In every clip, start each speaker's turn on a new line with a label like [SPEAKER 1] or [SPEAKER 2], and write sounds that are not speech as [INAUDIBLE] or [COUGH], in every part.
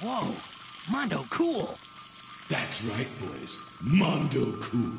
[SPEAKER 1] Whoa, Mondo Cool.
[SPEAKER 2] That's right, boys. Mondo Cool.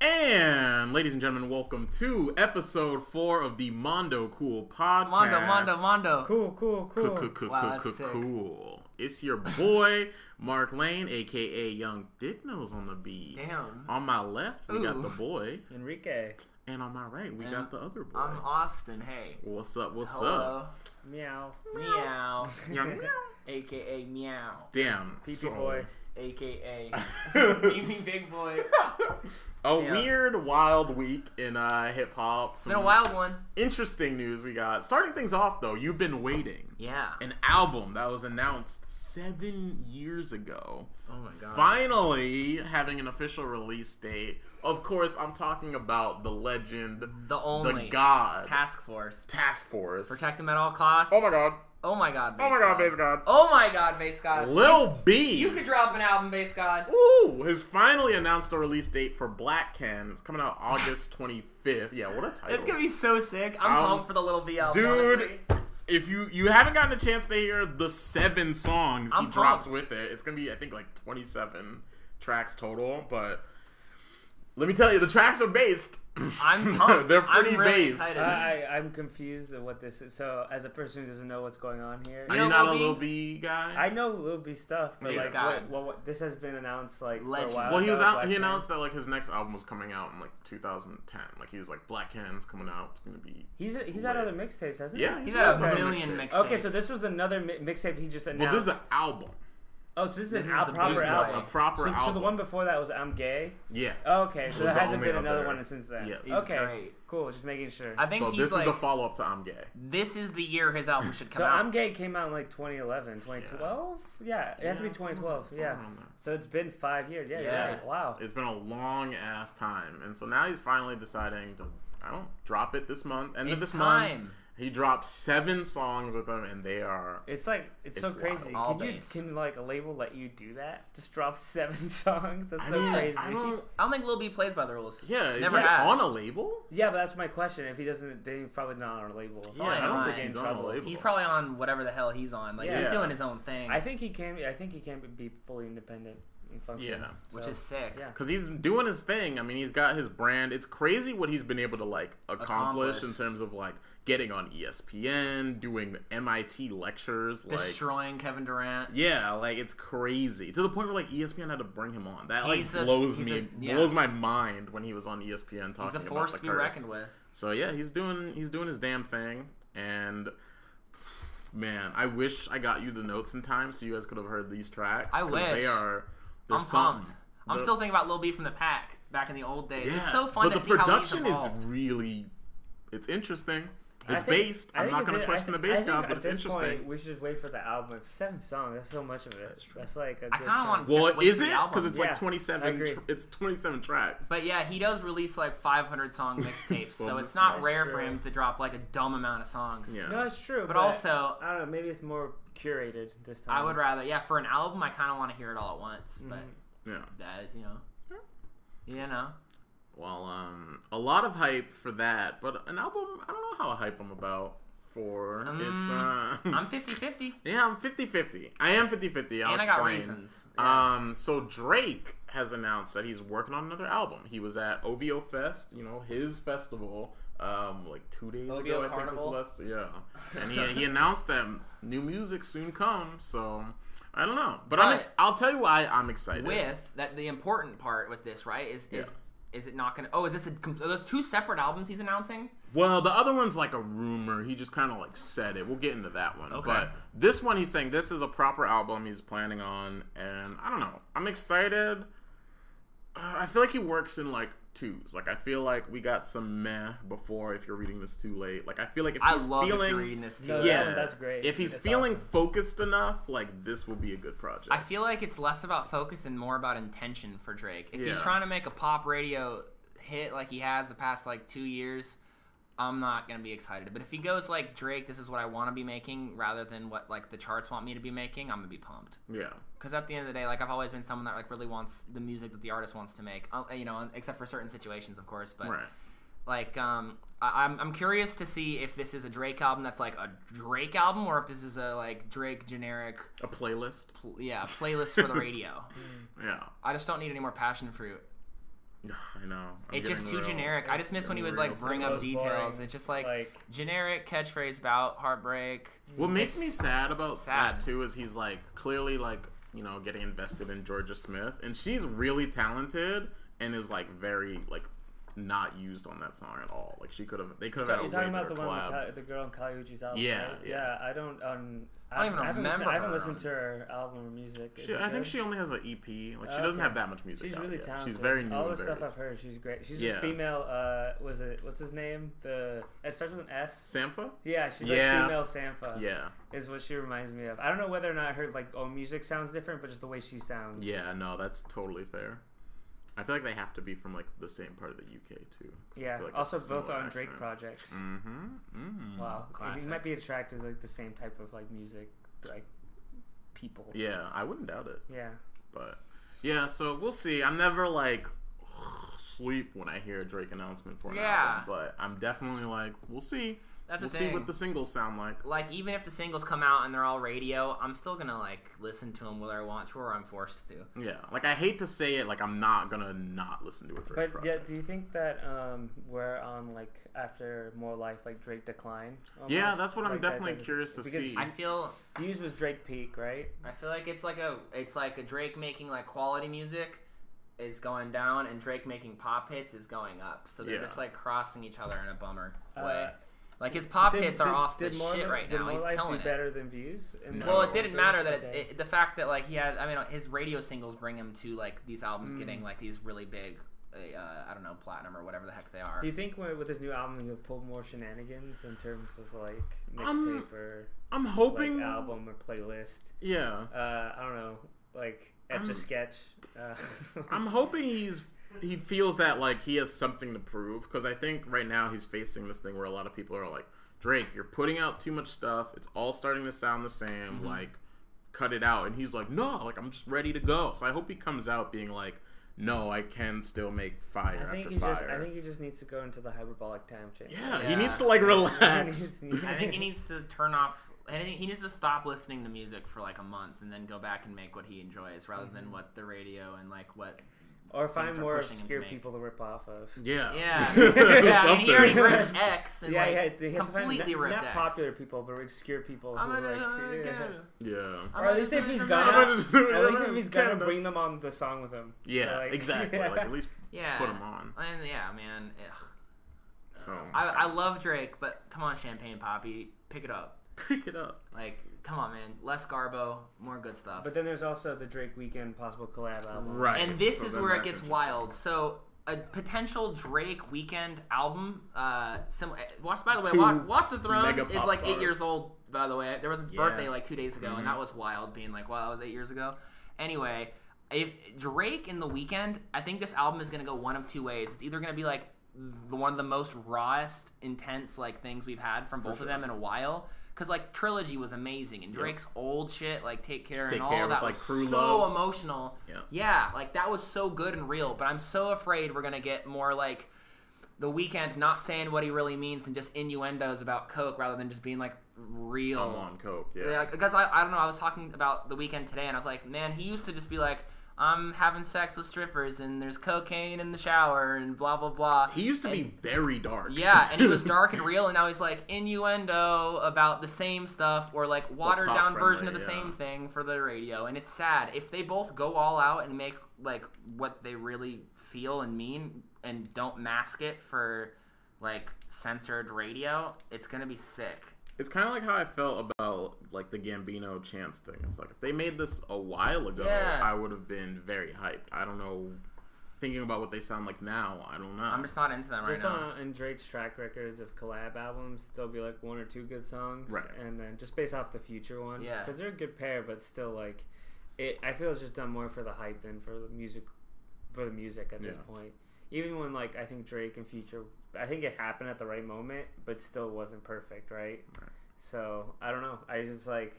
[SPEAKER 3] And, ladies and gentlemen, welcome to episode four of the Mondo Cool podcast.
[SPEAKER 4] Mondo, Mondo, Mondo.
[SPEAKER 5] Cool, cool, cool.
[SPEAKER 3] Cool,
[SPEAKER 4] Wow, that's sick.
[SPEAKER 3] cool. It's your boy Mark Lane, aka Young Dick Nose, on the beat.
[SPEAKER 4] Damn.
[SPEAKER 3] On my left, we got
[SPEAKER 4] Ooh.
[SPEAKER 3] the boy,
[SPEAKER 5] Enrique.
[SPEAKER 3] and on my right, we
[SPEAKER 4] And
[SPEAKER 3] got the other boy.
[SPEAKER 4] I'm Austin. Hey.
[SPEAKER 3] What's up? What's
[SPEAKER 4] Hello.
[SPEAKER 5] Meow.
[SPEAKER 4] Meow.
[SPEAKER 3] up?
[SPEAKER 4] [LAUGHS]
[SPEAKER 3] Young.
[SPEAKER 4] AKA Meow.
[SPEAKER 3] Damn.
[SPEAKER 5] PP
[SPEAKER 3] so-
[SPEAKER 4] [LAUGHS]
[SPEAKER 5] boy.
[SPEAKER 4] AKA Evening Big Boy.
[SPEAKER 3] [LAUGHS] a
[SPEAKER 4] Yeah.
[SPEAKER 3] weird, wild week in uh, hip hop. Some
[SPEAKER 4] Been a wild one.
[SPEAKER 3] interesting news we got. Starting things off, though, you've been waiting.
[SPEAKER 4] Yeah.
[SPEAKER 3] An album that was announced seven years ago.
[SPEAKER 4] Oh my god.
[SPEAKER 3] Finally, having an official release date. Of course, I'm talking about the legend,
[SPEAKER 4] The only
[SPEAKER 3] the god,
[SPEAKER 4] task force.
[SPEAKER 3] Task Force.
[SPEAKER 4] Protect him at all costs.
[SPEAKER 3] oh my god.
[SPEAKER 4] Oh my god. Base
[SPEAKER 3] Oh my god, base god.
[SPEAKER 4] Oh my god, base god.
[SPEAKER 3] Lil B.
[SPEAKER 4] You could drop an album, base god.
[SPEAKER 3] Ooh, has finally announced a release date for Black Can. It's coming out August 25th. Yeah, what a title.
[SPEAKER 4] It's gonna be so sick. I'm
[SPEAKER 3] Um,
[SPEAKER 4] pumped for the little V album.
[SPEAKER 3] Dude,
[SPEAKER 4] honestly.
[SPEAKER 3] if you you haven't gotten a chance to hear the seven songs
[SPEAKER 4] I'm
[SPEAKER 3] he dropped
[SPEAKER 4] pumped.
[SPEAKER 3] with it, it's gonna be I think like 27 tracks total. But let me tell you, the tracks are based. [LAUGHS]
[SPEAKER 4] I'm pumped.
[SPEAKER 3] They're
[SPEAKER 4] I'm
[SPEAKER 3] pretty
[SPEAKER 4] really
[SPEAKER 3] based.
[SPEAKER 4] excited.
[SPEAKER 5] I, I'm confused at what this is. So, as a person who doesn't know what's going on here,
[SPEAKER 3] Are
[SPEAKER 4] know
[SPEAKER 3] you not a
[SPEAKER 4] Lil B?
[SPEAKER 3] Lil B guy?
[SPEAKER 5] I know Lil B stuff, but
[SPEAKER 3] Yeah.
[SPEAKER 5] like,
[SPEAKER 4] God.
[SPEAKER 5] what, what, what, this has been announced like
[SPEAKER 4] Legend.
[SPEAKER 5] for a while.
[SPEAKER 3] well, he
[SPEAKER 5] now,
[SPEAKER 3] was out.
[SPEAKER 5] Black
[SPEAKER 3] He
[SPEAKER 5] Man.
[SPEAKER 3] announced that like his next album was coming out in like 2010. Like he was like Black Hands coming out. It's gonna be
[SPEAKER 5] He's he's had
[SPEAKER 3] Wait.
[SPEAKER 5] other mixtapes, hasn't
[SPEAKER 3] yeah.
[SPEAKER 5] he?
[SPEAKER 4] He's got a
[SPEAKER 3] got
[SPEAKER 4] million
[SPEAKER 3] mixtape.
[SPEAKER 4] mixtapes.
[SPEAKER 5] Okay, so this was another mi- mixtape he just
[SPEAKER 3] Well,
[SPEAKER 5] announced.
[SPEAKER 3] this is an album.
[SPEAKER 5] oh, so this is
[SPEAKER 4] This
[SPEAKER 5] an
[SPEAKER 4] is
[SPEAKER 5] al-
[SPEAKER 4] the
[SPEAKER 5] proper
[SPEAKER 3] This is a,
[SPEAKER 5] album.
[SPEAKER 3] a proper
[SPEAKER 5] so,
[SPEAKER 3] album.
[SPEAKER 5] so the one before that was I'm Gay.
[SPEAKER 3] yeah.
[SPEAKER 4] Oh,
[SPEAKER 5] Okay,
[SPEAKER 3] Was
[SPEAKER 5] so
[SPEAKER 3] the
[SPEAKER 5] there hasn't
[SPEAKER 3] only
[SPEAKER 5] been another
[SPEAKER 3] other-
[SPEAKER 5] one since then.
[SPEAKER 3] Yes. He's
[SPEAKER 5] Okay,
[SPEAKER 4] great.
[SPEAKER 5] cool. Just making sure.
[SPEAKER 4] I think
[SPEAKER 3] so
[SPEAKER 4] he's
[SPEAKER 3] this
[SPEAKER 4] like,
[SPEAKER 3] is the follow up to I'm Gay.
[SPEAKER 4] this is the year his album should come
[SPEAKER 5] So
[SPEAKER 4] out.
[SPEAKER 5] I'm Gay came out in like 2011, 2012. Yeah, it had to be
[SPEAKER 3] Yeah, somewhere-
[SPEAKER 5] 2012.
[SPEAKER 3] somewhere
[SPEAKER 5] Yeah.
[SPEAKER 3] around there.
[SPEAKER 5] So it's been five years. Yeah.
[SPEAKER 4] Yeah.
[SPEAKER 5] Yeah. Wow.
[SPEAKER 3] It's been a long ass time, and so now he's finally deciding to I don't drop it this month. End of
[SPEAKER 4] It's
[SPEAKER 3] this month,
[SPEAKER 4] time.
[SPEAKER 3] he dropped seven songs with them, and they are
[SPEAKER 5] It's like it's, so
[SPEAKER 3] It's
[SPEAKER 5] crazy.
[SPEAKER 4] wild. All
[SPEAKER 5] Can you
[SPEAKER 4] based.
[SPEAKER 5] can like a label let you do that? Just drop [LAUGHS] seven songs? That's so
[SPEAKER 3] mean,
[SPEAKER 5] crazy.
[SPEAKER 3] I don't,
[SPEAKER 4] I don't think Lil B plays by the rules.
[SPEAKER 3] yeah, is
[SPEAKER 4] Never
[SPEAKER 3] he
[SPEAKER 4] has.
[SPEAKER 3] on a label? Oh,
[SPEAKER 5] Yeah, but that's my question. If he doesn't, then he's probably not on a label.
[SPEAKER 3] Yeah,
[SPEAKER 4] I don't think
[SPEAKER 5] get in
[SPEAKER 3] he's on a label.
[SPEAKER 4] He's probably on whatever the hell he's on. Like he's
[SPEAKER 3] Yeah.
[SPEAKER 4] doing his own thing,
[SPEAKER 5] I think he can. I think he can be fully independent and function.
[SPEAKER 3] Yeah.
[SPEAKER 4] which
[SPEAKER 5] so-
[SPEAKER 4] is sick.
[SPEAKER 5] yeah.
[SPEAKER 3] Cause he's doing his thing. I mean, he's got his brand. It's crazy what he's been able to like accomplish,
[SPEAKER 4] Accomplish.
[SPEAKER 3] in terms of like getting on E ESPN, doing MIT lectures, like
[SPEAKER 4] Destroying Kevin Durant.
[SPEAKER 3] Yeah, like it's crazy to the point where like E ESPN had to bring him on. That like
[SPEAKER 4] He's a-
[SPEAKER 3] blows
[SPEAKER 4] he's
[SPEAKER 3] me,
[SPEAKER 4] a- yeah.
[SPEAKER 3] blows my mind when he was on E ESPN talking
[SPEAKER 4] He's a
[SPEAKER 3] about
[SPEAKER 4] force
[SPEAKER 3] the
[SPEAKER 4] to be
[SPEAKER 3] curse.
[SPEAKER 4] reckoned with.
[SPEAKER 3] So yeah, he's doing he's doing his damn thing, and man, I wish I got you the notes in time so you guys could have heard these tracks.
[SPEAKER 4] I
[SPEAKER 3] 'cause
[SPEAKER 4] wish.
[SPEAKER 3] they are. They're
[SPEAKER 4] I'm
[SPEAKER 3] something.
[SPEAKER 4] pumped. I'm
[SPEAKER 3] The-
[SPEAKER 4] still thinking about Lil B from the pack back in the old days.
[SPEAKER 3] yeah,
[SPEAKER 4] It's so fun
[SPEAKER 3] But
[SPEAKER 4] to
[SPEAKER 3] the
[SPEAKER 4] see
[SPEAKER 3] production
[SPEAKER 4] how he's evolved.
[SPEAKER 3] is really, it's interesting.
[SPEAKER 5] I
[SPEAKER 3] It's
[SPEAKER 5] think-
[SPEAKER 3] based.
[SPEAKER 5] I
[SPEAKER 3] I'm
[SPEAKER 5] think
[SPEAKER 3] not
[SPEAKER 5] it's
[SPEAKER 3] going to
[SPEAKER 5] in- I
[SPEAKER 3] question the
[SPEAKER 5] think- I
[SPEAKER 3] bass
[SPEAKER 5] think
[SPEAKER 3] god,
[SPEAKER 5] at
[SPEAKER 3] but it's
[SPEAKER 5] this
[SPEAKER 3] interesting.
[SPEAKER 5] Point, we should wait for the album. Seven songs. That's so much of it. That's,
[SPEAKER 3] true.
[SPEAKER 5] like a
[SPEAKER 4] I
[SPEAKER 5] good
[SPEAKER 4] kinda
[SPEAKER 5] chunk.
[SPEAKER 4] wanna-
[SPEAKER 3] well,
[SPEAKER 4] Just wait
[SPEAKER 3] is
[SPEAKER 4] for
[SPEAKER 3] it?
[SPEAKER 4] the
[SPEAKER 3] Because
[SPEAKER 4] album.
[SPEAKER 3] it's
[SPEAKER 5] Yeah,
[SPEAKER 3] like
[SPEAKER 5] I
[SPEAKER 3] 27.
[SPEAKER 5] agree.
[SPEAKER 3] Tr- it's 27 tracks.
[SPEAKER 4] But yeah, he does release like
[SPEAKER 3] [LAUGHS]
[SPEAKER 4] 500 song mixtapes,
[SPEAKER 3] Well,
[SPEAKER 4] so
[SPEAKER 3] this
[SPEAKER 4] it's not
[SPEAKER 3] is
[SPEAKER 4] rare
[SPEAKER 5] true.
[SPEAKER 4] for him to drop like a dumb amount of songs.
[SPEAKER 3] yeah.
[SPEAKER 5] No, it's true.
[SPEAKER 4] But also,
[SPEAKER 5] I don't know. Maybe it's more curated this time.
[SPEAKER 4] I would rather, yeah, for an album, I kind of want to hear it all at once. But
[SPEAKER 3] Mm. Yeah.
[SPEAKER 4] that is, you know, you know,
[SPEAKER 3] Well, um, a lot of hype for that, but an album I don't know how hype I'm about for. it's uh,
[SPEAKER 4] Um, I'm 50 50.
[SPEAKER 3] [LAUGHS] yeah, I'm 50-50. I am 50-50. I'll
[SPEAKER 4] And I
[SPEAKER 3] explain.
[SPEAKER 4] got reasons.
[SPEAKER 3] Um, so Drake has announced that he's working on another album. He was at OVO Fest, you know, his festival, um, like two days
[SPEAKER 4] OVO
[SPEAKER 3] ago.
[SPEAKER 4] Carnival?
[SPEAKER 3] I think was the last.
[SPEAKER 4] [LAUGHS]
[SPEAKER 3] Yeah, and he, he announced that new music soon comes. So I don't know, but I'm,
[SPEAKER 4] But-
[SPEAKER 3] I'll tell you why I'm excited.
[SPEAKER 4] With that, the important part with this, right, is
[SPEAKER 3] Yeah.
[SPEAKER 4] is is it not gonna? Oh, is this a, com- are those two separate albums he's announcing?
[SPEAKER 3] Well, the other one's like a rumor. He just kind of like said it. We'll get into that one. But this one, he's saying this is a proper album he's planning on, and I don't know. I'm excited. Uh, I feel like he works in like twos. Like I feel like we got some meh before. If you're reading this too late, like I feel like if
[SPEAKER 4] I
[SPEAKER 3] he's
[SPEAKER 4] love if
[SPEAKER 3] feeling,
[SPEAKER 4] you're reading this.
[SPEAKER 5] No,
[SPEAKER 4] too.
[SPEAKER 5] that
[SPEAKER 3] yeah,
[SPEAKER 5] one- that's great.
[SPEAKER 3] If he's
[SPEAKER 5] That's
[SPEAKER 3] feeling
[SPEAKER 5] awesome.
[SPEAKER 3] focused enough, like this will be a good project.
[SPEAKER 4] I feel like it's less about focus and more about intention for Drake. If he's
[SPEAKER 3] Yeah.
[SPEAKER 4] trying to make a pop radio hit like he has the past like two years, I'm not gonna be excited. But if he goes like Drake, this is what I want to be making rather than what like the charts want me to be making, I'm gonna be pumped.
[SPEAKER 3] yeah,
[SPEAKER 4] Because at the end of the day, like I've always been someone that like really wants the music that the artist wants to make. Uh, you know, except for certain situations, of course. But
[SPEAKER 3] right.
[SPEAKER 4] like um I- I'm, I'm curious to see if this is a Drake album that's like a Drake album, or if this is a like Drake generic,
[SPEAKER 3] A playlist.
[SPEAKER 4] pl- yeah, playlist for the radio.
[SPEAKER 3] Yeah. [SIGHS]
[SPEAKER 4] I just don't need any more passion fruit.
[SPEAKER 3] Ugh, I know. I'm
[SPEAKER 4] It's just
[SPEAKER 3] getting
[SPEAKER 4] too
[SPEAKER 3] real-
[SPEAKER 4] generic. I just miss when he would
[SPEAKER 3] real
[SPEAKER 4] like bring up
[SPEAKER 5] those
[SPEAKER 4] details.
[SPEAKER 5] boring,
[SPEAKER 4] It's just like,
[SPEAKER 5] like-
[SPEAKER 4] generic catchphrase about heartbreak.
[SPEAKER 3] What makes me sad about
[SPEAKER 4] sad.
[SPEAKER 3] that too is he's like clearly like you know getting invested in Georgia Smith, and she's really talented and is like very like not used on that song at all. Like she could have, they could have had a
[SPEAKER 5] You're
[SPEAKER 3] way
[SPEAKER 5] talking about
[SPEAKER 3] better
[SPEAKER 5] the one with
[SPEAKER 3] collab.
[SPEAKER 5] Ka- the girl on Kaliuchi's album.
[SPEAKER 3] Yeah,
[SPEAKER 5] right?
[SPEAKER 3] yeah.
[SPEAKER 5] I don't. Um, I,
[SPEAKER 4] don't even
[SPEAKER 5] I haven't
[SPEAKER 4] remember
[SPEAKER 5] Listened, I haven't
[SPEAKER 4] her
[SPEAKER 5] listened
[SPEAKER 4] on-
[SPEAKER 5] to her album or music. Is
[SPEAKER 3] She,
[SPEAKER 5] it
[SPEAKER 3] I think
[SPEAKER 5] good?
[SPEAKER 3] she only has an EP. Like she doesn't
[SPEAKER 5] okay.
[SPEAKER 3] have that much music.
[SPEAKER 5] She's
[SPEAKER 3] out
[SPEAKER 5] really
[SPEAKER 3] yet.
[SPEAKER 5] talented.
[SPEAKER 3] She's very new.
[SPEAKER 5] All the
[SPEAKER 3] and very,
[SPEAKER 5] stuff I've heard, she's great. She's
[SPEAKER 3] Yeah.
[SPEAKER 5] just female. Uh, was it what's his name? The it starts with an S.
[SPEAKER 3] Sampha.
[SPEAKER 5] Yeah, she's
[SPEAKER 3] Yeah.
[SPEAKER 5] like female Sampha.
[SPEAKER 3] Yeah.
[SPEAKER 5] is what she reminds me of. I don't know whether or not her like own music sounds different, but just the way she sounds.
[SPEAKER 3] Yeah. No, that's totally fair. I feel like they have to be from like the same part of the UK too. 'cause I
[SPEAKER 5] Yeah.
[SPEAKER 3] feel like
[SPEAKER 5] also,
[SPEAKER 3] it's a
[SPEAKER 5] both
[SPEAKER 3] similar
[SPEAKER 5] on Drake
[SPEAKER 3] accent.
[SPEAKER 5] projects. Mm-hmm. wow.
[SPEAKER 4] classic.
[SPEAKER 5] He might be attracted to like the same type of like music, like people.
[SPEAKER 3] Yeah, I wouldn't doubt it.
[SPEAKER 5] Yeah.
[SPEAKER 3] But yeah, so we'll see. I'm never like sleep when I hear a Drake announcement for an
[SPEAKER 4] Yeah.
[SPEAKER 3] album, but I'm definitely like, we'll see.
[SPEAKER 4] That's the
[SPEAKER 3] we'll see
[SPEAKER 4] thing.
[SPEAKER 3] what the singles sound like.
[SPEAKER 4] Like even if the singles come out and they're all radio, I'm still gonna like listen to them whether I want to or I'm forced to.
[SPEAKER 3] Yeah, like I hate to say it, like I'm not gonna not listen to a Drake
[SPEAKER 5] But yeah,
[SPEAKER 3] project.
[SPEAKER 5] do you think that um we're on like after more life like Drake decline?
[SPEAKER 3] Yeah,
[SPEAKER 5] almost?
[SPEAKER 3] that's what I'm
[SPEAKER 5] Like, that
[SPEAKER 3] definitely
[SPEAKER 5] type of-
[SPEAKER 3] curious to
[SPEAKER 5] because
[SPEAKER 3] see.
[SPEAKER 4] I feel
[SPEAKER 5] Views was Drake peak, right?
[SPEAKER 4] I feel like it's like a it's like a Drake making like quality music is going down and Drake making pop hits is going up. So they're
[SPEAKER 3] Yeah.
[SPEAKER 4] just like crossing each other in a bummer way.
[SPEAKER 5] Uh,
[SPEAKER 4] Like his pop
[SPEAKER 5] Did-
[SPEAKER 4] hits are
[SPEAKER 5] did-
[SPEAKER 4] off the
[SPEAKER 5] did More
[SPEAKER 4] shit
[SPEAKER 5] Li-
[SPEAKER 4] right
[SPEAKER 5] did
[SPEAKER 4] now.
[SPEAKER 5] More
[SPEAKER 4] He's
[SPEAKER 5] Life
[SPEAKER 4] killing
[SPEAKER 5] do
[SPEAKER 4] it.
[SPEAKER 5] better than views. in
[SPEAKER 3] No.
[SPEAKER 5] the
[SPEAKER 4] Well, it
[SPEAKER 5] world?
[SPEAKER 4] didn't matter that
[SPEAKER 5] Okay.
[SPEAKER 4] it, it, the fact that like he had I mean his radio singles bring him to like these albums
[SPEAKER 5] Mm.
[SPEAKER 4] getting like these really big uh, uh, I don't know platinum or whatever the heck they are.
[SPEAKER 5] Do you think wi- with his new album he'll pull more shenanigans in terms of like mixtape
[SPEAKER 3] Um,
[SPEAKER 5] or
[SPEAKER 3] I'm
[SPEAKER 5] like
[SPEAKER 3] hoping.
[SPEAKER 5] album or playlist?
[SPEAKER 3] Yeah,
[SPEAKER 5] Uh, I don't know, like etch a sketch. Uh,
[SPEAKER 3] I'm
[SPEAKER 5] [LAUGHS]
[SPEAKER 3] hoping he's he feels that like he has something to prove because I think right now he's facing this thing where a lot of people are like, Drake, you're putting out too much stuff. It's all starting to sound the same. Like, cut it out. And he's like, no, like I'm just ready to go. So I hope he comes out being like, no, I can still make fire
[SPEAKER 5] I think
[SPEAKER 3] after
[SPEAKER 5] he
[SPEAKER 3] fire.
[SPEAKER 5] just I think he just needs to go into the hyperbolic time chamber. [LAUGHS]
[SPEAKER 3] yeah, he
[SPEAKER 4] Yeah.
[SPEAKER 3] needs to like relax.
[SPEAKER 4] I think he needs to turn off. I think he needs to stop listening to music for like a month and then go back and make what he enjoys rather
[SPEAKER 5] Mm-hmm.
[SPEAKER 4] than what the radio and like what.
[SPEAKER 5] or find
[SPEAKER 4] things are
[SPEAKER 5] more
[SPEAKER 4] pushing him to
[SPEAKER 5] obscure
[SPEAKER 4] make.
[SPEAKER 5] people to rip off of.
[SPEAKER 3] [LAUGHS] [LAUGHS] yeah.
[SPEAKER 5] [LAUGHS]
[SPEAKER 4] Yeah, [LAUGHS] yeah. I mean,
[SPEAKER 3] Something.
[SPEAKER 4] he already ripped X and
[SPEAKER 5] Yeah,
[SPEAKER 4] like
[SPEAKER 5] yeah, he has to find
[SPEAKER 4] completely
[SPEAKER 5] not,
[SPEAKER 4] ripped
[SPEAKER 5] not
[SPEAKER 4] X.
[SPEAKER 5] popular people, but obscure people.
[SPEAKER 4] I'm
[SPEAKER 5] who
[SPEAKER 4] gonna,
[SPEAKER 5] like,
[SPEAKER 4] uh,
[SPEAKER 5] yeah.
[SPEAKER 4] go.
[SPEAKER 3] Yeah. [LAUGHS]
[SPEAKER 4] I'm
[SPEAKER 5] Or at least if
[SPEAKER 4] gonna
[SPEAKER 5] he's
[SPEAKER 4] ripped
[SPEAKER 5] gonna,
[SPEAKER 4] X.
[SPEAKER 3] I'm gonna just-
[SPEAKER 5] at least if
[SPEAKER 3] it's
[SPEAKER 5] he's gonna
[SPEAKER 3] kinda-
[SPEAKER 5] bring them on the song with him. So,
[SPEAKER 3] Yeah,
[SPEAKER 5] like- [LAUGHS]
[SPEAKER 3] exactly. Like at least
[SPEAKER 4] Yeah.
[SPEAKER 3] put him on.
[SPEAKER 4] And yeah, man. Ugh.
[SPEAKER 3] So
[SPEAKER 4] I, I love Drake, but come on, Champagne Poppy, pick it up.
[SPEAKER 3] pick it up.
[SPEAKER 4] Like, come on, man. Less garbo, more good stuff.
[SPEAKER 5] But then there's also the Drake Weekend possible collab album.
[SPEAKER 3] Right.
[SPEAKER 4] and this
[SPEAKER 3] So
[SPEAKER 4] is
[SPEAKER 3] then
[SPEAKER 4] where it
[SPEAKER 3] that's
[SPEAKER 4] gets
[SPEAKER 3] interesting.
[SPEAKER 4] wild. So a potential Drake weekend album. Uh, sim- watch by the way,
[SPEAKER 3] Two
[SPEAKER 4] watch, watch the Throne
[SPEAKER 3] mega
[SPEAKER 4] is
[SPEAKER 3] pop
[SPEAKER 4] like eight
[SPEAKER 3] stars.
[SPEAKER 4] years old. By the way, there was his
[SPEAKER 3] Yeah. Mm-hmm.
[SPEAKER 4] birthday like two days ago, and that was wild. Being like, wow, that was eight years ago. Anyway, if Drake in the weekend, I think this album is gonna go one of two ways. It's either gonna be like the, one of the most rawest, intense like things we've had from both of them in a while. Cause like trilogy was amazing, and Drake's old shit like Take Care
[SPEAKER 3] Take
[SPEAKER 4] and all
[SPEAKER 3] Care with,
[SPEAKER 4] that
[SPEAKER 3] like,
[SPEAKER 4] was
[SPEAKER 3] Crew
[SPEAKER 4] so
[SPEAKER 3] Love.
[SPEAKER 4] emotional.
[SPEAKER 3] Yeah.
[SPEAKER 4] like that was so good and real, but I'm so afraid we're gonna get more like the weekend not saying what he really means and just innuendos about Coke rather than just being like real.
[SPEAKER 3] I'm on coke.
[SPEAKER 4] Yeah, because I, I don't know, I was talking about the weekend today and I was like, man, he used to just be like, I'm having sex with strippers and there's cocaine in the shower and blah blah blah.
[SPEAKER 3] He used to be very dark.
[SPEAKER 4] Yeah, and
[SPEAKER 3] [LAUGHS]
[SPEAKER 4] he was dark and real, and now he's like innuendo about the same stuff or like watered
[SPEAKER 3] pop
[SPEAKER 4] down version of the
[SPEAKER 3] friendly, yeah.
[SPEAKER 4] same thing for the radio, and it's sad. If they both go all out and make like what they really feel and mean and don't mask it for like censored radio, it's gonna be sick.
[SPEAKER 3] it's kind of like how I felt about like the Gambino Chance thing. It's like if they made this a while ago,
[SPEAKER 4] Yeah.
[SPEAKER 3] I would have been very hyped. I don't know. Thinking about what they sound like now, I don't know.
[SPEAKER 4] I'm just not into them right
[SPEAKER 5] Just uh, [LAUGHS]
[SPEAKER 4] now.
[SPEAKER 5] on, in Drake's track records of collab albums, there'll be like one or two good songs,
[SPEAKER 3] Right.
[SPEAKER 5] and then just based off the future one,
[SPEAKER 4] Yeah.
[SPEAKER 5] because they're a good pair, but still like, it. I feel it's just done more for the hype than for the music, for the music at this
[SPEAKER 3] Yeah.
[SPEAKER 5] point. Even when like I think Drake and Future, I think it happened at the right moment, but still wasn't perfect, right? So I don't know. I just like.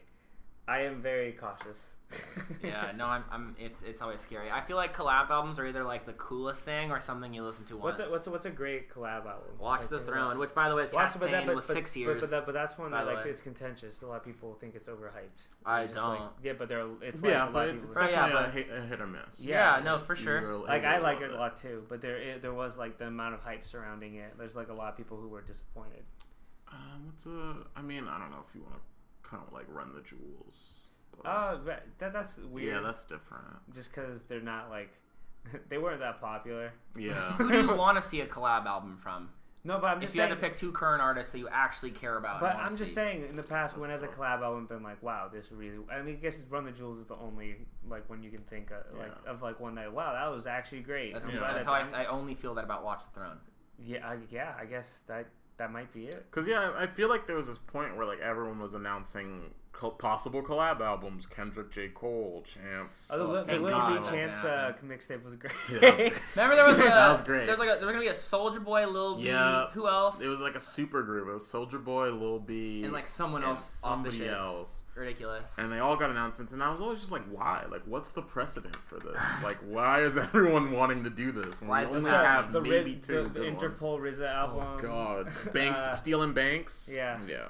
[SPEAKER 5] I am very cautious.
[SPEAKER 4] [LAUGHS] Yeah, no, I'm, I'm. It's it's always scary. I feel like collab albums are either like the coolest thing or something you listen to once.
[SPEAKER 5] What's a, what's a, what's a great collab album?
[SPEAKER 4] Watch
[SPEAKER 5] Like,
[SPEAKER 4] the
[SPEAKER 5] uh,
[SPEAKER 4] Throne, which by the way,
[SPEAKER 5] Watch,
[SPEAKER 4] Chastain
[SPEAKER 5] but that, but,
[SPEAKER 4] was
[SPEAKER 5] but-
[SPEAKER 4] six
[SPEAKER 5] but-
[SPEAKER 4] years.
[SPEAKER 5] But, that, but that's one
[SPEAKER 4] by
[SPEAKER 5] that
[SPEAKER 4] the
[SPEAKER 5] like
[SPEAKER 4] way.
[SPEAKER 5] it's contentious. A lot of people think it's overhyped.
[SPEAKER 4] I
[SPEAKER 5] Just, like-
[SPEAKER 4] don't.
[SPEAKER 5] yeah, but there are, it's like
[SPEAKER 3] yeah,
[SPEAKER 5] a lot
[SPEAKER 3] but
[SPEAKER 5] of
[SPEAKER 3] it's,
[SPEAKER 5] people.
[SPEAKER 3] it's
[SPEAKER 4] Oh, yeah,
[SPEAKER 3] definitely a, hit, a hit or miss.
[SPEAKER 4] yeah,
[SPEAKER 5] yeah,
[SPEAKER 4] no, for sure.
[SPEAKER 3] You will-
[SPEAKER 5] like
[SPEAKER 3] you
[SPEAKER 5] I
[SPEAKER 3] will
[SPEAKER 5] like it
[SPEAKER 3] love
[SPEAKER 5] a lot too, but there it, there was like the amount of hype surrounding it. There's like a lot of people who were disappointed.
[SPEAKER 3] Uh, what's a? I mean, I don't know if you want to kind of like run the jewels. But
[SPEAKER 4] Oh,
[SPEAKER 5] Uh, but that that's weird.
[SPEAKER 3] yeah, that's different.
[SPEAKER 4] [LAUGHS]
[SPEAKER 5] just because they're not like [LAUGHS] they weren't that popular.
[SPEAKER 3] Yeah.
[SPEAKER 4] Who [LAUGHS] do you want to see a collab album from?
[SPEAKER 5] No, but I'm
[SPEAKER 4] If
[SPEAKER 5] just
[SPEAKER 4] you had
[SPEAKER 5] saying.
[SPEAKER 4] to pick two current artists that you actually care about,
[SPEAKER 5] but
[SPEAKER 4] and wanna
[SPEAKER 5] I'm just
[SPEAKER 4] see.
[SPEAKER 5] saying, in the past, when has
[SPEAKER 3] That's
[SPEAKER 5] a
[SPEAKER 3] tough.
[SPEAKER 5] collab album been like, wow, this really? I mean, I guess Run the Jewels is the only like one you can think of, like
[SPEAKER 3] Yeah.
[SPEAKER 5] of like one that wow, that was actually great.
[SPEAKER 4] That's,
[SPEAKER 5] I'm
[SPEAKER 3] Yeah.
[SPEAKER 5] glad
[SPEAKER 4] that's
[SPEAKER 5] that-
[SPEAKER 4] how I, I only feel that about Watch the Throne.
[SPEAKER 5] yeah, I, yeah, I guess that that might be it.
[SPEAKER 3] Because yeah, I I feel like there was this point where like everyone was announcing co- possible collab albums: Kendrick J. Cole, Chance. uh,
[SPEAKER 5] Oh, the, the
[SPEAKER 4] thank
[SPEAKER 5] Lil
[SPEAKER 4] God
[SPEAKER 5] B
[SPEAKER 4] that
[SPEAKER 5] Chance uh,
[SPEAKER 4] happened.
[SPEAKER 5] mixtape was great.
[SPEAKER 3] that was
[SPEAKER 5] [LAUGHS]
[SPEAKER 3] great.
[SPEAKER 4] [LAUGHS]
[SPEAKER 3] [LAUGHS]
[SPEAKER 4] Remember there was a
[SPEAKER 3] That was great.
[SPEAKER 4] There's like a, there's gonna be a Soldier Boy, Lil B,
[SPEAKER 3] Yeah,
[SPEAKER 4] who else?
[SPEAKER 3] It was like a super group. It was Soldier Boy, Lil B,
[SPEAKER 4] and like someone
[SPEAKER 3] and
[SPEAKER 4] else off the
[SPEAKER 3] somebody
[SPEAKER 4] shits.
[SPEAKER 3] else.
[SPEAKER 4] Ridiculous.
[SPEAKER 3] and they all got announcements, and I was always just like, why? Like, what's the precedent for
[SPEAKER 4] [SIGHS]
[SPEAKER 3] this? Like, why is everyone wanting to do this? When
[SPEAKER 4] Why
[SPEAKER 3] we
[SPEAKER 4] is this
[SPEAKER 3] only have
[SPEAKER 4] happening?
[SPEAKER 5] the,
[SPEAKER 3] maybe
[SPEAKER 5] Riz,
[SPEAKER 3] two
[SPEAKER 5] the, the
[SPEAKER 3] good ones?
[SPEAKER 5] Interpol RZA album. [LAUGHS]
[SPEAKER 3] God, banks
[SPEAKER 5] Uh,
[SPEAKER 3] stealing banks.
[SPEAKER 5] yeah.
[SPEAKER 3] yeah,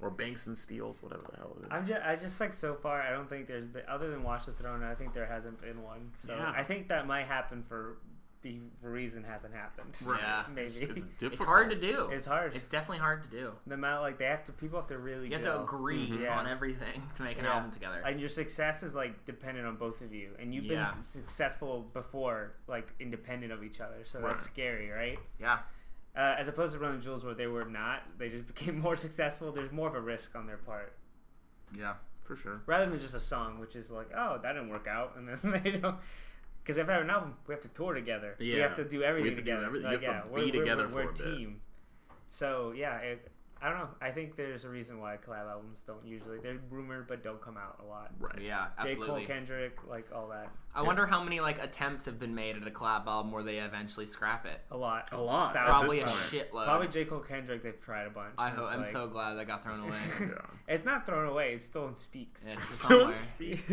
[SPEAKER 3] or banks and steals, whatever the hell it is.
[SPEAKER 5] I'm just, I just like so far, I don't think there's been, other than Watch the Throne, I think there hasn't been one. So
[SPEAKER 3] Yeah.
[SPEAKER 5] I think that might happen for the reason hasn't happened.
[SPEAKER 3] Right.
[SPEAKER 4] Yeah.
[SPEAKER 5] [LAUGHS] Maybe
[SPEAKER 3] It's,
[SPEAKER 5] it's,
[SPEAKER 3] it's difficult.
[SPEAKER 4] it's hard to do.
[SPEAKER 5] It's hard.
[SPEAKER 4] It's definitely hard to do.
[SPEAKER 5] the amount like they have to people have to really
[SPEAKER 4] You have
[SPEAKER 5] gel.
[SPEAKER 4] to agree
[SPEAKER 3] Mm-hmm.
[SPEAKER 5] Yeah.
[SPEAKER 4] on everything [LAUGHS] to make an
[SPEAKER 5] Yeah.
[SPEAKER 4] album together.
[SPEAKER 5] And your success is like dependent on both of you, and you've been
[SPEAKER 4] Yeah.
[SPEAKER 5] s- successful before, like independent of each other. So
[SPEAKER 3] Right.
[SPEAKER 5] that's scary, right?
[SPEAKER 4] yeah.
[SPEAKER 5] Uh, as opposed to Running Jewels, where they were not, they just [LAUGHS] became more successful. There's more of a risk on their part.
[SPEAKER 4] Yeah.
[SPEAKER 3] for sure.
[SPEAKER 5] rather than just a song, which is like, oh, that didn't work out, and then [LAUGHS] they don't. Because if I have an album, we have to tour together. we
[SPEAKER 3] Yeah.
[SPEAKER 5] have to do everything
[SPEAKER 3] We have to do
[SPEAKER 5] together.
[SPEAKER 3] everything. You
[SPEAKER 5] Like,
[SPEAKER 3] have to
[SPEAKER 5] yeah, we're,
[SPEAKER 3] be
[SPEAKER 5] we're-
[SPEAKER 3] together
[SPEAKER 5] we're,
[SPEAKER 3] for a
[SPEAKER 5] we're
[SPEAKER 3] bit.
[SPEAKER 5] team. So yeah, it, I don't know. I think there's a reason why collab albums don't usually they're rumored but don't come out a lot.
[SPEAKER 3] Right.
[SPEAKER 4] Yeah. Absolutely.
[SPEAKER 5] J Cole, Kendrick, like all that,
[SPEAKER 4] I wonder how many like attempts have been made at a collab album where they eventually scrap it.
[SPEAKER 5] a lot,
[SPEAKER 3] A lot.
[SPEAKER 5] Thou-
[SPEAKER 3] At
[SPEAKER 4] Probably a
[SPEAKER 3] this point.
[SPEAKER 4] shitload.
[SPEAKER 5] Probably J Cole, Kendrick. They've tried a bunch.
[SPEAKER 4] I
[SPEAKER 5] and
[SPEAKER 4] hope.
[SPEAKER 5] it's
[SPEAKER 4] I'm
[SPEAKER 5] like-
[SPEAKER 4] so glad that got thrown away.
[SPEAKER 3] [LAUGHS]
[SPEAKER 5] It's not thrown away. It's still in speaks.
[SPEAKER 4] Yeah, it's
[SPEAKER 5] [LAUGHS]
[SPEAKER 3] Don't
[SPEAKER 4] somewhere.
[SPEAKER 3] speak.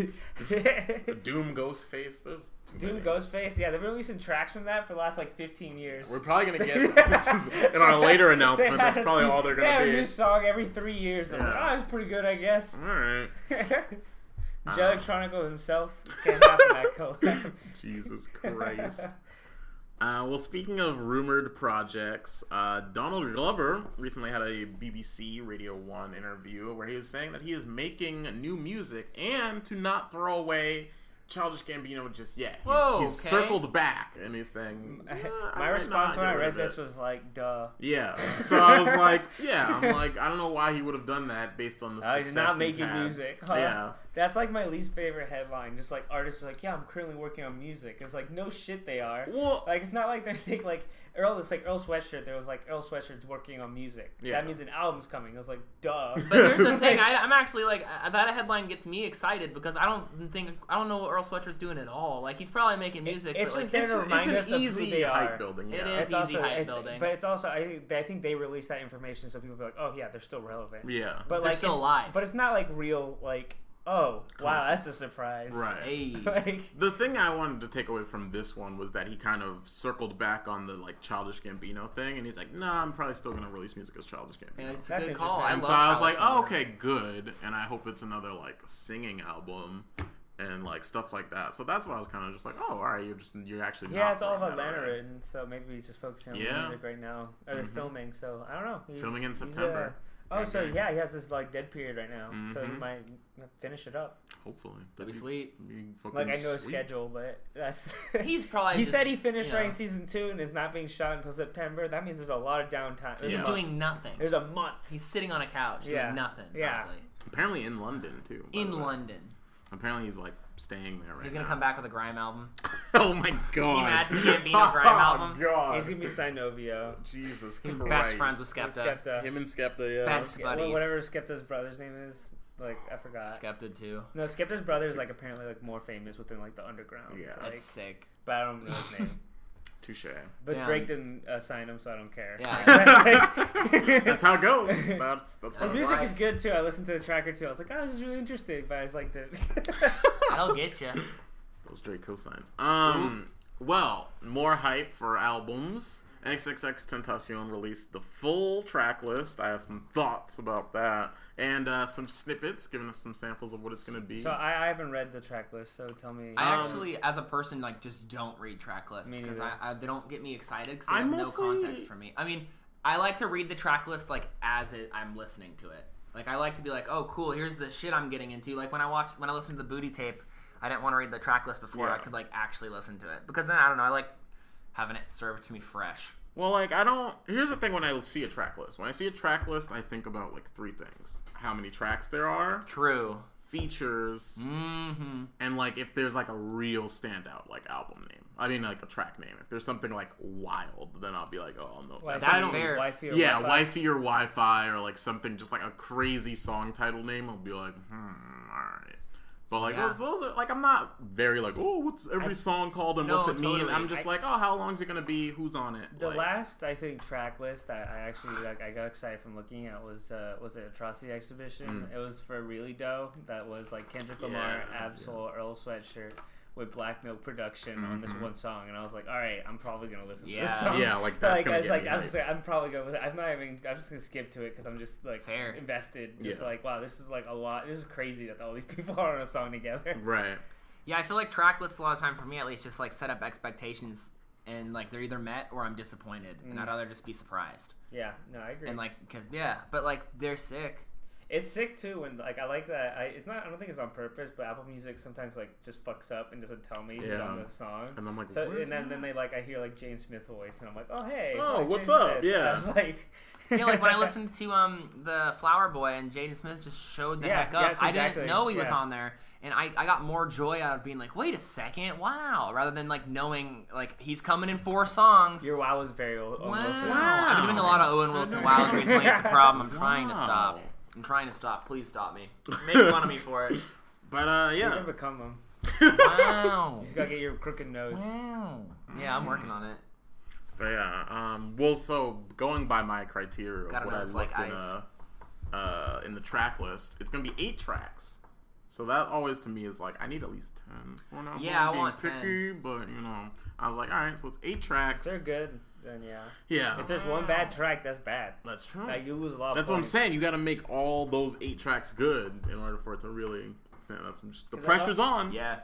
[SPEAKER 3] Doom Ghostface. There's too
[SPEAKER 5] Doom
[SPEAKER 3] many.
[SPEAKER 5] Ghostface. Yeah, they've been releasing tracks from that for the last like 15 years.
[SPEAKER 3] We're probably gonna [LAUGHS] get [LAUGHS]
[SPEAKER 5] [LAUGHS]
[SPEAKER 3] in our later announcement. That's probably all they're
[SPEAKER 5] They
[SPEAKER 3] gonna
[SPEAKER 5] have a
[SPEAKER 3] be.
[SPEAKER 5] new song every three years. That's like,
[SPEAKER 3] Yeah. Mm.
[SPEAKER 5] oh, it's pretty good, I guess. [LAUGHS]
[SPEAKER 3] All right.
[SPEAKER 5] Joe
[SPEAKER 3] Uh-huh.
[SPEAKER 5] Electronico himself can't
[SPEAKER 3] [LAUGHS]
[SPEAKER 5] have that collab.
[SPEAKER 3] Jesus Christ. [LAUGHS]
[SPEAKER 5] [LAUGHS]
[SPEAKER 3] Uh, well, speaking of rumored projects, uh, Donald Glover recently had a BBC Radio 1 interview where he was saying that he is making new music and to not throw away Childish Gambino just yet. He's,
[SPEAKER 4] Whoa,
[SPEAKER 3] he's
[SPEAKER 4] okay.
[SPEAKER 3] circled back and he's saying, "Yeah, I
[SPEAKER 5] [LAUGHS] My
[SPEAKER 3] might
[SPEAKER 5] response
[SPEAKER 3] not
[SPEAKER 5] when
[SPEAKER 3] get
[SPEAKER 5] I
[SPEAKER 3] rid
[SPEAKER 5] read
[SPEAKER 3] of
[SPEAKER 5] this
[SPEAKER 3] it."
[SPEAKER 5] was like, duh.
[SPEAKER 3] Yeah. So I
[SPEAKER 5] [LAUGHS]
[SPEAKER 3] was like, yeah. I'm like, I don't know why he would have done that based on the
[SPEAKER 5] Oh,
[SPEAKER 3] success
[SPEAKER 5] he's not
[SPEAKER 3] he's
[SPEAKER 5] making
[SPEAKER 3] had.
[SPEAKER 5] music. Huh?
[SPEAKER 3] Yeah.
[SPEAKER 5] That's like my least favorite headline. Just like artists are like, yeah, I'm currently working on music. It's like, no shit, they are.
[SPEAKER 3] Well,
[SPEAKER 5] Like it's not like they're [LAUGHS] thinking like Earl. It's like Earl Sweatshirt. There was like Earl Sweatshirt's working on music.
[SPEAKER 3] Yeah.
[SPEAKER 5] That means an album's coming. I was like, duh.
[SPEAKER 4] But here's the
[SPEAKER 5] [LAUGHS]
[SPEAKER 4] thing. I, I'm actually like uh, that headline gets me excited because I don't think I don't know what Earl Sweater's doing at all. Like he's probably making music.
[SPEAKER 5] it's
[SPEAKER 4] but,
[SPEAKER 5] just
[SPEAKER 4] like,
[SPEAKER 5] there to remind
[SPEAKER 3] it's
[SPEAKER 5] us of
[SPEAKER 3] an
[SPEAKER 5] who
[SPEAKER 3] easy
[SPEAKER 5] they
[SPEAKER 3] hype
[SPEAKER 5] are.
[SPEAKER 3] building.
[SPEAKER 4] It
[SPEAKER 3] Yeah.
[SPEAKER 4] is.
[SPEAKER 5] it's also,
[SPEAKER 4] easy hype
[SPEAKER 5] it's,
[SPEAKER 4] building.
[SPEAKER 5] but it's also I, think- I think they release that information so people be like, oh yeah, they're still relevant.
[SPEAKER 3] Yeah.
[SPEAKER 5] But
[SPEAKER 4] They're
[SPEAKER 5] like,
[SPEAKER 4] still
[SPEAKER 5] it's-
[SPEAKER 4] alive.
[SPEAKER 5] But it's not like real like, oh wow, that's a surprise.
[SPEAKER 3] right.
[SPEAKER 4] [LAUGHS] hey,
[SPEAKER 5] [LAUGHS] like
[SPEAKER 3] The thing I wanted to take away from this one was that he kind of circled back on the like childish Gambino thing, and he's like, "Nah, I'm probably still gonna release music as childish Gambino."
[SPEAKER 4] it's a
[SPEAKER 5] That's
[SPEAKER 4] good call.
[SPEAKER 5] interesting.
[SPEAKER 4] I
[SPEAKER 3] and
[SPEAKER 4] love
[SPEAKER 3] so I was
[SPEAKER 4] Childish
[SPEAKER 3] like, "Oh,
[SPEAKER 4] Gambino.
[SPEAKER 3] okay, good." And I hope it's another like singing album and like stuff like that. So that's why I was kind of just like, "Oh, all right, you're just you're actually
[SPEAKER 5] yeah,
[SPEAKER 3] not
[SPEAKER 5] it's all
[SPEAKER 3] throwing
[SPEAKER 5] about
[SPEAKER 3] that away."
[SPEAKER 5] Leonard, and so maybe he's just focusing on
[SPEAKER 3] Yeah. Mm-hmm.
[SPEAKER 5] music right now. Or they're filming, so I don't know. He's,
[SPEAKER 3] Filming in
[SPEAKER 5] he's, uh,
[SPEAKER 3] September.
[SPEAKER 5] Oh, so
[SPEAKER 3] Okay.
[SPEAKER 5] yeah, he has this like dead period right now, so he
[SPEAKER 3] Mhm.
[SPEAKER 5] might finish it up.
[SPEAKER 3] Hopefully,
[SPEAKER 4] That'd be sweet.
[SPEAKER 5] Like I know his schedule, but that's
[SPEAKER 4] [LAUGHS] He's probably
[SPEAKER 5] [LAUGHS] he
[SPEAKER 4] just-
[SPEAKER 5] said he finished
[SPEAKER 4] you know.
[SPEAKER 5] writing season two and is not being shot until September. That means there's a lot of downtime. There's
[SPEAKER 3] Yeah.
[SPEAKER 5] a
[SPEAKER 4] He's
[SPEAKER 5] month.
[SPEAKER 4] doing nothing.
[SPEAKER 5] There's a month.
[SPEAKER 4] He's sitting on a couch doing
[SPEAKER 5] Yeah.
[SPEAKER 4] nothing.
[SPEAKER 5] Yeah.
[SPEAKER 4] probably.
[SPEAKER 3] Apparently in London too. by the
[SPEAKER 4] In
[SPEAKER 3] way.
[SPEAKER 4] London.
[SPEAKER 3] Apparently he's like staying there right
[SPEAKER 4] He's gonna
[SPEAKER 3] now.
[SPEAKER 4] come back with a grime album.
[SPEAKER 3] [LAUGHS] oh my god! [LAUGHS]
[SPEAKER 4] imagine Gambino Grime album?
[SPEAKER 3] Oh god!
[SPEAKER 5] He's gonna be Synovio.
[SPEAKER 3] Jesus Christ!
[SPEAKER 4] Best friends with
[SPEAKER 5] Or
[SPEAKER 4] Skepta.
[SPEAKER 5] Skepta.
[SPEAKER 3] him and Skepta. Yeah.
[SPEAKER 4] Best
[SPEAKER 5] Ske-
[SPEAKER 4] buddies.
[SPEAKER 5] whatever Skepta's brother's name is, like I forgot.
[SPEAKER 4] Skepta too.
[SPEAKER 5] no, Skepta's brother is like apparently like more famous within like the underground.
[SPEAKER 3] Yeah.
[SPEAKER 5] [LAUGHS] Like,
[SPEAKER 4] That's sick. [LAUGHS]
[SPEAKER 5] but I don't know his name.
[SPEAKER 3] Touche.
[SPEAKER 5] But
[SPEAKER 4] Yeah.
[SPEAKER 5] Drake didn't assign him, so I don't care.
[SPEAKER 3] [LAUGHS] That's how it goes. That's that's how
[SPEAKER 5] [LAUGHS] His
[SPEAKER 3] it
[SPEAKER 5] music
[SPEAKER 3] goes.
[SPEAKER 5] is good too. I listened to the track or two. I was like, oh, this is really interesting, but I just
[SPEAKER 4] [LAUGHS]
[SPEAKER 5] liked it. [LAUGHS]
[SPEAKER 4] That'll get you.
[SPEAKER 3] Those Drake cosigns. Um, well, more hype for albums. XXX Tentacion released the full track list. I have some thoughts about that and uh, some snippets, giving us some samples of what it's going to be.
[SPEAKER 5] so I, I haven't read the track list, so tell me.
[SPEAKER 4] I actually, as a person, like just don't read track lists
[SPEAKER 5] Me
[SPEAKER 4] because I,
[SPEAKER 5] neither.
[SPEAKER 4] I, they don't get me excited because they
[SPEAKER 3] I
[SPEAKER 4] have
[SPEAKER 3] mostly-
[SPEAKER 4] no context for me. I mean, I like to read the track list like as it, I'm listening to it. Like I like to be like, oh, cool, here's the shit I'm getting into. Like when I watched when I listened to the Booty Tape, I didn't want to read the track list before
[SPEAKER 3] Yeah.
[SPEAKER 4] I could like actually listen to it because then I don't know, I like having it served to me fresh.
[SPEAKER 3] Well, like I don't. Here's the thing: when I see a track list, when I see a track list, I think about like three things: how many tracks there are,
[SPEAKER 4] True.
[SPEAKER 3] features,
[SPEAKER 4] Mm-hmm.
[SPEAKER 3] and like if there's like a real standout like album name. I mean, like a track name. If there's something like wild, then I'll be like, oh, I'll know.
[SPEAKER 5] Like,
[SPEAKER 3] I
[SPEAKER 4] That's
[SPEAKER 3] don't-
[SPEAKER 4] fair.
[SPEAKER 5] Wifey or
[SPEAKER 3] Yeah,
[SPEAKER 5] Wi-Fi.
[SPEAKER 3] wifey or Wi-Fi or like something just like a crazy song title name. I'll be like, hmm, all right. But like
[SPEAKER 4] Yeah.
[SPEAKER 3] those, those are like I'm not very like oh what's every song called and
[SPEAKER 4] No,
[SPEAKER 3] what's it mean.
[SPEAKER 4] totally.
[SPEAKER 3] I'm just
[SPEAKER 5] I-
[SPEAKER 3] like oh how long's it gonna be? Who's on it?
[SPEAKER 5] The
[SPEAKER 3] Like,
[SPEAKER 5] last I think track list that I actually like I got excited from looking at was uh, was it Atrocity Exhibition? It was for Really Doe that was like Kendrick Lamar,
[SPEAKER 3] Mm. Yeah,
[SPEAKER 5] Absol, Earl Sweatshirt with Black Milk Production on this one song, and I was like, all right, I'm probably gonna listen to
[SPEAKER 4] Yeah.
[SPEAKER 5] this song.
[SPEAKER 3] Mm-hmm. Yeah, like, that's
[SPEAKER 5] like,
[SPEAKER 3] gonna
[SPEAKER 5] I was
[SPEAKER 3] get
[SPEAKER 5] like,
[SPEAKER 3] me
[SPEAKER 5] I'm
[SPEAKER 3] hyped.
[SPEAKER 5] just like, I'm probably gonna. Listen. I'm not even. I'm just gonna skip to it because I'm just like
[SPEAKER 4] Fair.
[SPEAKER 5] invested. Just
[SPEAKER 3] Yeah.
[SPEAKER 5] like wow, this is like a lot. This is crazy that all these [LAUGHS] people are on a song together.
[SPEAKER 3] right.
[SPEAKER 4] Yeah, I feel like track lists a lot of time for me at least just like set up expectations and like they're either met or I'm disappointed and I'd rather just be surprised.
[SPEAKER 5] Yeah, no, I agree.
[SPEAKER 4] and like because yeah but like they're sick
[SPEAKER 5] It's sick too when like I like that. I it's not. I don't think it's on purpose, but Apple Music sometimes like just fucks up and doesn't tell me who's
[SPEAKER 3] Yeah.
[SPEAKER 5] on the song.
[SPEAKER 3] And I'm like,
[SPEAKER 5] so
[SPEAKER 3] "Where's
[SPEAKER 5] and then, then they like I hear like James Smith's voice, and I'm like, oh hey,
[SPEAKER 3] Oh,
[SPEAKER 5] like,
[SPEAKER 3] what's
[SPEAKER 5] James
[SPEAKER 3] up?
[SPEAKER 5] [LAUGHS] Smith." And
[SPEAKER 3] Yeah.
[SPEAKER 5] I was like,
[SPEAKER 4] yeah like
[SPEAKER 5] [LAUGHS]
[SPEAKER 4] when i listened to um the flower boy and jaden smith just showed the
[SPEAKER 5] Yeah,
[SPEAKER 4] heck up
[SPEAKER 5] yes,
[SPEAKER 4] i
[SPEAKER 5] exactly,
[SPEAKER 4] didn't know he was
[SPEAKER 5] yeah.
[SPEAKER 4] on there and I, I got more joy out of being like wait a second wow rather than like knowing like he's coming in four songs
[SPEAKER 5] your wow was very old.
[SPEAKER 4] wow.
[SPEAKER 3] Wow.
[SPEAKER 4] i'm doing a lot of owen wilson
[SPEAKER 3] know.
[SPEAKER 4] wow recently
[SPEAKER 5] [LAUGHS]
[SPEAKER 4] it's a problem i'm trying to
[SPEAKER 3] Wow.
[SPEAKER 4] stop i'm trying to stop please stop
[SPEAKER 5] [LAUGHS]
[SPEAKER 4] me make fun of me for it
[SPEAKER 3] But uh
[SPEAKER 5] You can
[SPEAKER 3] yeah.
[SPEAKER 5] become them.
[SPEAKER 4] wow
[SPEAKER 5] [LAUGHS] You just gotta get your crooked nose.
[SPEAKER 4] Wow. yeah i'm working on it
[SPEAKER 3] But yeah, um, well, so going by my criteria of
[SPEAKER 4] Gotta
[SPEAKER 3] what
[SPEAKER 4] know
[SPEAKER 3] I
[SPEAKER 4] it's
[SPEAKER 3] looked
[SPEAKER 4] like
[SPEAKER 3] in
[SPEAKER 4] ice.
[SPEAKER 3] a, uh, in the track list, it's gonna be eight tracks. So that always to me is like I need at least ten. Well, no,
[SPEAKER 4] Yeah, I
[SPEAKER 3] I'm being
[SPEAKER 4] want 10.
[SPEAKER 3] picky, but you know, I was like, all right, so it's eight tracks.
[SPEAKER 5] They're good. Then yeah.
[SPEAKER 3] yeah,
[SPEAKER 5] If there's one bad track, that's bad.
[SPEAKER 3] that's true.
[SPEAKER 5] Like you lose a lot. Of
[SPEAKER 3] that's what I'm
[SPEAKER 5] points.
[SPEAKER 3] saying. You got to make all those eight tracks good in order for it to really stand. That's just the
[SPEAKER 5] 'Cause I
[SPEAKER 3] pressure's on.
[SPEAKER 4] yeah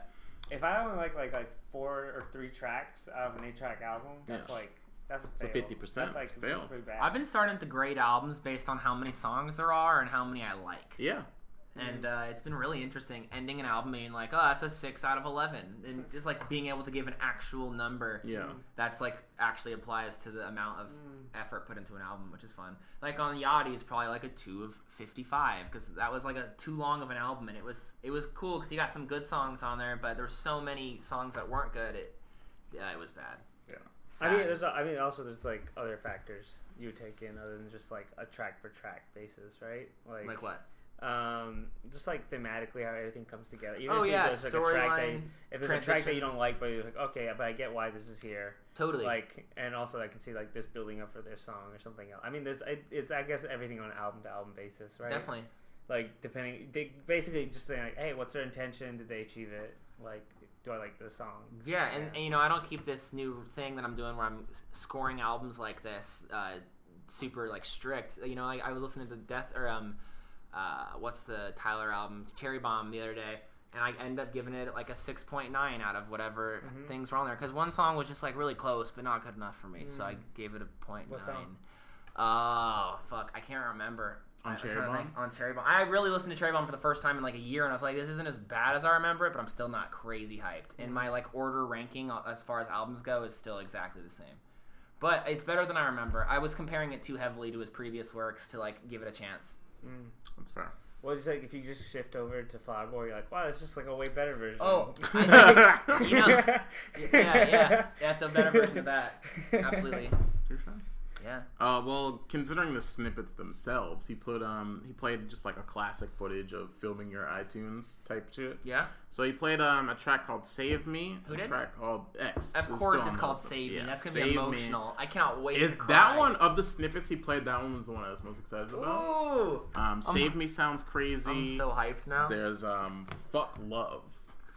[SPEAKER 5] If I only like like like four or three tracks out of an eight-track album, that's
[SPEAKER 3] Yeah.
[SPEAKER 5] like that's a fail.
[SPEAKER 3] 50%,
[SPEAKER 5] That's like
[SPEAKER 3] it's a fail.
[SPEAKER 5] that's pretty bad.
[SPEAKER 4] I've been starting to grade albums based on how many songs there are and how many I like.
[SPEAKER 3] yeah.
[SPEAKER 4] And uh,
[SPEAKER 5] Mm-hmm.
[SPEAKER 4] it's been really interesting ending an album being like, oh, that's a six out of 11. And just like being able to give an actual number
[SPEAKER 3] Yeah.
[SPEAKER 4] that's like actually applies to the amount of
[SPEAKER 5] Mm.
[SPEAKER 4] effort put into an album, which is fun. Like on Yachty, it's probably like a two of 55 because that was like a too long of an album. And it was it was cool because he got some good songs on there, but there were so many songs that weren't good. It, yeah, it was bad.
[SPEAKER 3] Yeah.
[SPEAKER 5] I mean,
[SPEAKER 4] Sad.
[SPEAKER 5] there's. a- I mean, also there's like other factors you take in other than just like a track per track basis, right? Like,
[SPEAKER 4] like what?
[SPEAKER 5] Um, just like thematically how everything comes together. Even
[SPEAKER 4] Oh,
[SPEAKER 5] if
[SPEAKER 4] yeah,
[SPEAKER 5] there's, like, a track that you,
[SPEAKER 4] storyline,
[SPEAKER 5] if there's a track that you don't
[SPEAKER 4] transitions.
[SPEAKER 5] like, but you're like, okay, but I get why this is here.
[SPEAKER 4] Totally.
[SPEAKER 5] Like, and also I can see like this building up for this song or something else. I mean, there's it, it's I guess everything on an album to album basis, right?
[SPEAKER 4] Definitely.
[SPEAKER 5] Like depending, they basically just saying like, hey, what's their intention? Did they achieve it? Like, do I like the song?
[SPEAKER 4] Yeah, and, and you know, I don't keep this new thing that I'm doing where I'm s- scoring albums like this uh, super like strict. You know, I, I was listening to Death or um, uh, what's the Tyler album, Cherry Bomb, the other day, and I ended up giving it like a six point nine out of whatever
[SPEAKER 5] Mm-hmm.
[SPEAKER 4] things were on there because one song was just like really close but not good enough for me, so I gave it a point
[SPEAKER 5] Mm. What
[SPEAKER 4] nine.
[SPEAKER 5] song?
[SPEAKER 4] Oh fuck, I can't remember.
[SPEAKER 3] On
[SPEAKER 4] I- I'm
[SPEAKER 3] Cherry
[SPEAKER 4] trying to
[SPEAKER 3] Bomb?
[SPEAKER 4] think. On Cherry Bomb. I really listened to Cherry Bomb for the first time in like a year, and I was like, this isn't as bad as I remember it, but I'm still not crazy hyped. And my like order ranking uh, as far as albums go is still exactly the same. But it's better than I remember. I was comparing it too heavily to his previous works to like give it a chance.
[SPEAKER 3] That's fair.
[SPEAKER 5] Well, just like if you just shift over to Flower Boy, you're like, wow, that's just like a way better version.
[SPEAKER 4] [LAUGHS]
[SPEAKER 5] [LAUGHS]
[SPEAKER 4] Oh, I [LAUGHS]
[SPEAKER 3] [LAUGHS] Touche. [LAUGHS]
[SPEAKER 4] think, you know, yeah, yeah, that's a better version of that. Absolutely. Yeah.
[SPEAKER 3] Uh, well, considering the snippets themselves, he put um he played just like a classic footage of filming your iTunes type shit.
[SPEAKER 4] Yeah.
[SPEAKER 3] So he played um a track called "Save Me,"
[SPEAKER 4] Who
[SPEAKER 3] a
[SPEAKER 4] did?
[SPEAKER 3] track called X.
[SPEAKER 4] Of
[SPEAKER 3] This is
[SPEAKER 4] course,
[SPEAKER 3] still
[SPEAKER 4] it's
[SPEAKER 3] on
[SPEAKER 4] called
[SPEAKER 3] Mel's-
[SPEAKER 4] Save Me.
[SPEAKER 3] yeah,
[SPEAKER 4] That's gonna be
[SPEAKER 3] Save Me.
[SPEAKER 4] emotional. I cannot wait.
[SPEAKER 3] Is
[SPEAKER 4] to cry.
[SPEAKER 3] that one of the snippets he played? That one was the one I was most excited
[SPEAKER 4] [GASPS]
[SPEAKER 3] about.
[SPEAKER 4] Ooh,
[SPEAKER 3] Um, "Save Me" sounds crazy.
[SPEAKER 4] I'm so hyped now.
[SPEAKER 3] There's um "Fuck Love."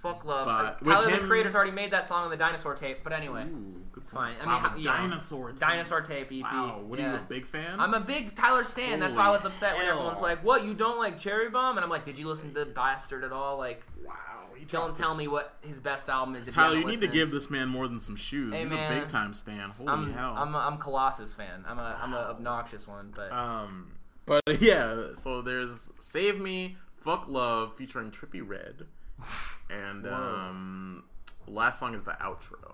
[SPEAKER 4] Fuck love. Uh,
[SPEAKER 3] But
[SPEAKER 4] Tyler
[SPEAKER 3] with
[SPEAKER 4] the
[SPEAKER 3] him-
[SPEAKER 4] Creator's already made that song on the Dinosaur tape, but anyway,
[SPEAKER 3] Ooh, good
[SPEAKER 4] it's fine. I mean,
[SPEAKER 3] wow,
[SPEAKER 4] how-
[SPEAKER 3] the
[SPEAKER 4] you know,
[SPEAKER 3] dinosaur. tape.
[SPEAKER 4] Dinosaur tape EP.
[SPEAKER 3] Wow, what are
[SPEAKER 4] yeah.
[SPEAKER 3] you a big fan?
[SPEAKER 4] I'm a big Tyler Stan. That's why I was
[SPEAKER 3] Holy
[SPEAKER 4] upset when
[SPEAKER 3] hell.
[SPEAKER 4] everyone's like, "What? You don't like Cherry Bomb?" And I'm like, "Did you listen to Bastard at all? Like,
[SPEAKER 3] wow. he
[SPEAKER 4] don't
[SPEAKER 3] dropped it.
[SPEAKER 4] tell me what his best album is." if
[SPEAKER 3] Tyler, you
[SPEAKER 4] haven't
[SPEAKER 3] need to
[SPEAKER 4] listened.
[SPEAKER 3] give this man more than some shoes.
[SPEAKER 4] Hey,
[SPEAKER 3] He's
[SPEAKER 4] man.
[SPEAKER 3] a big time stan. Holy
[SPEAKER 4] I'm,
[SPEAKER 3] hell.
[SPEAKER 4] I'm, a, I'm a Colossus fan. I'm a I'm an obnoxious one, but
[SPEAKER 3] Um, but [LAUGHS] yeah, so there's "Save Me," "Fuck Love" featuring Trippy Red, and um, last song is the outro.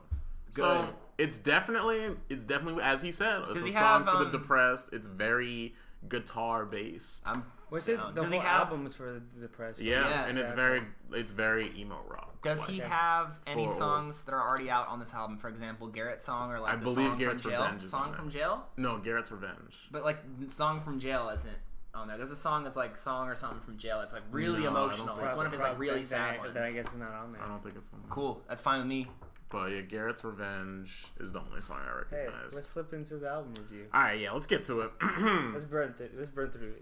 [SPEAKER 3] So
[SPEAKER 4] Good.
[SPEAKER 3] it's definitely it's definitely as he said, it's
[SPEAKER 4] Does
[SPEAKER 3] a
[SPEAKER 4] he
[SPEAKER 3] song
[SPEAKER 4] have,
[SPEAKER 3] for
[SPEAKER 4] um,
[SPEAKER 3] the depressed. It's very guitar based.
[SPEAKER 4] I'm
[SPEAKER 5] [LAUGHS] Was it
[SPEAKER 4] down.
[SPEAKER 5] the
[SPEAKER 4] Does he
[SPEAKER 5] whole
[SPEAKER 4] have-
[SPEAKER 5] album was for the depression?
[SPEAKER 3] yeah,
[SPEAKER 4] yeah,
[SPEAKER 3] and it's
[SPEAKER 5] yeah.
[SPEAKER 3] very it's very emo rock.
[SPEAKER 4] Does
[SPEAKER 3] Like,
[SPEAKER 4] he have any
[SPEAKER 3] for-
[SPEAKER 4] songs that are already out on this album? For example, Garrett's song or like
[SPEAKER 3] I
[SPEAKER 4] the
[SPEAKER 3] believe
[SPEAKER 4] song
[SPEAKER 3] Garrett's
[SPEAKER 4] from jail.
[SPEAKER 3] Revenge is on
[SPEAKER 4] song
[SPEAKER 3] there.
[SPEAKER 4] from jail,
[SPEAKER 3] No, Garrett's Revenge.
[SPEAKER 4] but like song from jail isn't on there. There's a song that's like song or something from jail. It's like really
[SPEAKER 3] No, I don't
[SPEAKER 4] emotional.
[SPEAKER 3] think
[SPEAKER 4] It's
[SPEAKER 3] so.
[SPEAKER 4] one of his like really
[SPEAKER 5] then I-
[SPEAKER 4] sad ones.
[SPEAKER 5] Then I guess it's not on there.
[SPEAKER 3] I don't think it's one. of them.
[SPEAKER 4] Cool, that's fine with me.
[SPEAKER 3] But yeah, Garrett's Revenge is the only song I
[SPEAKER 5] Hey,
[SPEAKER 3] recognize.
[SPEAKER 5] let's slip into the album review.
[SPEAKER 3] All right, yeah, let's get to it. [CLEARS THROAT]
[SPEAKER 5] Let's burn through. Let's burn through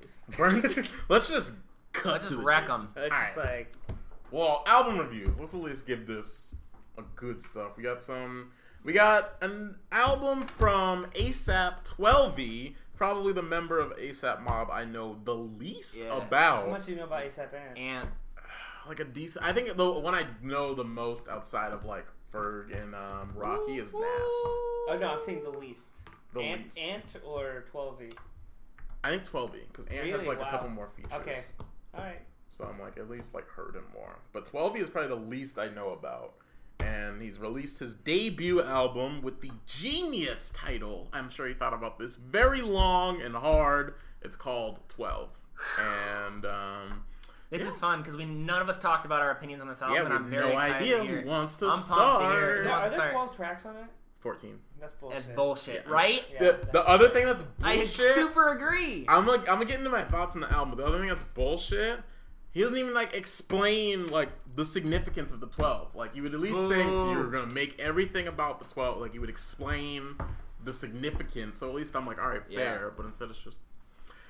[SPEAKER 5] these. [LAUGHS]
[SPEAKER 3] [LAUGHS] Let's just cut
[SPEAKER 4] Let's
[SPEAKER 3] to
[SPEAKER 4] just
[SPEAKER 3] the
[SPEAKER 4] wreck
[SPEAKER 3] chase.
[SPEAKER 4] 'em.
[SPEAKER 5] It's
[SPEAKER 3] Alright.
[SPEAKER 5] just like
[SPEAKER 3] Well, album reviews. Let's at least give this a good stuff. We got some. We got an album from ASAP 12e, E, probably the member of ASAP Mob I know the least
[SPEAKER 4] Yeah.
[SPEAKER 5] how
[SPEAKER 3] about.
[SPEAKER 5] much do you know about ASAP Ant?
[SPEAKER 4] And
[SPEAKER 3] Like a decent. I think the one I know the most outside of like Ferg and um, Rocky is Nast.
[SPEAKER 5] Oh no, I'm saying the least.
[SPEAKER 3] The
[SPEAKER 5] Ant,
[SPEAKER 3] least.
[SPEAKER 5] Ant or E? 12e.
[SPEAKER 3] I think 12e because Ant has
[SPEAKER 5] Really?
[SPEAKER 3] like
[SPEAKER 5] Wow.
[SPEAKER 3] a couple more features.
[SPEAKER 5] Okay. All right.
[SPEAKER 3] So I'm like, at least like heard him more. But 12 is probably the least I know about. And he's released his debut album with the genius title. I'm sure he thought about this very long and hard. It's called 12. And um,
[SPEAKER 4] this is fun because we none of us talked about our opinions on this album,
[SPEAKER 3] yeah, we
[SPEAKER 4] and I'm
[SPEAKER 3] have
[SPEAKER 4] very
[SPEAKER 3] no
[SPEAKER 4] excited
[SPEAKER 3] idea
[SPEAKER 4] to hear.
[SPEAKER 3] who wants to
[SPEAKER 4] I'm pumped to hear it.
[SPEAKER 3] start.
[SPEAKER 5] Now,
[SPEAKER 4] Yeah.
[SPEAKER 5] are there
[SPEAKER 4] Sorry.
[SPEAKER 5] 12 tracks on it?
[SPEAKER 3] 14.
[SPEAKER 5] That's bullshit.
[SPEAKER 4] That's bullshit,
[SPEAKER 3] Yeah.
[SPEAKER 4] right?
[SPEAKER 5] Yeah,
[SPEAKER 3] The,
[SPEAKER 5] that's-
[SPEAKER 3] the other thing that's
[SPEAKER 4] I
[SPEAKER 3] bullshit.
[SPEAKER 4] super agree.
[SPEAKER 3] I'm like, I'm gonna get into my thoughts on the album. But the other thing that's bullshit. He doesn't even like explain like the significance of the twelve. Like you would at least think
[SPEAKER 4] Boo.
[SPEAKER 3] you were gonna make everything about the twelve. Like you would explain the significance. So at least I'm like, all right,
[SPEAKER 4] Yeah.
[SPEAKER 3] fair. But instead, it's just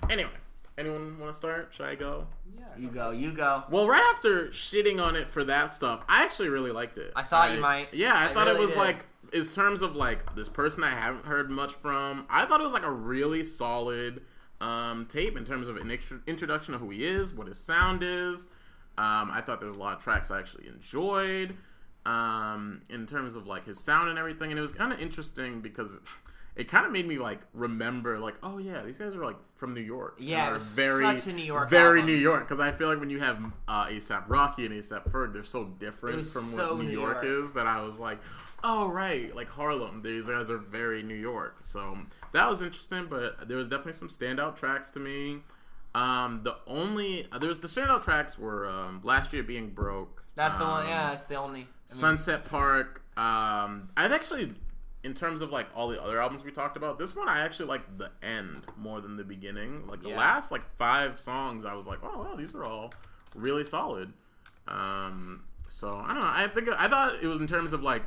[SPEAKER 3] anyway. Anyone want to start? Should I go?
[SPEAKER 5] Yeah.
[SPEAKER 4] You go, you go.
[SPEAKER 3] Well, right after shitting on it for that stuff, I actually really liked it.
[SPEAKER 4] I thought you
[SPEAKER 3] Like,
[SPEAKER 4] might.
[SPEAKER 3] Yeah, I,
[SPEAKER 4] I
[SPEAKER 3] thought
[SPEAKER 4] really
[SPEAKER 3] it was
[SPEAKER 4] did.
[SPEAKER 3] like, in terms of like this person I haven't heard much from, I thought it was like a really solid um, tape in terms of an extro- introduction of who he is, what his sound is. Um, I thought there was a lot of tracks I actually enjoyed um, in terms of like his sound and everything, and it was kind of interesting because. [LAUGHS] It kind of made me like remember, like, oh yeah, these guys are like from New York. and
[SPEAKER 4] Yeah, it
[SPEAKER 3] are
[SPEAKER 4] was such a New York
[SPEAKER 3] very
[SPEAKER 4] album.
[SPEAKER 3] New York because I feel like when you have uh, ASAP Rocky and ASAP Ferg, they're so
[SPEAKER 4] It
[SPEAKER 3] different
[SPEAKER 4] was
[SPEAKER 3] from
[SPEAKER 4] so
[SPEAKER 3] what New,
[SPEAKER 4] New
[SPEAKER 3] York,
[SPEAKER 4] York.
[SPEAKER 3] is that I was like, oh right, like Harlem. These guys are very New York, so that was interesting. But there was definitely some standout tracks to me. Um, the only uh, there was the standout tracks were um, last year being broke.
[SPEAKER 4] That's the one.
[SPEAKER 3] um,
[SPEAKER 4] Yeah, that's the only. I mean,
[SPEAKER 3] Sunset Park. Um, I've actually, in terms of like all the other albums we talked about, this one I actually like the end more than the beginning. Like the
[SPEAKER 4] Yeah.
[SPEAKER 3] last like five songs, I was like, oh wow, these are all really solid. Um, so I don't know. I think I thought it was in terms of like,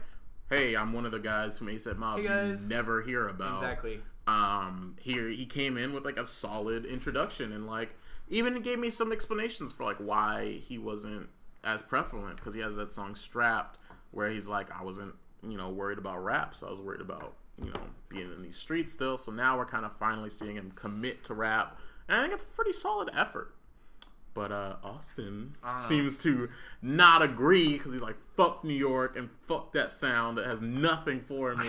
[SPEAKER 3] hey, I'm one of the guys from ASAP Mob
[SPEAKER 4] Hey,
[SPEAKER 3] you
[SPEAKER 4] guys.
[SPEAKER 3] never hear about
[SPEAKER 4] exactly.
[SPEAKER 3] um here he came in with like a solid introduction and like even gave me some explanations for like why he wasn't as prevalent because he has that song strapped where he's like i wasn't you know worried about raps i was worried about you know being in these streets still so now we're kind of finally seeing him commit to rap and i think it's a pretty solid effort but uh austin seems to not agree because he's like fuck new york and fuck that sound that has nothing for me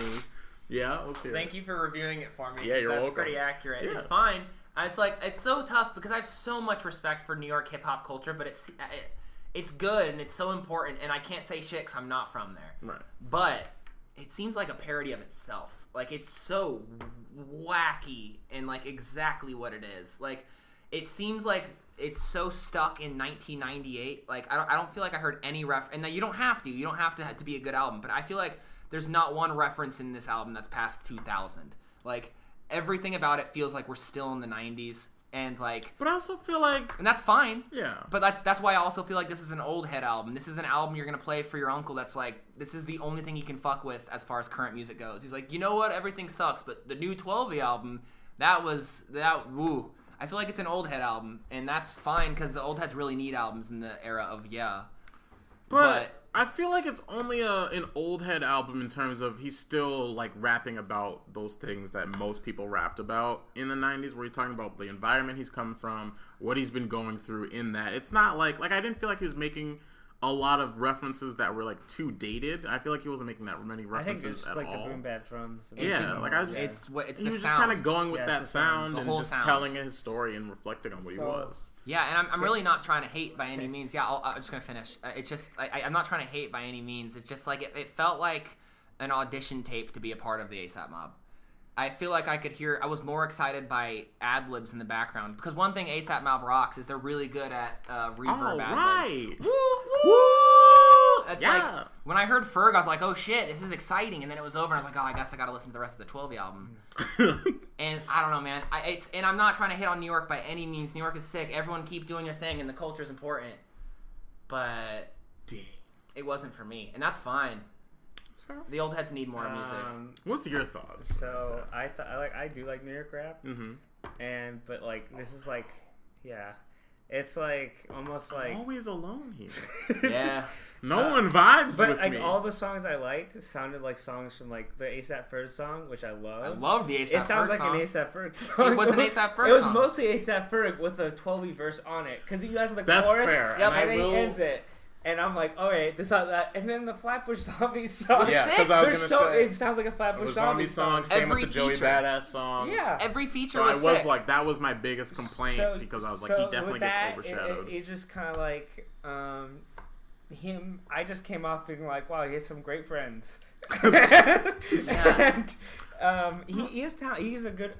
[SPEAKER 3] yeah let's hear it.
[SPEAKER 4] Thank you for reviewing it for me.
[SPEAKER 3] Yeah,
[SPEAKER 4] 'cause
[SPEAKER 3] you're
[SPEAKER 4] that's
[SPEAKER 3] welcome.
[SPEAKER 4] pretty accurate.
[SPEAKER 3] Yeah.
[SPEAKER 4] It's fine. And It's like it's so tough because I have so much respect for New York hip hop culture, but it's it, it's good and it's so important, and I can't say shit because I'm not from there.
[SPEAKER 3] Right.
[SPEAKER 4] But it seems like a parody of itself. Like it's so wacky and like exactly what it is. Like it seems like it's so stuck in 1998. Like I don't, I don't feel like I heard any ref. And now you don't have to. You don't have to to be a good album. But I feel like there's not one reference in this album that's past 2000. Like everything about it feels like we're still in the 90s and like
[SPEAKER 3] But I also feel like
[SPEAKER 4] and that's fine
[SPEAKER 3] yeah.
[SPEAKER 4] but that's that's why I also feel like this is an old head album. This is an album you're gonna play for your uncle. That's like this is the only thing he can fuck with as far as current music goes. He's like, you know what, everything sucks, but the new 12 album, that was that woo. I feel like it's an old head album, and that's fine because the old heads really need albums in the era of yeah.
[SPEAKER 3] But, I feel like it's only a, an old head album in terms of he's still like rapping about those things that most people rapped about in the 90s where he's talking about the environment he's come from, what he's been going through in that. It's not like like I didn't feel like he was making a lot of references that were like too dated. I feel like he wasn't making that many
[SPEAKER 5] I think
[SPEAKER 3] references
[SPEAKER 5] it's just
[SPEAKER 3] at
[SPEAKER 5] like
[SPEAKER 3] all.
[SPEAKER 5] the boom bap drums. and
[SPEAKER 3] Yeah,
[SPEAKER 5] just-
[SPEAKER 3] like I just-
[SPEAKER 4] It's what it's
[SPEAKER 3] he
[SPEAKER 4] the
[SPEAKER 3] was just
[SPEAKER 4] sound.
[SPEAKER 3] kind of going with
[SPEAKER 5] Yeah, it's
[SPEAKER 3] that
[SPEAKER 5] the sound.
[SPEAKER 3] sound
[SPEAKER 4] The
[SPEAKER 3] and
[SPEAKER 4] whole
[SPEAKER 3] just
[SPEAKER 4] sound.
[SPEAKER 3] telling his story and reflecting on what he
[SPEAKER 5] So-
[SPEAKER 3] was.
[SPEAKER 4] Yeah, and I'm, I'm really not trying to hate by any means. Yeah, I'll, I'm just gonna finish. Uh, It's just I, I- I'm not trying to hate by any means. It's just like it, it felt like an audition tape to be a part of the ASAP Mob. I feel like I could hear. I was more excited by ad libs in the background because one thing ASAP Mob rocks is they're really good at uh, reverb
[SPEAKER 3] All
[SPEAKER 4] ad libs.
[SPEAKER 3] Oh, right.
[SPEAKER 4] It's
[SPEAKER 3] Yeah.
[SPEAKER 4] like when I heard Ferg, I was like, "Oh shit, this is exciting!" And then it was over, and I was like, "Oh, I guess I gotta listen to the rest of the
[SPEAKER 3] [LAUGHS]
[SPEAKER 4] Twelve album." and I don't know, man. I, it's and I'm not trying to hit on New York by any means. New York is sick. Everyone keep doing your thing, and the culture is important. But
[SPEAKER 3] Dang.
[SPEAKER 4] it wasn't for me, and that's fine. The old heads need more music.
[SPEAKER 5] Um,
[SPEAKER 3] What's your thoughts?
[SPEAKER 5] so I th- I like I do like New York rap, mm-hmm. and but like this is like, yeah, it's like almost like
[SPEAKER 3] Always alone here.
[SPEAKER 4] [LAUGHS] Yeah,
[SPEAKER 3] [LAUGHS] No one vibes
[SPEAKER 5] But
[SPEAKER 3] with
[SPEAKER 5] like
[SPEAKER 3] me.
[SPEAKER 5] all the songs I liked sounded like songs from like the ASAP Ferg song, which I love.
[SPEAKER 4] I love the ASAP.
[SPEAKER 5] It sounded
[SPEAKER 4] Ferg
[SPEAKER 5] like
[SPEAKER 4] song.
[SPEAKER 5] an ASAP Ferg song.
[SPEAKER 4] It was an A$AP Ferg
[SPEAKER 5] [LAUGHS] It was
[SPEAKER 4] song.
[SPEAKER 5] mostly ASAP Ferg with a 12e verse on it because he has the
[SPEAKER 3] That's
[SPEAKER 5] chorus
[SPEAKER 3] fair,
[SPEAKER 5] and
[SPEAKER 4] Yep.
[SPEAKER 5] then
[SPEAKER 3] and I
[SPEAKER 5] he
[SPEAKER 3] will-
[SPEAKER 5] ends it. And I'm like, all right, this that, and then the Flatbush [LAUGHS] Zombies song.
[SPEAKER 4] Yeah,
[SPEAKER 3] yeah, because I
[SPEAKER 5] They're
[SPEAKER 3] was gonna
[SPEAKER 5] so,
[SPEAKER 3] say
[SPEAKER 5] it sounds like a
[SPEAKER 3] it was
[SPEAKER 5] Flatbush
[SPEAKER 3] zombie
[SPEAKER 5] Zombies
[SPEAKER 3] song. Same
[SPEAKER 4] Every
[SPEAKER 3] with the Joey
[SPEAKER 4] feature.
[SPEAKER 3] Badass song.
[SPEAKER 5] Yeah.
[SPEAKER 4] Every feature
[SPEAKER 3] So I
[SPEAKER 4] was,
[SPEAKER 3] was
[SPEAKER 4] sick.
[SPEAKER 3] like, that was my biggest complaint
[SPEAKER 5] So-
[SPEAKER 3] because I was like,
[SPEAKER 5] so
[SPEAKER 3] he
[SPEAKER 5] with
[SPEAKER 3] definitely
[SPEAKER 5] that,
[SPEAKER 3] gets
[SPEAKER 5] it-
[SPEAKER 3] overshadowed.
[SPEAKER 5] It, it just kind of like um, him. I just came off being like, wow, he has some great friends.
[SPEAKER 3] [LAUGHS]
[SPEAKER 5] [LAUGHS] and um, he, he is talent. He's a good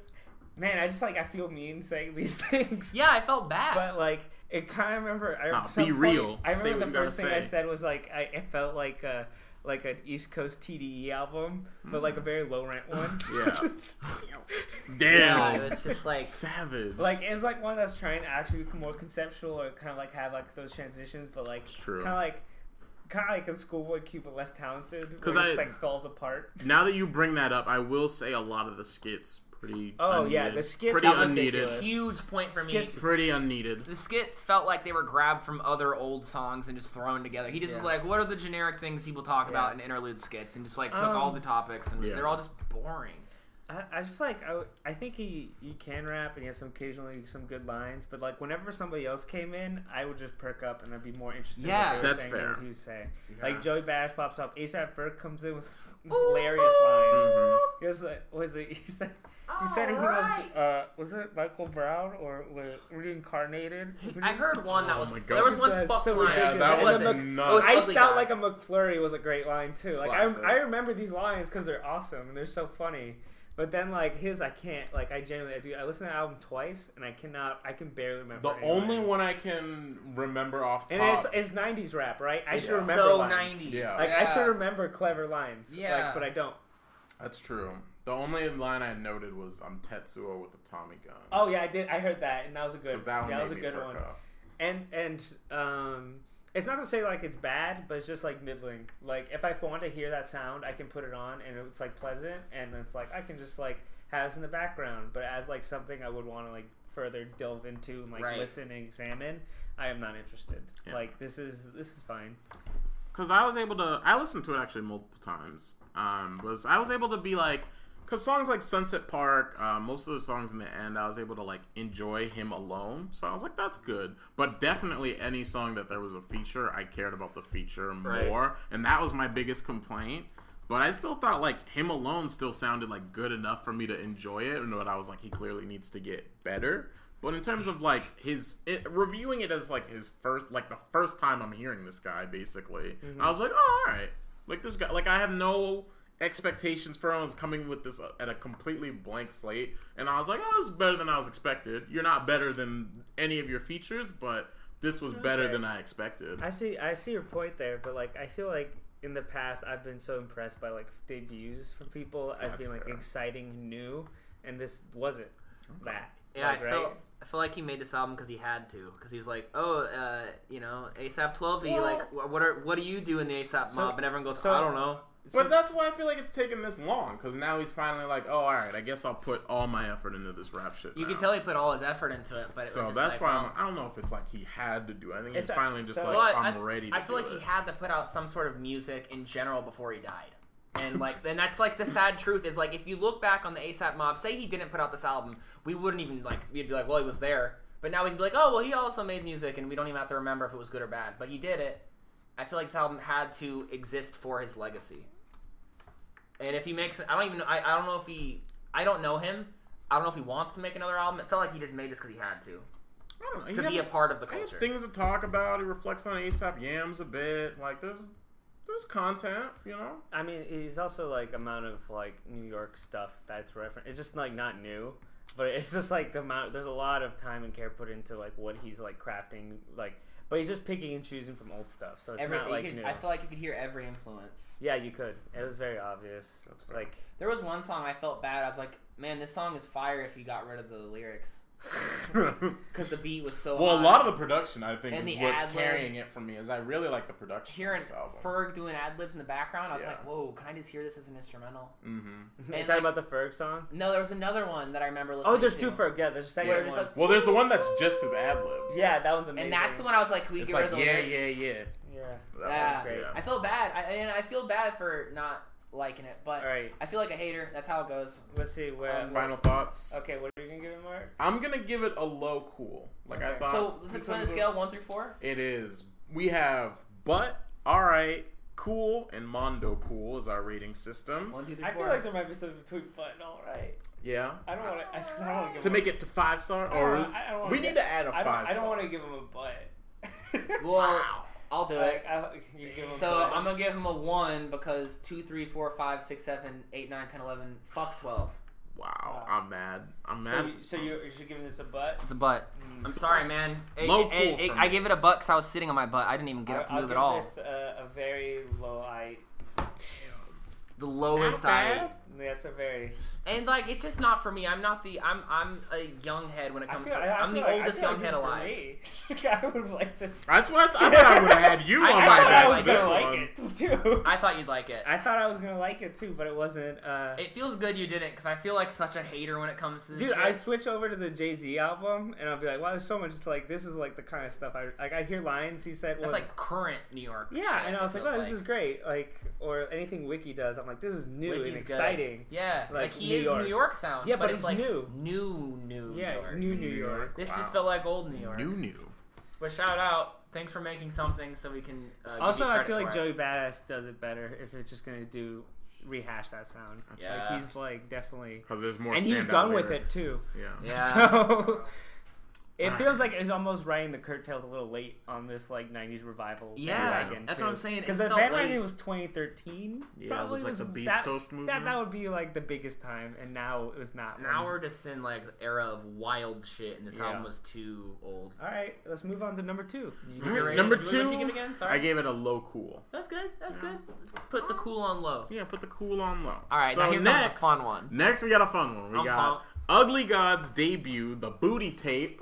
[SPEAKER 5] man. I just like I feel mean saying [LAUGHS] these things.
[SPEAKER 4] yeah, I felt bad.
[SPEAKER 5] But like it kind of remember. I
[SPEAKER 3] Nah,
[SPEAKER 5] some
[SPEAKER 3] be
[SPEAKER 5] funny-
[SPEAKER 3] real.
[SPEAKER 5] I
[SPEAKER 3] State what
[SPEAKER 5] remember the
[SPEAKER 3] you gotta
[SPEAKER 5] first thing I
[SPEAKER 3] say.
[SPEAKER 5] said was like I it felt like a like an East Coast TDE album, but like a very low rent one.
[SPEAKER 3] Mm. yeah.
[SPEAKER 5] [LAUGHS]
[SPEAKER 3] [LAUGHS]
[SPEAKER 4] yeah,
[SPEAKER 3] Damn.
[SPEAKER 4] it was
[SPEAKER 3] [LAUGHS]
[SPEAKER 4] just like
[SPEAKER 3] Savage.
[SPEAKER 5] Like it's like one that's trying to actually be more conceptual or kind of like have like those transitions, but like
[SPEAKER 3] true.
[SPEAKER 5] kind of like kind of like a schoolboy Q but less talented, because
[SPEAKER 3] 'Cause
[SPEAKER 5] it
[SPEAKER 3] I-
[SPEAKER 5] just like falls apart.
[SPEAKER 3] now that you bring that up, I will say a lot of the skits pretty.
[SPEAKER 5] Oh,
[SPEAKER 3] unneeded.
[SPEAKER 5] yeah, the skits
[SPEAKER 3] pretty
[SPEAKER 5] are ridiculous.
[SPEAKER 3] unneeded.
[SPEAKER 4] huge point for me.
[SPEAKER 5] Skits
[SPEAKER 3] Pretty unneeded.
[SPEAKER 4] the skits felt like they were grabbed from other old songs and just thrown together. He just was
[SPEAKER 5] Yeah.
[SPEAKER 4] like, "What are the generic things people talk about in
[SPEAKER 5] Yeah.
[SPEAKER 4] interlude skits?" and just like took
[SPEAKER 5] Um,
[SPEAKER 4] all the topics and
[SPEAKER 3] Yeah.
[SPEAKER 4] they're all just boring.
[SPEAKER 5] I, I just like I, I think he he can rap and he has some occasionally some good lines, but like whenever somebody else came in, I would just perk up and I'd be more interested.
[SPEAKER 4] Yeah.
[SPEAKER 5] in what they were
[SPEAKER 3] That's
[SPEAKER 5] saying than
[SPEAKER 3] fair.
[SPEAKER 5] What he was saying
[SPEAKER 4] Yeah.
[SPEAKER 5] like Joey Bash pops up, ASAP Ferg comes in with some
[SPEAKER 4] Ooh,
[SPEAKER 5] hilarious
[SPEAKER 4] ooh,
[SPEAKER 5] lines.
[SPEAKER 4] ooh.
[SPEAKER 3] Mm-hmm.
[SPEAKER 5] He was like, was it? He [LAUGHS] said. He said he was,
[SPEAKER 4] Alright.
[SPEAKER 5] uh, was it Michael Brown or was reincarnated?
[SPEAKER 4] I heard one that
[SPEAKER 3] Oh
[SPEAKER 4] was
[SPEAKER 3] my God.
[SPEAKER 4] there was one
[SPEAKER 5] That's
[SPEAKER 4] fuck
[SPEAKER 5] so
[SPEAKER 4] line.
[SPEAKER 5] ridiculous.
[SPEAKER 3] that
[SPEAKER 4] it
[SPEAKER 3] was
[SPEAKER 4] wasn't-
[SPEAKER 3] nuts.
[SPEAKER 4] it was
[SPEAKER 5] I
[SPEAKER 4] ugly
[SPEAKER 5] felt
[SPEAKER 4] guy.
[SPEAKER 5] like a McFlurry was a great line too. Like I,
[SPEAKER 4] Classic.
[SPEAKER 5] I remember these lines because they're awesome and they're so funny. But then like his, I can't. Like I genuinely, I do. I listened to the album twice and I cannot. I can barely remember.
[SPEAKER 3] The
[SPEAKER 5] any
[SPEAKER 3] only
[SPEAKER 5] lines.
[SPEAKER 3] one I can remember off top.
[SPEAKER 5] And it's it's '90s rap, right? I should remember
[SPEAKER 4] so
[SPEAKER 5] lines.
[SPEAKER 4] nineties.
[SPEAKER 3] Yeah.
[SPEAKER 5] Like I should remember clever lines.
[SPEAKER 4] Yeah.
[SPEAKER 5] Like, but I don't.
[SPEAKER 3] That's true. The only line I noted was I'm Tetsuo with a Tommy gun.
[SPEAKER 5] Oh yeah, I did. I heard that, and that was a good.
[SPEAKER 3] 'Cause that one
[SPEAKER 5] yeah, that
[SPEAKER 3] made
[SPEAKER 5] was a
[SPEAKER 3] me
[SPEAKER 5] good
[SPEAKER 3] perk
[SPEAKER 5] one.
[SPEAKER 3] up.
[SPEAKER 5] And and um, it's not to say like it's bad, but it's just like middling. Like if I want to hear that sound, I can put it on, and it's like pleasant, and it's like I can just like have this in the background. But as like something I would want to like further delve into and like
[SPEAKER 4] Right.
[SPEAKER 5] listen and examine, I am not interested.
[SPEAKER 3] Yeah.
[SPEAKER 5] Like this is this is fine.
[SPEAKER 3] because I was able to. I listened to it actually multiple times. Um, was I was able to be like, because songs like Sunset Park, uh, most of the songs in the end, I was able to like enjoy him alone. So I was like, that's good. But definitely any song that there was a feature, I cared about the feature
[SPEAKER 4] Right.
[SPEAKER 3] more, and that was my biggest complaint. But I still thought like him alone still sounded like good enough for me to enjoy it, and what I was like, he clearly needs to get better. But in terms of like his it, reviewing it as like his first, like the first time I'm hearing this guy, basically, I was like, oh, all right, like this guy, like I have no expectations for him. I was coming with this uh, at a completely blank slate, and I was like, oh, this is better than I was expected. You're not better than any of your features, but this was better
[SPEAKER 5] Okay.
[SPEAKER 3] than I expected.
[SPEAKER 5] I see I see your point there, but like I feel like in the past I've been so impressed by like debuts from people as
[SPEAKER 3] That's
[SPEAKER 5] being like
[SPEAKER 3] fair.
[SPEAKER 5] exciting new and this wasn't that.
[SPEAKER 4] Yeah,
[SPEAKER 5] like,
[SPEAKER 4] I feel I feel like he made this album because he had to. Because he was like, oh, uh, you know, ASAP 12 E.
[SPEAKER 3] Well-
[SPEAKER 4] like, wh- what are what do you do in the ASAP
[SPEAKER 5] So-
[SPEAKER 4] mob? And everyone goes,
[SPEAKER 5] so-
[SPEAKER 4] I don't know.
[SPEAKER 5] So-
[SPEAKER 3] But that's why I feel like it's taken this long, because now he's finally like, oh, all right, I guess I'll put all my effort into this rap shit.
[SPEAKER 4] You
[SPEAKER 3] now.
[SPEAKER 4] can tell he put all his effort into it, but it
[SPEAKER 3] So
[SPEAKER 4] was just
[SPEAKER 3] that's
[SPEAKER 4] like, um,
[SPEAKER 3] why
[SPEAKER 4] well-
[SPEAKER 3] I'm, I don't know if it's like he had to do. it. I think he's
[SPEAKER 5] It's a-
[SPEAKER 3] finally just
[SPEAKER 5] so-
[SPEAKER 3] like
[SPEAKER 5] Well,
[SPEAKER 4] But
[SPEAKER 3] I'm
[SPEAKER 4] I,
[SPEAKER 3] ready. To
[SPEAKER 4] I feel
[SPEAKER 3] do
[SPEAKER 4] like
[SPEAKER 3] it.
[SPEAKER 4] he had to put out some sort of music in general before he died. And like, and that's like the sad truth is like, if you look back on the ASAP Mob, say he didn't put out this album, we wouldn't even like, we'd be like, well, he was there. But now we can be like, oh, well, he also made music, and we don't even have to remember if it was good or bad. But he did it. I feel like this album had to exist for his legacy. And if he makes, I don't even, I, I don't know if he, I don't know him. I don't know if he wants to make another album. It felt like he just made this because he had to,
[SPEAKER 3] I don't know, he
[SPEAKER 4] to
[SPEAKER 3] had
[SPEAKER 4] be a part of the
[SPEAKER 3] he had
[SPEAKER 4] culture.
[SPEAKER 3] things to talk about. He reflects on ASAP Yams a bit. Like there's there's content, you know.
[SPEAKER 4] [LAUGHS]
[SPEAKER 5] I mean, it's also like amount of like New York stuff that's referenced. It's just like not new, but it's just like the amount. There's a lot of time and care put into like what he's like crafting, like. But he's just picking and choosing from old stuff, so it's
[SPEAKER 4] Every,
[SPEAKER 5] not
[SPEAKER 4] you
[SPEAKER 5] like
[SPEAKER 4] could-
[SPEAKER 5] new.
[SPEAKER 4] I feel like you could hear every influence.
[SPEAKER 5] yeah, you could. It was very obvious.
[SPEAKER 3] That's fair.
[SPEAKER 5] [LAUGHS] like
[SPEAKER 4] There was one song I felt bad. I was like, man, this song is fire if you got rid of the lyrics because the beat was so.
[SPEAKER 3] well, a
[SPEAKER 4] high.
[SPEAKER 3] lot of the production I think
[SPEAKER 4] And
[SPEAKER 3] is
[SPEAKER 4] the
[SPEAKER 3] what's
[SPEAKER 4] ad-libs.
[SPEAKER 3] carrying it for me. Is I really like the production.
[SPEAKER 4] hearing
[SPEAKER 3] of this album.
[SPEAKER 4] Ferg doing ad libs in the background, I was
[SPEAKER 3] Yeah.
[SPEAKER 4] like, whoa, can I just hear this as an instrumental?
[SPEAKER 3] mm-hmm.
[SPEAKER 5] you talking
[SPEAKER 4] like-
[SPEAKER 5] about the Ferg song?
[SPEAKER 4] No, there was another one that I remember listening.
[SPEAKER 5] Oh, there's
[SPEAKER 4] to,
[SPEAKER 5] two Ferg. Yeah, there's a second
[SPEAKER 4] Where
[SPEAKER 5] one.
[SPEAKER 4] just like,
[SPEAKER 3] Well, there's the one that's just his ad libs.
[SPEAKER 5] yeah, that one's
[SPEAKER 4] and
[SPEAKER 5] amazing.
[SPEAKER 4] that's the one I was like, can we
[SPEAKER 3] it's
[SPEAKER 4] get
[SPEAKER 3] like
[SPEAKER 4] rid of the
[SPEAKER 3] yeah,
[SPEAKER 4] lyrics?
[SPEAKER 3] yeah, yeah.
[SPEAKER 5] Yeah.
[SPEAKER 3] That
[SPEAKER 4] Yeah.
[SPEAKER 3] one's
[SPEAKER 5] great.
[SPEAKER 3] yeah.
[SPEAKER 4] I feel bad, I, and I feel bad for not liking it, but
[SPEAKER 5] All right.
[SPEAKER 4] I feel like a hater. That's how it goes.
[SPEAKER 5] Let's see where.
[SPEAKER 4] Um,
[SPEAKER 3] Final thoughts.
[SPEAKER 5] okay, what are you gonna give it, Mark?
[SPEAKER 3] I'm gonna give it a low cool. Like I
[SPEAKER 5] Okay.
[SPEAKER 3] thought.
[SPEAKER 4] so let's
[SPEAKER 3] in
[SPEAKER 4] explain the
[SPEAKER 3] terms of-
[SPEAKER 4] scale one through four.
[SPEAKER 3] It is. We have but, all right, cool, and mondo cool is our rating system.
[SPEAKER 4] One, two, three,
[SPEAKER 5] I feel
[SPEAKER 4] four.
[SPEAKER 5] like there might be something between butt and all right.
[SPEAKER 3] Yeah.
[SPEAKER 5] I don't want to. I just- I don't want to give
[SPEAKER 3] To
[SPEAKER 5] him
[SPEAKER 3] make it to five star,
[SPEAKER 5] a- I don't
[SPEAKER 3] or
[SPEAKER 5] wanna-
[SPEAKER 3] is-
[SPEAKER 5] I don't wanna
[SPEAKER 3] we
[SPEAKER 5] give-
[SPEAKER 3] need to add a
[SPEAKER 5] I don't-
[SPEAKER 3] five.
[SPEAKER 5] I don't
[SPEAKER 3] star.
[SPEAKER 5] want to give him a butt.
[SPEAKER 4] [LAUGHS] well,
[SPEAKER 3] Wow.
[SPEAKER 4] I'll do it.
[SPEAKER 5] [LAUGHS] like, I, you give him
[SPEAKER 4] So
[SPEAKER 5] butt.
[SPEAKER 4] I'm gonna give him a one because two, three, four, five, six, seven, eight, nine, ten, eleven. Fuck twelve.
[SPEAKER 3] Wow, I'm mad. I'm mad.
[SPEAKER 5] So,
[SPEAKER 3] at
[SPEAKER 5] you,
[SPEAKER 3] this
[SPEAKER 5] so
[SPEAKER 3] point.
[SPEAKER 5] you're, you're giving this a butt?
[SPEAKER 4] It's a butt.
[SPEAKER 5] Mm.
[SPEAKER 4] I'm sorry, man. It-
[SPEAKER 3] Low
[SPEAKER 4] it-
[SPEAKER 3] pool
[SPEAKER 4] it-
[SPEAKER 3] for
[SPEAKER 4] I
[SPEAKER 3] me.
[SPEAKER 4] gave it a butt because I was sitting on my butt. I didn't even get up to
[SPEAKER 5] I'll
[SPEAKER 4] move
[SPEAKER 5] give
[SPEAKER 4] at all.
[SPEAKER 5] This, uh, a very low I.
[SPEAKER 4] The
[SPEAKER 3] Not
[SPEAKER 4] lowest I.
[SPEAKER 3] bad.
[SPEAKER 5] That's a very.
[SPEAKER 4] And like, it's just not for me. I'm not the. I'm I'm a young head when it
[SPEAKER 5] I
[SPEAKER 4] comes
[SPEAKER 5] feel,
[SPEAKER 4] to.
[SPEAKER 5] I, I
[SPEAKER 4] I'm the
[SPEAKER 5] feel like- I
[SPEAKER 4] oldest
[SPEAKER 5] feel
[SPEAKER 4] young
[SPEAKER 5] like
[SPEAKER 4] head alive.
[SPEAKER 5] this is for me. [LAUGHS] I was like this.
[SPEAKER 3] That's what I,
[SPEAKER 5] [LAUGHS]
[SPEAKER 3] th- I thought I would have had you
[SPEAKER 4] I-
[SPEAKER 3] on
[SPEAKER 5] I
[SPEAKER 3] my
[SPEAKER 5] thought
[SPEAKER 3] back
[SPEAKER 5] I was
[SPEAKER 3] with this
[SPEAKER 5] gonna like
[SPEAKER 3] one.
[SPEAKER 5] it [LAUGHS] too.
[SPEAKER 4] I thought you'd like it.
[SPEAKER 5] I thought I was gonna like it too, but it wasn't. Uh,
[SPEAKER 4] It feels good you didn't because I feel like such a hater when it comes to this.
[SPEAKER 5] Dude,
[SPEAKER 4] shit.
[SPEAKER 5] I switch over to the Jay Z album, and I'll be like, "Wow, there's so much." It's like this is like the kind of stuff I like. I hear lines he said.
[SPEAKER 4] That's
[SPEAKER 5] was-
[SPEAKER 4] like current New York.
[SPEAKER 5] yeah,
[SPEAKER 4] shit,
[SPEAKER 5] and I
[SPEAKER 4] it
[SPEAKER 5] was like,
[SPEAKER 4] feels
[SPEAKER 5] "Oh, this is great!" Like, or anything Wiki does, I'm like, "This is new and
[SPEAKER 4] Wiki's good.
[SPEAKER 5] exciting."
[SPEAKER 4] Yeah, like,
[SPEAKER 5] Like
[SPEAKER 4] he
[SPEAKER 5] New
[SPEAKER 4] is
[SPEAKER 5] York.
[SPEAKER 4] New York sound.
[SPEAKER 5] Yeah, but
[SPEAKER 4] it's
[SPEAKER 5] it's
[SPEAKER 4] like
[SPEAKER 5] new.
[SPEAKER 4] new, new,
[SPEAKER 5] Yeah,
[SPEAKER 4] New York.
[SPEAKER 5] new New York.
[SPEAKER 4] This
[SPEAKER 3] Wow.
[SPEAKER 4] just felt like old New York.
[SPEAKER 3] New, new.
[SPEAKER 4] But shout out, thanks for making something so we can. Uh, give
[SPEAKER 5] Also,
[SPEAKER 4] you
[SPEAKER 5] I
[SPEAKER 4] credit
[SPEAKER 5] feel like
[SPEAKER 4] for it.
[SPEAKER 5] Joey Badass does it better if it's just gonna do rehash that sound.
[SPEAKER 4] Yeah.
[SPEAKER 5] Like he's like definitely,
[SPEAKER 3] Because there's more.
[SPEAKER 5] and he's
[SPEAKER 3] standout
[SPEAKER 5] done with it
[SPEAKER 3] lyrics.
[SPEAKER 5] too.
[SPEAKER 3] [LAUGHS] Yeah.
[SPEAKER 4] [LAUGHS] Yeah.
[SPEAKER 5] [LAUGHS] So. It
[SPEAKER 3] Alright.
[SPEAKER 5] feels like it's almost riding the curtails a little late on this like '90s revival.
[SPEAKER 4] Yeah,
[SPEAKER 5] bandwagon,
[SPEAKER 4] that's
[SPEAKER 5] too.
[SPEAKER 4] what I'm saying. It
[SPEAKER 5] Because the
[SPEAKER 4] felt
[SPEAKER 5] bandwagon
[SPEAKER 4] late.
[SPEAKER 5] was 2013.
[SPEAKER 3] Yeah, it was
[SPEAKER 5] probably
[SPEAKER 3] like the Beast
[SPEAKER 5] that,
[SPEAKER 3] Coast
[SPEAKER 5] That, that
[SPEAKER 3] movement.
[SPEAKER 5] would be like the biggest time, and now it was not.
[SPEAKER 4] Now
[SPEAKER 5] one.
[SPEAKER 4] we're just in like the era of wild shit, and this
[SPEAKER 5] Yeah.
[SPEAKER 4] album was too old.
[SPEAKER 5] All right, let's move on to number two.
[SPEAKER 4] Did
[SPEAKER 3] All
[SPEAKER 4] give
[SPEAKER 3] right,
[SPEAKER 4] it-
[SPEAKER 3] number
[SPEAKER 4] what did
[SPEAKER 3] two.
[SPEAKER 4] you give it again? Sorry.
[SPEAKER 3] I gave it a low cool.
[SPEAKER 4] That's good. That's good. Put the cool on
[SPEAKER 5] [LAUGHS]
[SPEAKER 4] low.
[SPEAKER 3] Yeah, put the cool on low.
[SPEAKER 4] All right,
[SPEAKER 3] so
[SPEAKER 4] now here comes a
[SPEAKER 3] next,
[SPEAKER 4] fun one.
[SPEAKER 3] Next, we got a fun one. We
[SPEAKER 4] I'm
[SPEAKER 3] got
[SPEAKER 4] pumped.
[SPEAKER 3] Ugly God's debut, the booty tape,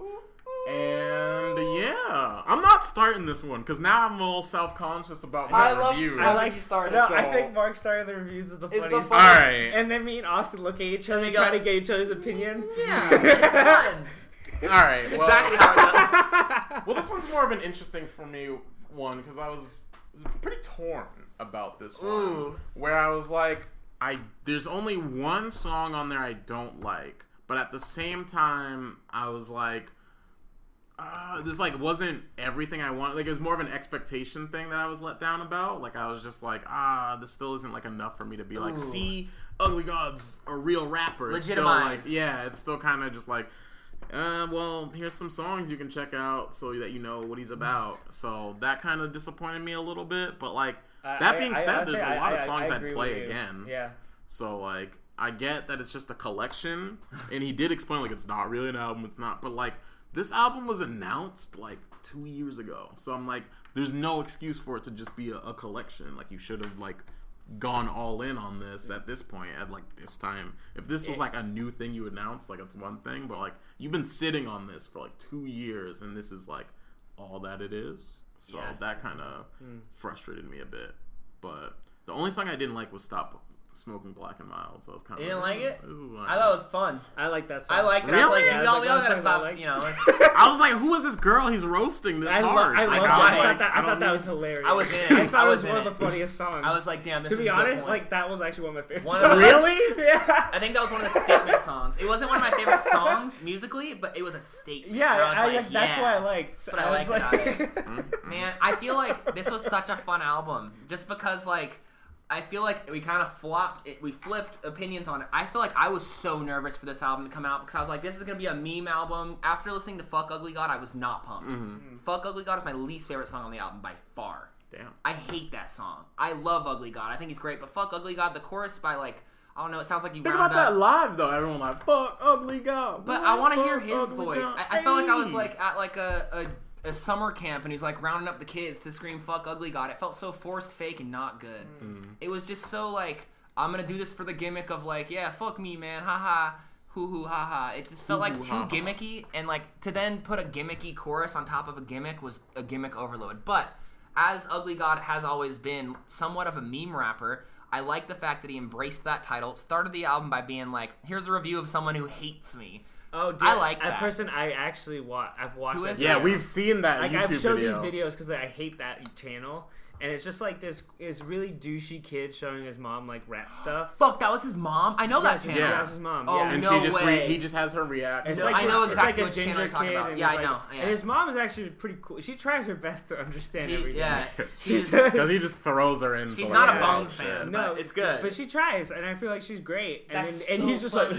[SPEAKER 3] and yeah, I'm not starting this one because now I'm a little self conscious about my reviews.
[SPEAKER 4] I like you started.
[SPEAKER 5] No,
[SPEAKER 3] So-
[SPEAKER 5] I think Mark started the reviews of the
[SPEAKER 4] It's the
[SPEAKER 5] funniest.
[SPEAKER 4] fun-
[SPEAKER 3] All right,
[SPEAKER 5] and then me and Austin look at each other,
[SPEAKER 4] we
[SPEAKER 5] and
[SPEAKER 4] go-
[SPEAKER 5] try to get each other's opinion. [LAUGHS]
[SPEAKER 4] yeah, it's fun.
[SPEAKER 3] all right. Well,
[SPEAKER 4] exactly
[SPEAKER 5] [LAUGHS]
[SPEAKER 4] how it goes.
[SPEAKER 3] well, this one's more of an interesting for me one because I was, was pretty torn about this one,
[SPEAKER 4] Ooh.
[SPEAKER 3] where I was like, I there's only one song on there I don't like, but at the same time I was like, uh, this like wasn't everything I wanted. Like it was more of an expectation thing that I was let down about. Like I was just like, ah, this still isn't like enough for me to be like,
[SPEAKER 4] Ooh.
[SPEAKER 3] see, Ugly God's a real rapper. It's still like,
[SPEAKER 4] Legitimized.
[SPEAKER 3] yeah, it's still kind of just like. Uh, well, here's some songs you can check out so that you know what he's about. So that kind of disappointed me a little bit, but like
[SPEAKER 5] I-
[SPEAKER 3] that
[SPEAKER 5] I-
[SPEAKER 3] being
[SPEAKER 5] I-
[SPEAKER 3] said,
[SPEAKER 5] I'll
[SPEAKER 3] there's
[SPEAKER 5] say
[SPEAKER 3] a
[SPEAKER 5] I-
[SPEAKER 3] lot of
[SPEAKER 5] I- I
[SPEAKER 3] songs I'd
[SPEAKER 5] agree
[SPEAKER 3] play
[SPEAKER 5] with you.
[SPEAKER 3] again.
[SPEAKER 5] Yeah.
[SPEAKER 3] So like I get that it's just a collection, and he did explain like it's not really an album, it's not. But like this album was announced like two years ago, so I'm like, there's no excuse for it to just be a, a collection. Like you should have like gone all in on this at this point at like this time. If this was like a new thing you announced, like it's one thing, but like you've been sitting on this for like two years, and this is like all that it is. So
[SPEAKER 4] Yeah.
[SPEAKER 3] that kind of
[SPEAKER 4] Hmm.
[SPEAKER 3] frustrated me a bit. But the only song I didn't like was "Stop Smoking Black and Mild." So I was kind of
[SPEAKER 4] You didn't like it?
[SPEAKER 3] This is like-
[SPEAKER 4] I thought it was fun.
[SPEAKER 5] I like that song.
[SPEAKER 4] I liked it. I was
[SPEAKER 3] Really?
[SPEAKER 4] like,
[SPEAKER 3] Yeah,
[SPEAKER 4] we
[SPEAKER 5] I was
[SPEAKER 4] all,
[SPEAKER 5] like,
[SPEAKER 4] we all
[SPEAKER 5] that's
[SPEAKER 4] gotta
[SPEAKER 5] something
[SPEAKER 4] stop,
[SPEAKER 5] I like.
[SPEAKER 4] you know.
[SPEAKER 5] [LAUGHS]
[SPEAKER 3] I was like, who is this girl? He's roasting this
[SPEAKER 5] I, lo-
[SPEAKER 3] hard.
[SPEAKER 5] I
[SPEAKER 3] Like, I was
[SPEAKER 5] love that. I
[SPEAKER 3] like,
[SPEAKER 5] thought that. I,
[SPEAKER 3] I
[SPEAKER 5] thought
[SPEAKER 3] don't-
[SPEAKER 5] that was hilarious.
[SPEAKER 4] I
[SPEAKER 5] [LAUGHS]
[SPEAKER 4] was in it.
[SPEAKER 5] I thought
[SPEAKER 4] I
[SPEAKER 5] it
[SPEAKER 4] was
[SPEAKER 5] was
[SPEAKER 4] in
[SPEAKER 5] one of
[SPEAKER 4] it.
[SPEAKER 5] the funniest
[SPEAKER 4] [LAUGHS]
[SPEAKER 5] songs.
[SPEAKER 4] I was like, damn, this
[SPEAKER 5] to
[SPEAKER 4] is
[SPEAKER 5] be
[SPEAKER 4] a good
[SPEAKER 5] honest,
[SPEAKER 4] point.
[SPEAKER 5] like that was actually one of my favorite.
[SPEAKER 4] One of
[SPEAKER 5] [LAUGHS] songs.
[SPEAKER 4] the-
[SPEAKER 3] really?
[SPEAKER 5] yeah.
[SPEAKER 4] I think that was one of the statement songs. It wasn't one of my favorite songs musically, but it was a statement.
[SPEAKER 5] [LAUGHS] Yeah,
[SPEAKER 4] And I was
[SPEAKER 5] I,
[SPEAKER 4] like,
[SPEAKER 5] that's
[SPEAKER 4] yeah.
[SPEAKER 5] what I liked. That's
[SPEAKER 4] what I liked
[SPEAKER 5] [LAUGHS]
[SPEAKER 3] Mm-hmm.
[SPEAKER 4] Man, I feel like this was such a fun album just because like I feel like we kind of flopped it, we flipped opinions on it. I feel like I was so nervous for this album to come out because I was like this is going to be a meme album. After listening to Fuck Ugly God, I was not pumped. Fuck Ugly God is my least favorite song on the album by far.
[SPEAKER 3] Damn.
[SPEAKER 4] I hate that song. I love Ugly God. I think he's great, but Fuck Ugly God the chorus by like I don't know, it sounds like you
[SPEAKER 3] Think
[SPEAKER 4] round
[SPEAKER 3] about that
[SPEAKER 4] up.
[SPEAKER 3] live though. Everyone like fuck ugly god.
[SPEAKER 4] But I want to hear his voice. I, I felt like I was like at like a, a a summer camp, and he's like rounding up the kids to scream "fuck ugly god." It felt so forced, fake, and not good. It was just so like I'm gonna do this for the gimmick of like, yeah, fuck me, man, haha, hoo hoo, haha. It just felt like
[SPEAKER 3] Hoo
[SPEAKER 4] too
[SPEAKER 3] hoo, ha ha.
[SPEAKER 4] gimmicky, and like to then put a gimmicky chorus on top of a gimmick was a gimmick overload. But as Ugly God has always been somewhat of a meme rapper, I like the fact that he embraced that title, started the album by being like, here's a review of someone who hates me.
[SPEAKER 5] Oh, dude,
[SPEAKER 4] I like
[SPEAKER 5] a
[SPEAKER 4] that.
[SPEAKER 5] person I actually watch. I've watched.
[SPEAKER 4] Who
[SPEAKER 5] that
[SPEAKER 4] is
[SPEAKER 3] yeah,
[SPEAKER 5] channel.
[SPEAKER 3] we've seen that
[SPEAKER 5] Like
[SPEAKER 3] YouTube
[SPEAKER 5] I've showed
[SPEAKER 3] video.
[SPEAKER 5] these videos because I hate that channel, and it's just like this is really douchey kid showing his mom like
[SPEAKER 4] [GASPS]
[SPEAKER 5] rap stuff.
[SPEAKER 4] Fuck, that was his mom? I know that channel.
[SPEAKER 3] Yeah.
[SPEAKER 5] That was his mom.
[SPEAKER 4] Oh,
[SPEAKER 5] yeah.
[SPEAKER 3] and
[SPEAKER 4] No
[SPEAKER 3] she just
[SPEAKER 4] way.
[SPEAKER 3] he just has her react.
[SPEAKER 5] It's
[SPEAKER 3] to
[SPEAKER 5] like
[SPEAKER 4] I
[SPEAKER 5] this-
[SPEAKER 4] know
[SPEAKER 5] it's
[SPEAKER 4] exactly
[SPEAKER 5] like
[SPEAKER 4] what
[SPEAKER 5] a
[SPEAKER 4] channel
[SPEAKER 5] ginger
[SPEAKER 4] you're talking
[SPEAKER 5] kid,
[SPEAKER 4] about.
[SPEAKER 5] and
[SPEAKER 4] Yeah,
[SPEAKER 5] he's
[SPEAKER 4] I
[SPEAKER 5] like-
[SPEAKER 4] know, yeah.
[SPEAKER 5] And his mom is actually pretty cool. She tries her best to understand
[SPEAKER 4] He-
[SPEAKER 5] everything.
[SPEAKER 4] yeah. She
[SPEAKER 5] She
[SPEAKER 4] just-
[SPEAKER 5] does.
[SPEAKER 3] Because he just throws her in.
[SPEAKER 4] She's
[SPEAKER 3] for,
[SPEAKER 4] not
[SPEAKER 3] like,
[SPEAKER 4] a
[SPEAKER 3] wild
[SPEAKER 4] Bones
[SPEAKER 3] shit.
[SPEAKER 4] fan.
[SPEAKER 5] [LAUGHS] No,
[SPEAKER 4] But it's good.
[SPEAKER 5] But she tries, and I feel like she's great. And
[SPEAKER 4] That's
[SPEAKER 5] then,
[SPEAKER 4] so
[SPEAKER 5] and he's just like, [LAUGHS]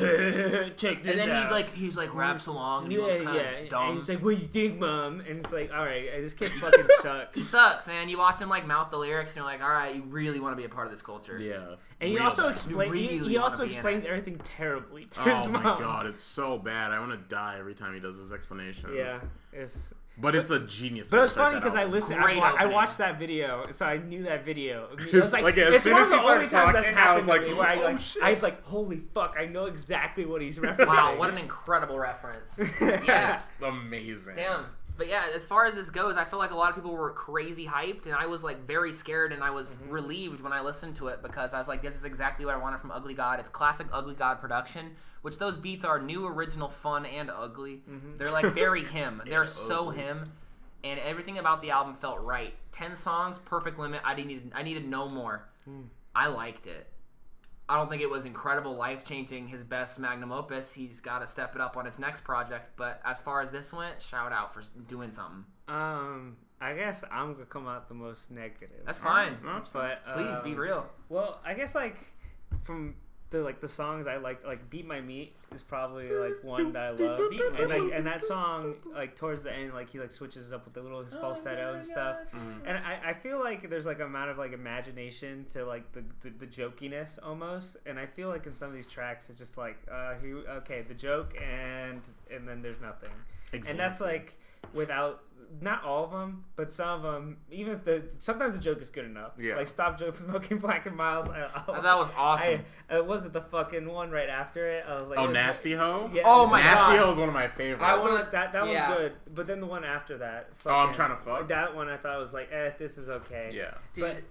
[SPEAKER 5] check this
[SPEAKER 4] And then
[SPEAKER 5] out.
[SPEAKER 4] he like he's like raps along and he looks
[SPEAKER 5] yeah,
[SPEAKER 4] kind of
[SPEAKER 5] yeah.
[SPEAKER 4] dumb.
[SPEAKER 5] And he's like, what do you think, mom? And it's like, all right,
[SPEAKER 4] [LAUGHS]
[SPEAKER 5] this kid fucking sucks.
[SPEAKER 4] Sucks, man. You watch him like mouth the lyrics and you're like, all right, you really want to be a part of this culture.
[SPEAKER 3] Yeah.
[SPEAKER 5] And he
[SPEAKER 3] Real
[SPEAKER 5] also
[SPEAKER 3] bad.
[SPEAKER 5] explains.
[SPEAKER 4] You
[SPEAKER 5] He,
[SPEAKER 4] really
[SPEAKER 5] he
[SPEAKER 4] wanna
[SPEAKER 5] also
[SPEAKER 4] be in
[SPEAKER 5] explains everything terribly to his
[SPEAKER 3] Oh my
[SPEAKER 5] mom.
[SPEAKER 3] god, it's so bad. I want to die every time he does his explanations.
[SPEAKER 5] Yeah. It's,
[SPEAKER 3] But it's a genius.
[SPEAKER 5] but it was
[SPEAKER 3] mixtape,
[SPEAKER 5] funny
[SPEAKER 3] that
[SPEAKER 5] because I
[SPEAKER 3] album.
[SPEAKER 5] listened.
[SPEAKER 4] Great
[SPEAKER 5] I, wa- I
[SPEAKER 4] opening.
[SPEAKER 5] watched that video, so I knew that video. I mean, it
[SPEAKER 3] It's
[SPEAKER 5] was like,
[SPEAKER 3] like, as
[SPEAKER 5] it's
[SPEAKER 3] soon
[SPEAKER 5] one
[SPEAKER 3] as
[SPEAKER 5] of
[SPEAKER 3] he
[SPEAKER 5] the only
[SPEAKER 3] started
[SPEAKER 5] times that's
[SPEAKER 3] talking, I was
[SPEAKER 5] happened to
[SPEAKER 3] like,
[SPEAKER 5] me where I
[SPEAKER 3] "Oh,
[SPEAKER 5] like,
[SPEAKER 3] shit."
[SPEAKER 5] I was like, holy fuck, I know exactly what he's [LAUGHS] referencing.
[SPEAKER 4] Wow, what an incredible reference.
[SPEAKER 5] [LAUGHS]
[SPEAKER 4] Yeah.
[SPEAKER 3] It's amazing.
[SPEAKER 4] Damn. But yeah, as far as this goes, I feel like a lot of people were crazy hyped, and I was like very scared, and I was relieved when I listened to it because I was like, this is exactly what I wanted from Ugly God. It's classic Ugly God production, which those beats are new, original, fun, and ugly. They're like very him. They're so him, and everything about the album felt right. Ten songs, perfect limit. I needed, I needed no more. I liked it. I don't think it was incredible, life changing, his best magnum opus. He's got to step it up on his next project. But as far as this went, shout out for s- doing something.
[SPEAKER 5] Um, I guess I'm gonna come out the most negative.
[SPEAKER 4] That's fine.
[SPEAKER 5] but
[SPEAKER 4] Please be
[SPEAKER 5] um,
[SPEAKER 4] real.
[SPEAKER 5] Well, I guess like from the like the songs I like, like "Beat My Meat" is probably like one that I love, and like and that song like towards the end, like he like switches up with a little his falsetto and stuff, and I, I feel like there's like a amount of like imagination to like the, the the jokiness almost, and I feel like in some of these tracks it's just like uh here, okay the joke and and then there's nothing, and that's like without. Not all of them, but some of them. Even if the sometimes the joke is good enough.
[SPEAKER 3] Yeah.
[SPEAKER 5] Like stop joke [LAUGHS] smoking black and miles. I,
[SPEAKER 4] That was awesome.
[SPEAKER 5] I, uh, was it the fucking one right after it? I was like,
[SPEAKER 3] Oh,
[SPEAKER 5] it was-
[SPEAKER 3] Nasty Ho?
[SPEAKER 5] Yeah.
[SPEAKER 4] Oh my
[SPEAKER 3] Nasty
[SPEAKER 4] God.
[SPEAKER 3] Ho is one of my favorites.
[SPEAKER 4] I
[SPEAKER 5] [LAUGHS] That
[SPEAKER 4] wanna-
[SPEAKER 5] was, that that
[SPEAKER 4] Yeah.
[SPEAKER 5] was good, but then the one after that. Fucking,
[SPEAKER 3] Oh, I'm trying to fuck.
[SPEAKER 5] That one I thought was like, eh, this is okay.
[SPEAKER 3] yeah.
[SPEAKER 4] Dude,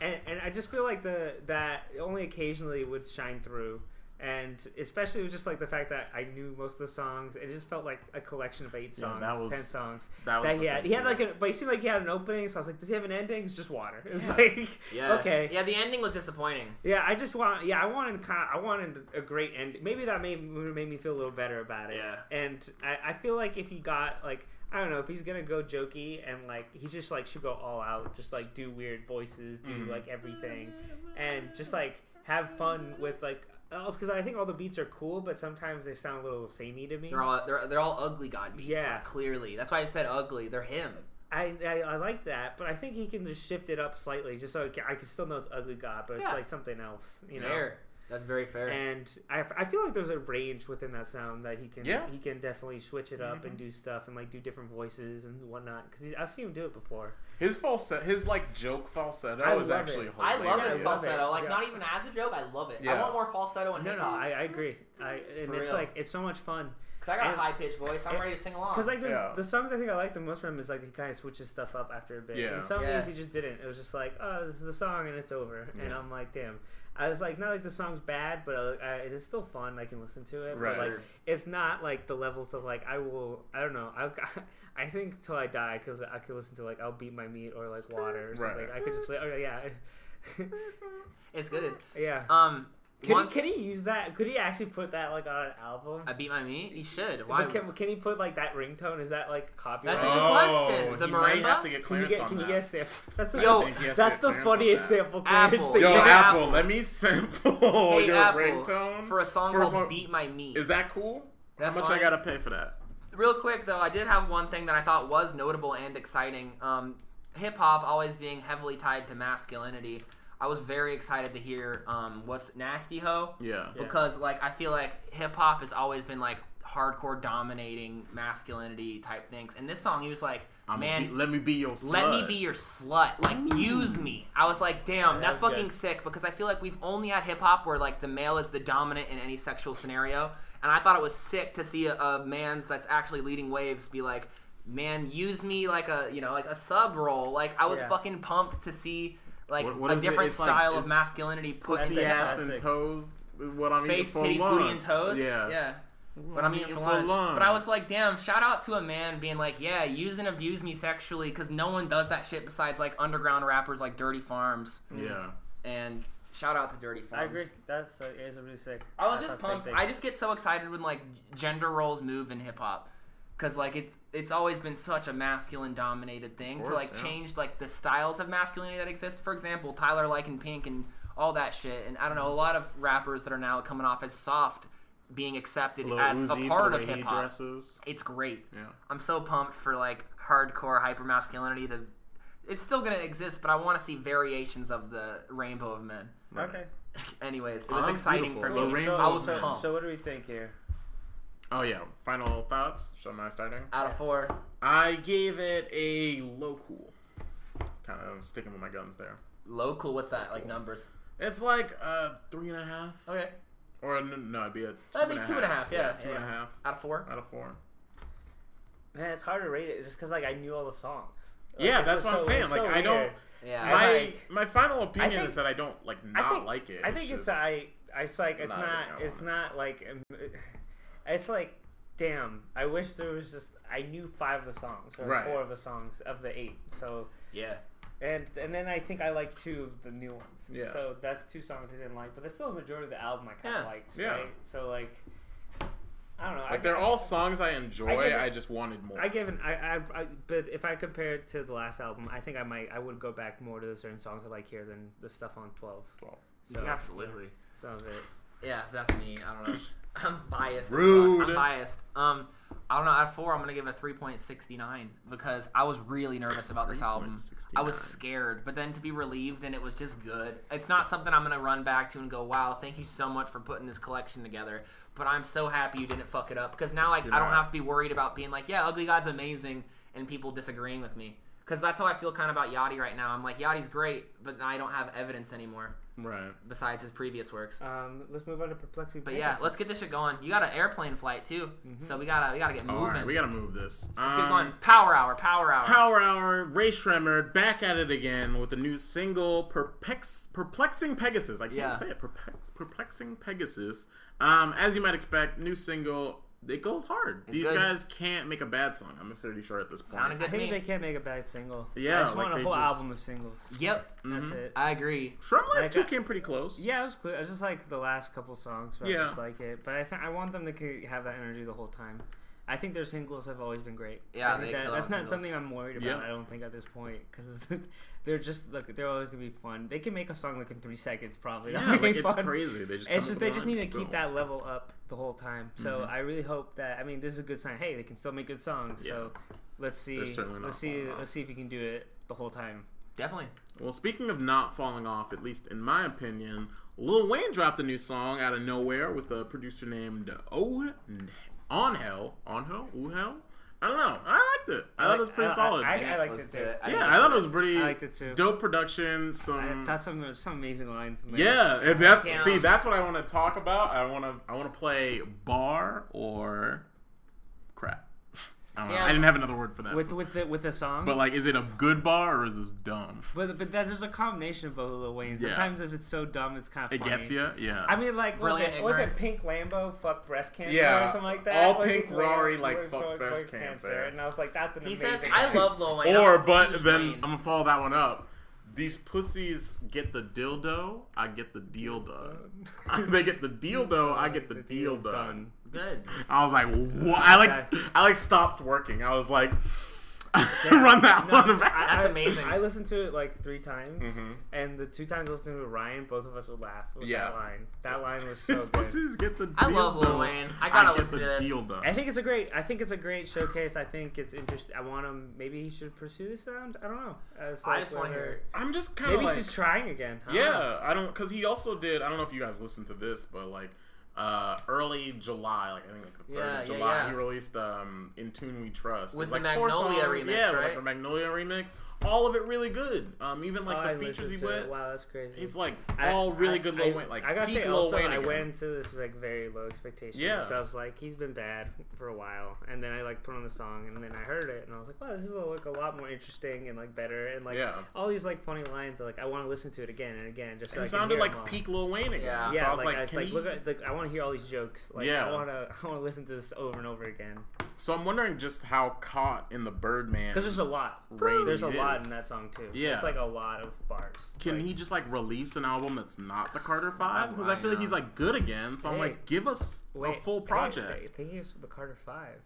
[SPEAKER 5] And and I just feel like the that only occasionally would shine through, and especially with just like the fact that I knew most of the songs. It just felt like a collection of eight songs,
[SPEAKER 3] that was-
[SPEAKER 5] ten songs.
[SPEAKER 3] that was the
[SPEAKER 5] he had.
[SPEAKER 3] thing
[SPEAKER 5] He had
[SPEAKER 3] too.
[SPEAKER 5] like a, but he seemed like he had an opening. So I was like, does he have an ending? It's just water. It's like, [LAUGHS]
[SPEAKER 4] yeah.
[SPEAKER 5] okay,
[SPEAKER 4] Yeah, the ending was disappointing.
[SPEAKER 5] Yeah, I just want. Yeah, I wanted. Kind I wanted a great end. Maybe that made made me feel a little better about it.
[SPEAKER 4] Yeah.
[SPEAKER 5] And I, I feel like if he got like I don't know if he's gonna go jokey and like he just like should go all out, just like do weird voices, do
[SPEAKER 4] Mm-hmm.
[SPEAKER 5] like everything, and just like have fun with like oh because I think all the beats are cool, but sometimes they sound a little samey to me.
[SPEAKER 4] They're all they're, they're all ugly god beats.
[SPEAKER 5] Yeah.
[SPEAKER 4] like, clearly. That's why I said ugly. They're him.
[SPEAKER 5] I, I I like that, but I think he can just shift it up slightly, just so I can, I can still know it's ugly God, but
[SPEAKER 4] Yeah.
[SPEAKER 5] it's like something else, you know.
[SPEAKER 4] Fair. That's very fair.
[SPEAKER 5] and I, I feel like there's a range within that sound that he can
[SPEAKER 3] Yeah.
[SPEAKER 5] he can definitely switch it up and do stuff and like do different voices and whatnot because I've seen him do it before.
[SPEAKER 3] His falsetto, his like joke falsetto
[SPEAKER 5] I
[SPEAKER 3] is
[SPEAKER 5] love
[SPEAKER 3] actually
[SPEAKER 5] it.
[SPEAKER 4] I
[SPEAKER 3] hilarious.
[SPEAKER 4] love
[SPEAKER 5] Yeah,
[SPEAKER 4] his
[SPEAKER 5] I love
[SPEAKER 4] falsetto.
[SPEAKER 5] it.
[SPEAKER 4] Like
[SPEAKER 5] Yeah.
[SPEAKER 4] not even as a joke, I love it. I
[SPEAKER 3] Yeah.
[SPEAKER 4] want more falsetto in
[SPEAKER 5] No,
[SPEAKER 4] hip
[SPEAKER 5] no,
[SPEAKER 4] hop
[SPEAKER 5] I, I agree. I and
[SPEAKER 4] For
[SPEAKER 5] it's
[SPEAKER 4] real.
[SPEAKER 5] like it's so much fun
[SPEAKER 4] because I got
[SPEAKER 5] and-
[SPEAKER 4] a high pitched voice. I'm ready to sing along.
[SPEAKER 5] because like there's
[SPEAKER 3] Yeah.
[SPEAKER 5] the songs I think I like the most from him is like he kind of switches stuff up after a bit.
[SPEAKER 3] Yeah.
[SPEAKER 5] And some
[SPEAKER 4] Yeah.
[SPEAKER 5] days he just didn't. It was just like oh this is the song and it's over and I'm like damn. I was like not like the song's bad but uh, uh, it is still fun. I can listen to it.
[SPEAKER 3] Right.
[SPEAKER 5] But, like
[SPEAKER 4] Sure.
[SPEAKER 5] it's not like the levels of like I will I don't know I [LAUGHS] I think till I die I could I could listen to like I'll beat my meat or like water or something.
[SPEAKER 3] Right.
[SPEAKER 5] I could just like oh yeah [LAUGHS]
[SPEAKER 4] it's good.
[SPEAKER 5] yeah.
[SPEAKER 4] Um,
[SPEAKER 5] could,
[SPEAKER 4] one-
[SPEAKER 5] he, could he use that? Could he actually put that like on an album?
[SPEAKER 4] I beat my meat. He should. Why?
[SPEAKER 5] But can, can he put like that ringtone? Is that like copyright?
[SPEAKER 4] That's a good question. The
[SPEAKER 3] Oh, he might
[SPEAKER 4] marimba?
[SPEAKER 3] have to get
[SPEAKER 5] Can you
[SPEAKER 3] clearance
[SPEAKER 5] get
[SPEAKER 3] on
[SPEAKER 5] can you
[SPEAKER 3] that.
[SPEAKER 5] get a sample? [LAUGHS] That's the,
[SPEAKER 4] Yo, I think
[SPEAKER 3] he has to
[SPEAKER 5] that's
[SPEAKER 3] get
[SPEAKER 5] the
[SPEAKER 3] clearance on
[SPEAKER 5] funniest
[SPEAKER 3] that.
[SPEAKER 5] sample clearance
[SPEAKER 4] Apple.
[SPEAKER 5] thing.
[SPEAKER 3] Yo,
[SPEAKER 4] Hey,
[SPEAKER 3] Apple,
[SPEAKER 4] Apple.
[SPEAKER 3] let me [LAUGHS] sample
[SPEAKER 4] hey,
[SPEAKER 3] your
[SPEAKER 4] Apple,
[SPEAKER 3] ringtone
[SPEAKER 4] for a song
[SPEAKER 3] for
[SPEAKER 4] called
[SPEAKER 3] song-
[SPEAKER 4] "Beat My Meat."
[SPEAKER 3] Is that cool?
[SPEAKER 4] That
[SPEAKER 3] How much
[SPEAKER 4] fine?
[SPEAKER 3] I gotta pay for that?
[SPEAKER 4] Real quick though, I did have one thing that I thought was notable and exciting. Um, Hip hop always being heavily tied to masculinity. I was very excited to hear um, what's Nasty Ho.
[SPEAKER 3] Yeah.
[SPEAKER 4] Because like I feel like hip hop has always been like hardcore dominating masculinity type things, and this song he was like,
[SPEAKER 3] I'm
[SPEAKER 4] man.
[SPEAKER 3] be- let me be your slut. Mm.
[SPEAKER 4] let me be your slut. Like, use me. I was like, damn,
[SPEAKER 5] Yeah,
[SPEAKER 4] that's
[SPEAKER 5] that's
[SPEAKER 4] fucking
[SPEAKER 5] good.
[SPEAKER 4] sick because I feel like we've only had hip hop where, like, the male is the dominant in any sexual scenario. And I thought it was sick to see a, a man's that's actually leading waves be like, man, use me like a, you know, like a sub role. Like, I was
[SPEAKER 5] Yeah.
[SPEAKER 4] fucking pumped to see, like,
[SPEAKER 3] What- what
[SPEAKER 4] a
[SPEAKER 3] is it?
[SPEAKER 4] different
[SPEAKER 3] It's like-
[SPEAKER 4] style of
[SPEAKER 3] it's
[SPEAKER 4] masculinity put
[SPEAKER 3] pussy
[SPEAKER 5] That's
[SPEAKER 3] ass
[SPEAKER 5] fantastic.
[SPEAKER 3] and toes. is What I'm eating
[SPEAKER 4] face,
[SPEAKER 3] for
[SPEAKER 4] titties,
[SPEAKER 3] lunch.
[SPEAKER 4] booty, and toes.
[SPEAKER 3] Yeah.
[SPEAKER 4] yeah. But I'm eating for lunch. But I was like, damn, shout out to a man being like, yeah, use and abuse me sexually because no one does that shit besides like underground rappers like Dirty Farms.
[SPEAKER 3] Yeah.
[SPEAKER 4] And shout out to Dirty Farms.
[SPEAKER 5] I agree. That's uh, is really sick.
[SPEAKER 4] I was
[SPEAKER 5] That's
[SPEAKER 4] just
[SPEAKER 5] the same
[SPEAKER 4] pumped.
[SPEAKER 5] thing.
[SPEAKER 4] I just get so excited when like g- gender roles move in hip hop. Cause like it's it's always been such a masculine dominated thing to
[SPEAKER 3] course,
[SPEAKER 4] like
[SPEAKER 3] yeah.
[SPEAKER 4] change like the styles of masculinity that exist. For example, Tyler Liken Pink and all that shit. And I don't know, a lot of rappers that are now coming off as soft being accepted
[SPEAKER 3] Lil
[SPEAKER 4] as
[SPEAKER 3] Uzi
[SPEAKER 4] a
[SPEAKER 3] for
[SPEAKER 4] part
[SPEAKER 3] the
[SPEAKER 4] of
[SPEAKER 3] way he
[SPEAKER 4] hip hop.
[SPEAKER 3] dresses.
[SPEAKER 4] It's great.
[SPEAKER 3] Yeah.
[SPEAKER 4] I'm so pumped for like hardcore hyper masculinity to it's still gonna exist, but I wanna see variations of the rainbow of men.
[SPEAKER 5] okay.
[SPEAKER 4] Anyways, it was
[SPEAKER 3] Sounds
[SPEAKER 4] exciting
[SPEAKER 3] beautiful.
[SPEAKER 4] for me.
[SPEAKER 3] Lorraine
[SPEAKER 5] so,
[SPEAKER 4] I was
[SPEAKER 5] so,
[SPEAKER 4] pumped.
[SPEAKER 5] so what do we think here?
[SPEAKER 3] Oh yeah. Final thoughts. Shall I starting?
[SPEAKER 4] Out of four.
[SPEAKER 3] I gave it a low cool. Kind of sticking with my guns there.
[SPEAKER 4] Local, what's that? Like numbers.
[SPEAKER 3] It's like a three and a half,
[SPEAKER 4] Okay.
[SPEAKER 3] or a, no, it'd be a two
[SPEAKER 4] That'd be
[SPEAKER 3] and a
[SPEAKER 4] two and a half, yeah.
[SPEAKER 3] two and a half
[SPEAKER 4] Out of four?
[SPEAKER 3] out of four.
[SPEAKER 5] Man, it's hard to rate it just because like I knew all the songs. Like,
[SPEAKER 3] yeah,
[SPEAKER 5] it's
[SPEAKER 3] that's
[SPEAKER 5] just
[SPEAKER 3] what I'm
[SPEAKER 5] so-
[SPEAKER 3] saying.
[SPEAKER 5] it's
[SPEAKER 3] Like
[SPEAKER 5] so
[SPEAKER 3] I don't.
[SPEAKER 5] weird.
[SPEAKER 4] Yeah.
[SPEAKER 3] My
[SPEAKER 5] like-
[SPEAKER 3] my final opinion
[SPEAKER 5] think-
[SPEAKER 3] is that I don't like not
[SPEAKER 5] I think,
[SPEAKER 3] like it.
[SPEAKER 5] I think it's,
[SPEAKER 3] just-
[SPEAKER 5] I. I it's like it's
[SPEAKER 3] Nah,
[SPEAKER 5] not.
[SPEAKER 3] I don't
[SPEAKER 5] It's
[SPEAKER 3] wanna-
[SPEAKER 5] not like. [LAUGHS] um, It's like, damn. I wish there was just. I knew five of the songs or
[SPEAKER 3] Right.
[SPEAKER 5] four of the songs of the eight. So
[SPEAKER 4] yeah.
[SPEAKER 5] and and then I think I like two of the new ones.
[SPEAKER 3] Yeah.
[SPEAKER 5] So that's two songs I didn't like, but that's still the majority of the album I kind of
[SPEAKER 4] Yeah.
[SPEAKER 5] liked.
[SPEAKER 3] Yeah.
[SPEAKER 5] Right? So like, I don't know.
[SPEAKER 3] like
[SPEAKER 5] I,
[SPEAKER 3] they're all songs I
[SPEAKER 5] I
[SPEAKER 3] enjoy.
[SPEAKER 5] give it-
[SPEAKER 3] I, just wanted more.
[SPEAKER 5] I give an I, I, I but if I compare it to the last album, I think I might I would go back more to the certain songs I like here than the stuff on twelve.
[SPEAKER 3] Well,
[SPEAKER 5] So
[SPEAKER 4] Absolutely.
[SPEAKER 5] some of it.
[SPEAKER 4] Yeah, if that's me. I don't know. [LAUGHS] I'm biased. as fuck.
[SPEAKER 3] Rude.
[SPEAKER 4] I'm biased. Um, I don't know. Out of four, I'm gonna give it a 3.69 because I was really nervous about this album. I was
[SPEAKER 3] 3.69.
[SPEAKER 4] scared, but then to be relieved and it was just good. It's not something I'm gonna run back to and go, "Wow, thank you so much for putting this collection together." But I'm so happy you didn't fuck it up because now like I don't
[SPEAKER 3] not.
[SPEAKER 4] have to be worried about being like, "Yeah, Ugly God's amazing," and people disagreeing with me. Because that's how I feel kind of about Yachty right now. I'm like, Yachty's great, but I don't have evidence anymore
[SPEAKER 3] right.
[SPEAKER 4] besides his previous works.
[SPEAKER 5] Um, let's move on to perplexing.
[SPEAKER 4] But yeah, let's get this shit going. You got an airplane flight too,
[SPEAKER 5] Mm-hmm.
[SPEAKER 4] so we gotta we gotta get moving.
[SPEAKER 3] All right, we gotta move this. Let's
[SPEAKER 4] Let's get going. Power hour, power hour.
[SPEAKER 3] Power Hour, Ray Shremmer, back at it again with a new single, Perplex, Perplexing Pegasus. I can't
[SPEAKER 4] Yeah.
[SPEAKER 3] say it. Perplex, Perplexing Pegasus. Um, as you might expect, new single, it goes hard. These
[SPEAKER 4] good.
[SPEAKER 3] guys can't make a bad song, I'm pretty sure at this point.
[SPEAKER 4] Sounded
[SPEAKER 5] I
[SPEAKER 4] good to
[SPEAKER 5] think
[SPEAKER 4] me.
[SPEAKER 5] they can't make a bad single.
[SPEAKER 3] Yeah,
[SPEAKER 5] I just
[SPEAKER 3] like,
[SPEAKER 5] want a
[SPEAKER 3] they
[SPEAKER 5] whole
[SPEAKER 3] just- Mm-hmm.
[SPEAKER 5] album of singles.
[SPEAKER 4] Yep,
[SPEAKER 5] That's it.
[SPEAKER 4] I agree.
[SPEAKER 3] Shrum Life
[SPEAKER 5] Like,
[SPEAKER 3] 2
[SPEAKER 5] uh,
[SPEAKER 3] came pretty close.
[SPEAKER 5] Yeah, it was clear. It was just like the last couple songs where I
[SPEAKER 3] Yeah.
[SPEAKER 5] just like it. But I th- I want them to c- have that energy the whole time. I think their singles have always been great.
[SPEAKER 4] Yeah,
[SPEAKER 5] I think
[SPEAKER 4] they
[SPEAKER 5] that,
[SPEAKER 4] kill
[SPEAKER 5] that's
[SPEAKER 4] on
[SPEAKER 5] not
[SPEAKER 4] singles.
[SPEAKER 5] something I'm worried about.
[SPEAKER 3] Yeah.
[SPEAKER 5] I don't think at this point because [LAUGHS] they're just look, they're always gonna be fun. They can make a song like in three seconds probably. [LAUGHS]
[SPEAKER 3] Yeah,
[SPEAKER 5] That'll be
[SPEAKER 3] like, it's
[SPEAKER 5] fun.
[SPEAKER 3] crazy. They just, come
[SPEAKER 5] It's just
[SPEAKER 3] with
[SPEAKER 5] they
[SPEAKER 3] the Mm-hmm.
[SPEAKER 5] just
[SPEAKER 3] rhyme.
[SPEAKER 5] need to keep
[SPEAKER 3] Boom.
[SPEAKER 5] that level up the whole time. So I really hope that I mean this is a good sign. Hey, they can still make good songs. So let's see.
[SPEAKER 3] They're certainly not
[SPEAKER 5] Let's see.
[SPEAKER 3] falling off.
[SPEAKER 5] Let's see if you can do it the whole time.
[SPEAKER 4] Definitely.
[SPEAKER 3] Well, speaking of not falling off, at least in my opinion, Lil Wayne dropped a new song out of nowhere with a producer named O On Hell. On Hell? Ooh Hell? I don't know. I liked it. I, thought it was pretty
[SPEAKER 5] I- I-
[SPEAKER 3] solid.
[SPEAKER 5] I-
[SPEAKER 4] Yeah,
[SPEAKER 5] liked
[SPEAKER 4] let's
[SPEAKER 5] it
[SPEAKER 4] do I
[SPEAKER 5] too.
[SPEAKER 3] yeah,
[SPEAKER 4] think
[SPEAKER 3] I thought it
[SPEAKER 4] it's-
[SPEAKER 3] was pretty
[SPEAKER 5] I liked it too.
[SPEAKER 3] dope production. Some
[SPEAKER 5] That's some some amazing lines. In there.
[SPEAKER 3] Mm. yeah, and that's
[SPEAKER 4] Yeah.
[SPEAKER 3] see, that's what I want to talk about. I want to I want to play bar or crap. I don't know.
[SPEAKER 4] Yeah.
[SPEAKER 3] I didn't have another word for that.
[SPEAKER 5] With with the with the song.
[SPEAKER 3] but like, is it a good bar or is this dumb?
[SPEAKER 5] But but that, there's a combination of both of Lil Wayne.
[SPEAKER 3] Yeah.
[SPEAKER 5] Sometimes if it's so dumb, it's kind of
[SPEAKER 3] It
[SPEAKER 5] funny.
[SPEAKER 3] gets you, yeah.
[SPEAKER 5] I mean, like, what was
[SPEAKER 4] Brilliant
[SPEAKER 5] it, what was it
[SPEAKER 4] ignorance.
[SPEAKER 5] Pink Lambo, fuck breast cancer,
[SPEAKER 3] Yeah,
[SPEAKER 5] or something like that?
[SPEAKER 3] all
[SPEAKER 5] What was it,
[SPEAKER 3] Pink Rory,
[SPEAKER 5] Lambo,
[SPEAKER 3] like,
[SPEAKER 5] fuck,
[SPEAKER 3] fuck
[SPEAKER 5] fuck
[SPEAKER 3] breast cancer.
[SPEAKER 5] And I was like, that's an
[SPEAKER 4] He
[SPEAKER 5] amazing.
[SPEAKER 4] says, "I love Lil
[SPEAKER 3] [LAUGHS]
[SPEAKER 4] Wayne."
[SPEAKER 3] or
[SPEAKER 4] I'm a
[SPEAKER 3] but
[SPEAKER 4] huge
[SPEAKER 3] then I'm
[SPEAKER 4] Wayne.
[SPEAKER 3] gonna follow that one up. These pussies get the deal dildo, I get the deal
[SPEAKER 4] [LAUGHS]
[SPEAKER 3] done. [LAUGHS]
[SPEAKER 5] [LAUGHS]
[SPEAKER 3] they get the deal dildo, I get the, deal
[SPEAKER 5] deal's
[SPEAKER 3] done.
[SPEAKER 5] done.
[SPEAKER 4] good.
[SPEAKER 3] I was like, what? I like,
[SPEAKER 5] Okay.
[SPEAKER 3] I like stopped working. I was like, [LAUGHS] run that one back. Mm-hmm.
[SPEAKER 5] I-
[SPEAKER 4] That's
[SPEAKER 5] I-
[SPEAKER 4] amazing.
[SPEAKER 5] I listened to it like three times, and the two times I listened to it with Ryan, both of us would laugh. With
[SPEAKER 3] Yeah.
[SPEAKER 5] that line. That
[SPEAKER 3] [LAUGHS]
[SPEAKER 5] line was so
[SPEAKER 3] These
[SPEAKER 5] good.
[SPEAKER 3] pussies get the deal
[SPEAKER 4] I love Lil
[SPEAKER 3] done.
[SPEAKER 4] Wayne. I gotta
[SPEAKER 3] get
[SPEAKER 4] listen
[SPEAKER 3] the
[SPEAKER 4] to this.
[SPEAKER 3] deal done.
[SPEAKER 5] I think it's a great. I think it's a great showcase. I think it's interesting. I want him. Maybe he should pursue this sound. I don't know. It's
[SPEAKER 4] I
[SPEAKER 5] like
[SPEAKER 4] just want to
[SPEAKER 5] whether-
[SPEAKER 4] hear.
[SPEAKER 3] I'm just kind of
[SPEAKER 5] Maybe
[SPEAKER 3] like,
[SPEAKER 5] he's trying again. I don't know.
[SPEAKER 3] yeah, I don't, because he also did. I don't know if you guys listened to this, but like. Uh, early July, like I think like the third
[SPEAKER 4] Yeah, yeah,
[SPEAKER 3] of July,
[SPEAKER 4] yeah.
[SPEAKER 3] he released um, "In Tune We Trust." It
[SPEAKER 4] With
[SPEAKER 3] was,
[SPEAKER 4] the
[SPEAKER 3] like four
[SPEAKER 4] Magnolia
[SPEAKER 3] songs,
[SPEAKER 4] remix,
[SPEAKER 3] yeah, with,
[SPEAKER 4] right?
[SPEAKER 3] like the Magnolia remix. All of it really good. Um, even like
[SPEAKER 5] Oh, I
[SPEAKER 3] the features
[SPEAKER 5] listened
[SPEAKER 3] he
[SPEAKER 5] to
[SPEAKER 3] went,
[SPEAKER 5] It. Wow, that's crazy.
[SPEAKER 3] it's like
[SPEAKER 5] I-
[SPEAKER 3] all really
[SPEAKER 5] I-
[SPEAKER 3] good. Lil
[SPEAKER 5] I-
[SPEAKER 3] Wayne, like
[SPEAKER 5] I gotta
[SPEAKER 3] peak
[SPEAKER 5] say,
[SPEAKER 3] Lil
[SPEAKER 5] also,
[SPEAKER 3] Wayne.
[SPEAKER 5] I
[SPEAKER 3] again.
[SPEAKER 5] went into this like very low expectations.
[SPEAKER 3] Yeah.
[SPEAKER 5] So I was like, he's been bad for a while, and then I like put on the song, and then I heard it, and I was like, wow, this is like a lot more interesting and like better, and like
[SPEAKER 3] Yeah.
[SPEAKER 5] all these like funny lines. Like I want to listen to it again and again, just so I
[SPEAKER 3] It
[SPEAKER 5] can
[SPEAKER 3] sounded
[SPEAKER 5] hear 'em
[SPEAKER 3] like
[SPEAKER 5] all.
[SPEAKER 3] peak Lil Wayne again.
[SPEAKER 4] Yeah.
[SPEAKER 5] Yeah,
[SPEAKER 3] so I was
[SPEAKER 5] like,
[SPEAKER 3] like,
[SPEAKER 5] I was
[SPEAKER 3] can
[SPEAKER 5] like,
[SPEAKER 3] he-
[SPEAKER 5] look at, like I want to hear all these jokes. Like
[SPEAKER 3] Yeah.
[SPEAKER 5] I want to, [LAUGHS] I want to listen to this over and over again
[SPEAKER 3] so I'm wondering just how caught in the Birdman.
[SPEAKER 5] because there's a lot.
[SPEAKER 3] Rain
[SPEAKER 5] there's a lot
[SPEAKER 3] is.
[SPEAKER 5] in that song too.
[SPEAKER 3] Yeah.
[SPEAKER 5] it's like a lot of bars.
[SPEAKER 3] can
[SPEAKER 5] Like,
[SPEAKER 3] he just like release an album that's not the Carter Five? Because I feel like
[SPEAKER 4] yeah.
[SPEAKER 3] he's like good again. So I'm
[SPEAKER 5] Hey.
[SPEAKER 3] like, give us
[SPEAKER 5] Wait,
[SPEAKER 3] a full
[SPEAKER 5] hey,
[SPEAKER 3] project.
[SPEAKER 5] Hey, think it was the Carter Five.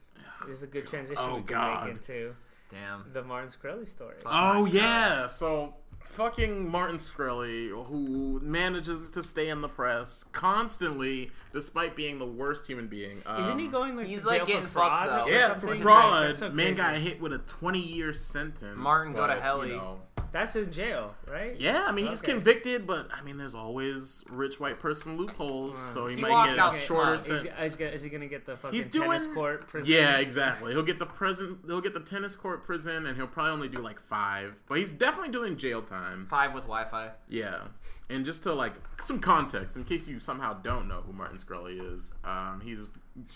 [SPEAKER 5] This is a good transition
[SPEAKER 3] Oh,
[SPEAKER 5] we can
[SPEAKER 3] God.
[SPEAKER 5] make into
[SPEAKER 4] Damn.
[SPEAKER 5] the Martin Scully story.
[SPEAKER 3] Oh yeah, so fucking Martin Shkreli, who manages to stay in the press constantly, despite being the worst human being. Um,
[SPEAKER 5] Isn't he going like
[SPEAKER 4] He's,
[SPEAKER 5] to
[SPEAKER 4] like,
[SPEAKER 5] jail
[SPEAKER 4] getting
[SPEAKER 5] for fraud?
[SPEAKER 4] fucked,
[SPEAKER 5] or
[SPEAKER 4] though.
[SPEAKER 3] Yeah,
[SPEAKER 5] something?
[SPEAKER 3] for
[SPEAKER 5] That's
[SPEAKER 3] fraud,
[SPEAKER 5] so
[SPEAKER 3] man
[SPEAKER 5] crazy.
[SPEAKER 3] got hit with a 20 year sentence.
[SPEAKER 4] Martin, go to
[SPEAKER 3] but,
[SPEAKER 4] hell.
[SPEAKER 3] you know,
[SPEAKER 5] That's in jail, right?
[SPEAKER 3] Yeah, I mean he's
[SPEAKER 5] Okay.
[SPEAKER 3] convicted, but I mean there's always rich white person loopholes, so he, might
[SPEAKER 4] walked
[SPEAKER 3] get
[SPEAKER 4] out
[SPEAKER 3] a shorter
[SPEAKER 4] smart.
[SPEAKER 5] Is,
[SPEAKER 3] sentence.
[SPEAKER 5] is, is he gonna get the fucking
[SPEAKER 3] uh, He's doing
[SPEAKER 5] tennis court prison?
[SPEAKER 3] Yeah, exactly. He'll get the prison. He'll get the tennis court prison, and he'll probably only do like five. But he's definitely doing jail time.
[SPEAKER 4] Five with Wi-Fi.
[SPEAKER 3] Yeah, and just to like some context, in case you somehow don't know who Martin Scully is, um, he's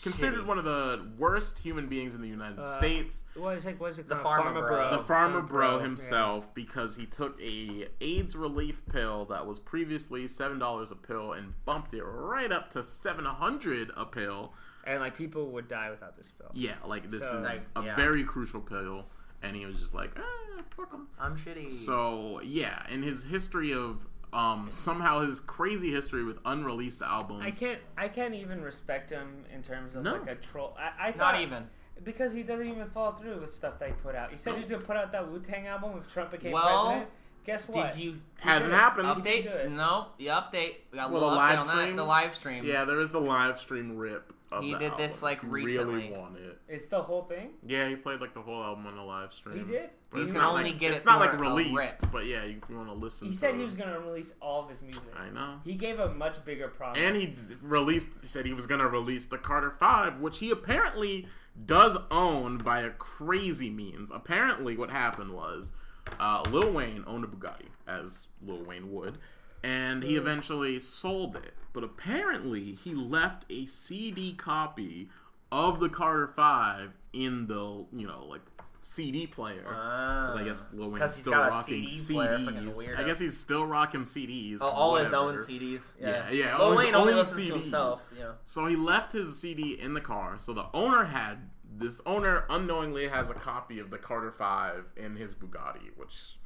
[SPEAKER 3] considered one of the worst human beings in the United
[SPEAKER 5] Uh,
[SPEAKER 3] States.
[SPEAKER 5] Well, it's like, what is it?
[SPEAKER 4] The
[SPEAKER 5] called?
[SPEAKER 4] farmer bro.
[SPEAKER 3] the
[SPEAKER 4] Oh,
[SPEAKER 3] farmer
[SPEAKER 5] Farm
[SPEAKER 3] bro
[SPEAKER 5] yeah.
[SPEAKER 3] himself because he took a AIDS relief pill that was previously seven dollars a pill and bumped it right up to seven hundred a pill.
[SPEAKER 5] And like people would die without this bill.
[SPEAKER 3] Yeah, like this
[SPEAKER 5] So-
[SPEAKER 3] is a
[SPEAKER 5] Like,
[SPEAKER 4] yeah.
[SPEAKER 3] very crucial pill, and he was just like, eh, fuck 'em."
[SPEAKER 4] I'm shitty.
[SPEAKER 3] So yeah, and his history of um somehow his crazy history with unreleased albums.
[SPEAKER 5] I can't. I can't even respect him in terms of
[SPEAKER 3] No.
[SPEAKER 5] like a troll. I, I
[SPEAKER 4] not
[SPEAKER 5] thought-
[SPEAKER 4] even.
[SPEAKER 5] because he doesn't even follow through with stuff that he put out. He said he was gonna put out that Wu Tang album if Trump became
[SPEAKER 4] Well,
[SPEAKER 5] president. Guess what?
[SPEAKER 4] Did you
[SPEAKER 3] hasn't
[SPEAKER 5] did.
[SPEAKER 3] happened.
[SPEAKER 4] update?
[SPEAKER 5] do it.
[SPEAKER 4] No, the update. We got a
[SPEAKER 3] Well,
[SPEAKER 4] little
[SPEAKER 3] the
[SPEAKER 4] update
[SPEAKER 3] live
[SPEAKER 4] on
[SPEAKER 3] stream?
[SPEAKER 4] that. The live stream.
[SPEAKER 3] Yeah, there is the live stream rip. Of
[SPEAKER 4] He
[SPEAKER 3] the
[SPEAKER 4] did this,
[SPEAKER 3] album.
[SPEAKER 4] like,
[SPEAKER 3] He
[SPEAKER 4] recently.
[SPEAKER 3] Really want it.
[SPEAKER 5] It's the whole thing.
[SPEAKER 3] Yeah, he played like the whole album on the live stream.
[SPEAKER 5] He did?
[SPEAKER 3] But
[SPEAKER 4] You
[SPEAKER 3] it's
[SPEAKER 4] can
[SPEAKER 3] not
[SPEAKER 4] only
[SPEAKER 3] like
[SPEAKER 4] get
[SPEAKER 3] it's
[SPEAKER 4] it
[SPEAKER 3] not like
[SPEAKER 4] through a- a
[SPEAKER 3] released.
[SPEAKER 4] rip.
[SPEAKER 3] But yeah, you, you want to listen.
[SPEAKER 5] He
[SPEAKER 3] to
[SPEAKER 5] said
[SPEAKER 3] it.
[SPEAKER 5] he was gonna release all of his music.
[SPEAKER 3] I know.
[SPEAKER 5] He gave a much bigger promise.
[SPEAKER 3] and he d- released he said he was gonna release the Carter Five, which he apparently does own by a crazy means. Apparently, what happened was uh, Lil Wayne owned a Bugatti, as Lil Wayne would, and he eventually sold it. But apparently, he left a CD copy of the Carter Five in the you know like CD player. 'Cause I guess Lil Wayne's
[SPEAKER 4] 'Cause Uh, he's
[SPEAKER 3] still
[SPEAKER 4] got a
[SPEAKER 3] rocking
[SPEAKER 4] CD player, fucking
[SPEAKER 3] CDs. I
[SPEAKER 4] weirdo.
[SPEAKER 3] guess he's still rocking CDs.
[SPEAKER 4] Oh, all his
[SPEAKER 3] whatever.
[SPEAKER 4] own CDs.
[SPEAKER 3] Yeah,
[SPEAKER 4] Yeah,
[SPEAKER 3] yeah.
[SPEAKER 4] Lil
[SPEAKER 3] all his
[SPEAKER 4] Wayne only
[SPEAKER 3] own
[SPEAKER 4] listens to
[SPEAKER 3] CDs.
[SPEAKER 4] himself. You know.
[SPEAKER 3] So he left his CD in the car. So the owner had this owner unknowingly has a copy of the Carter Five in his Bugatti, which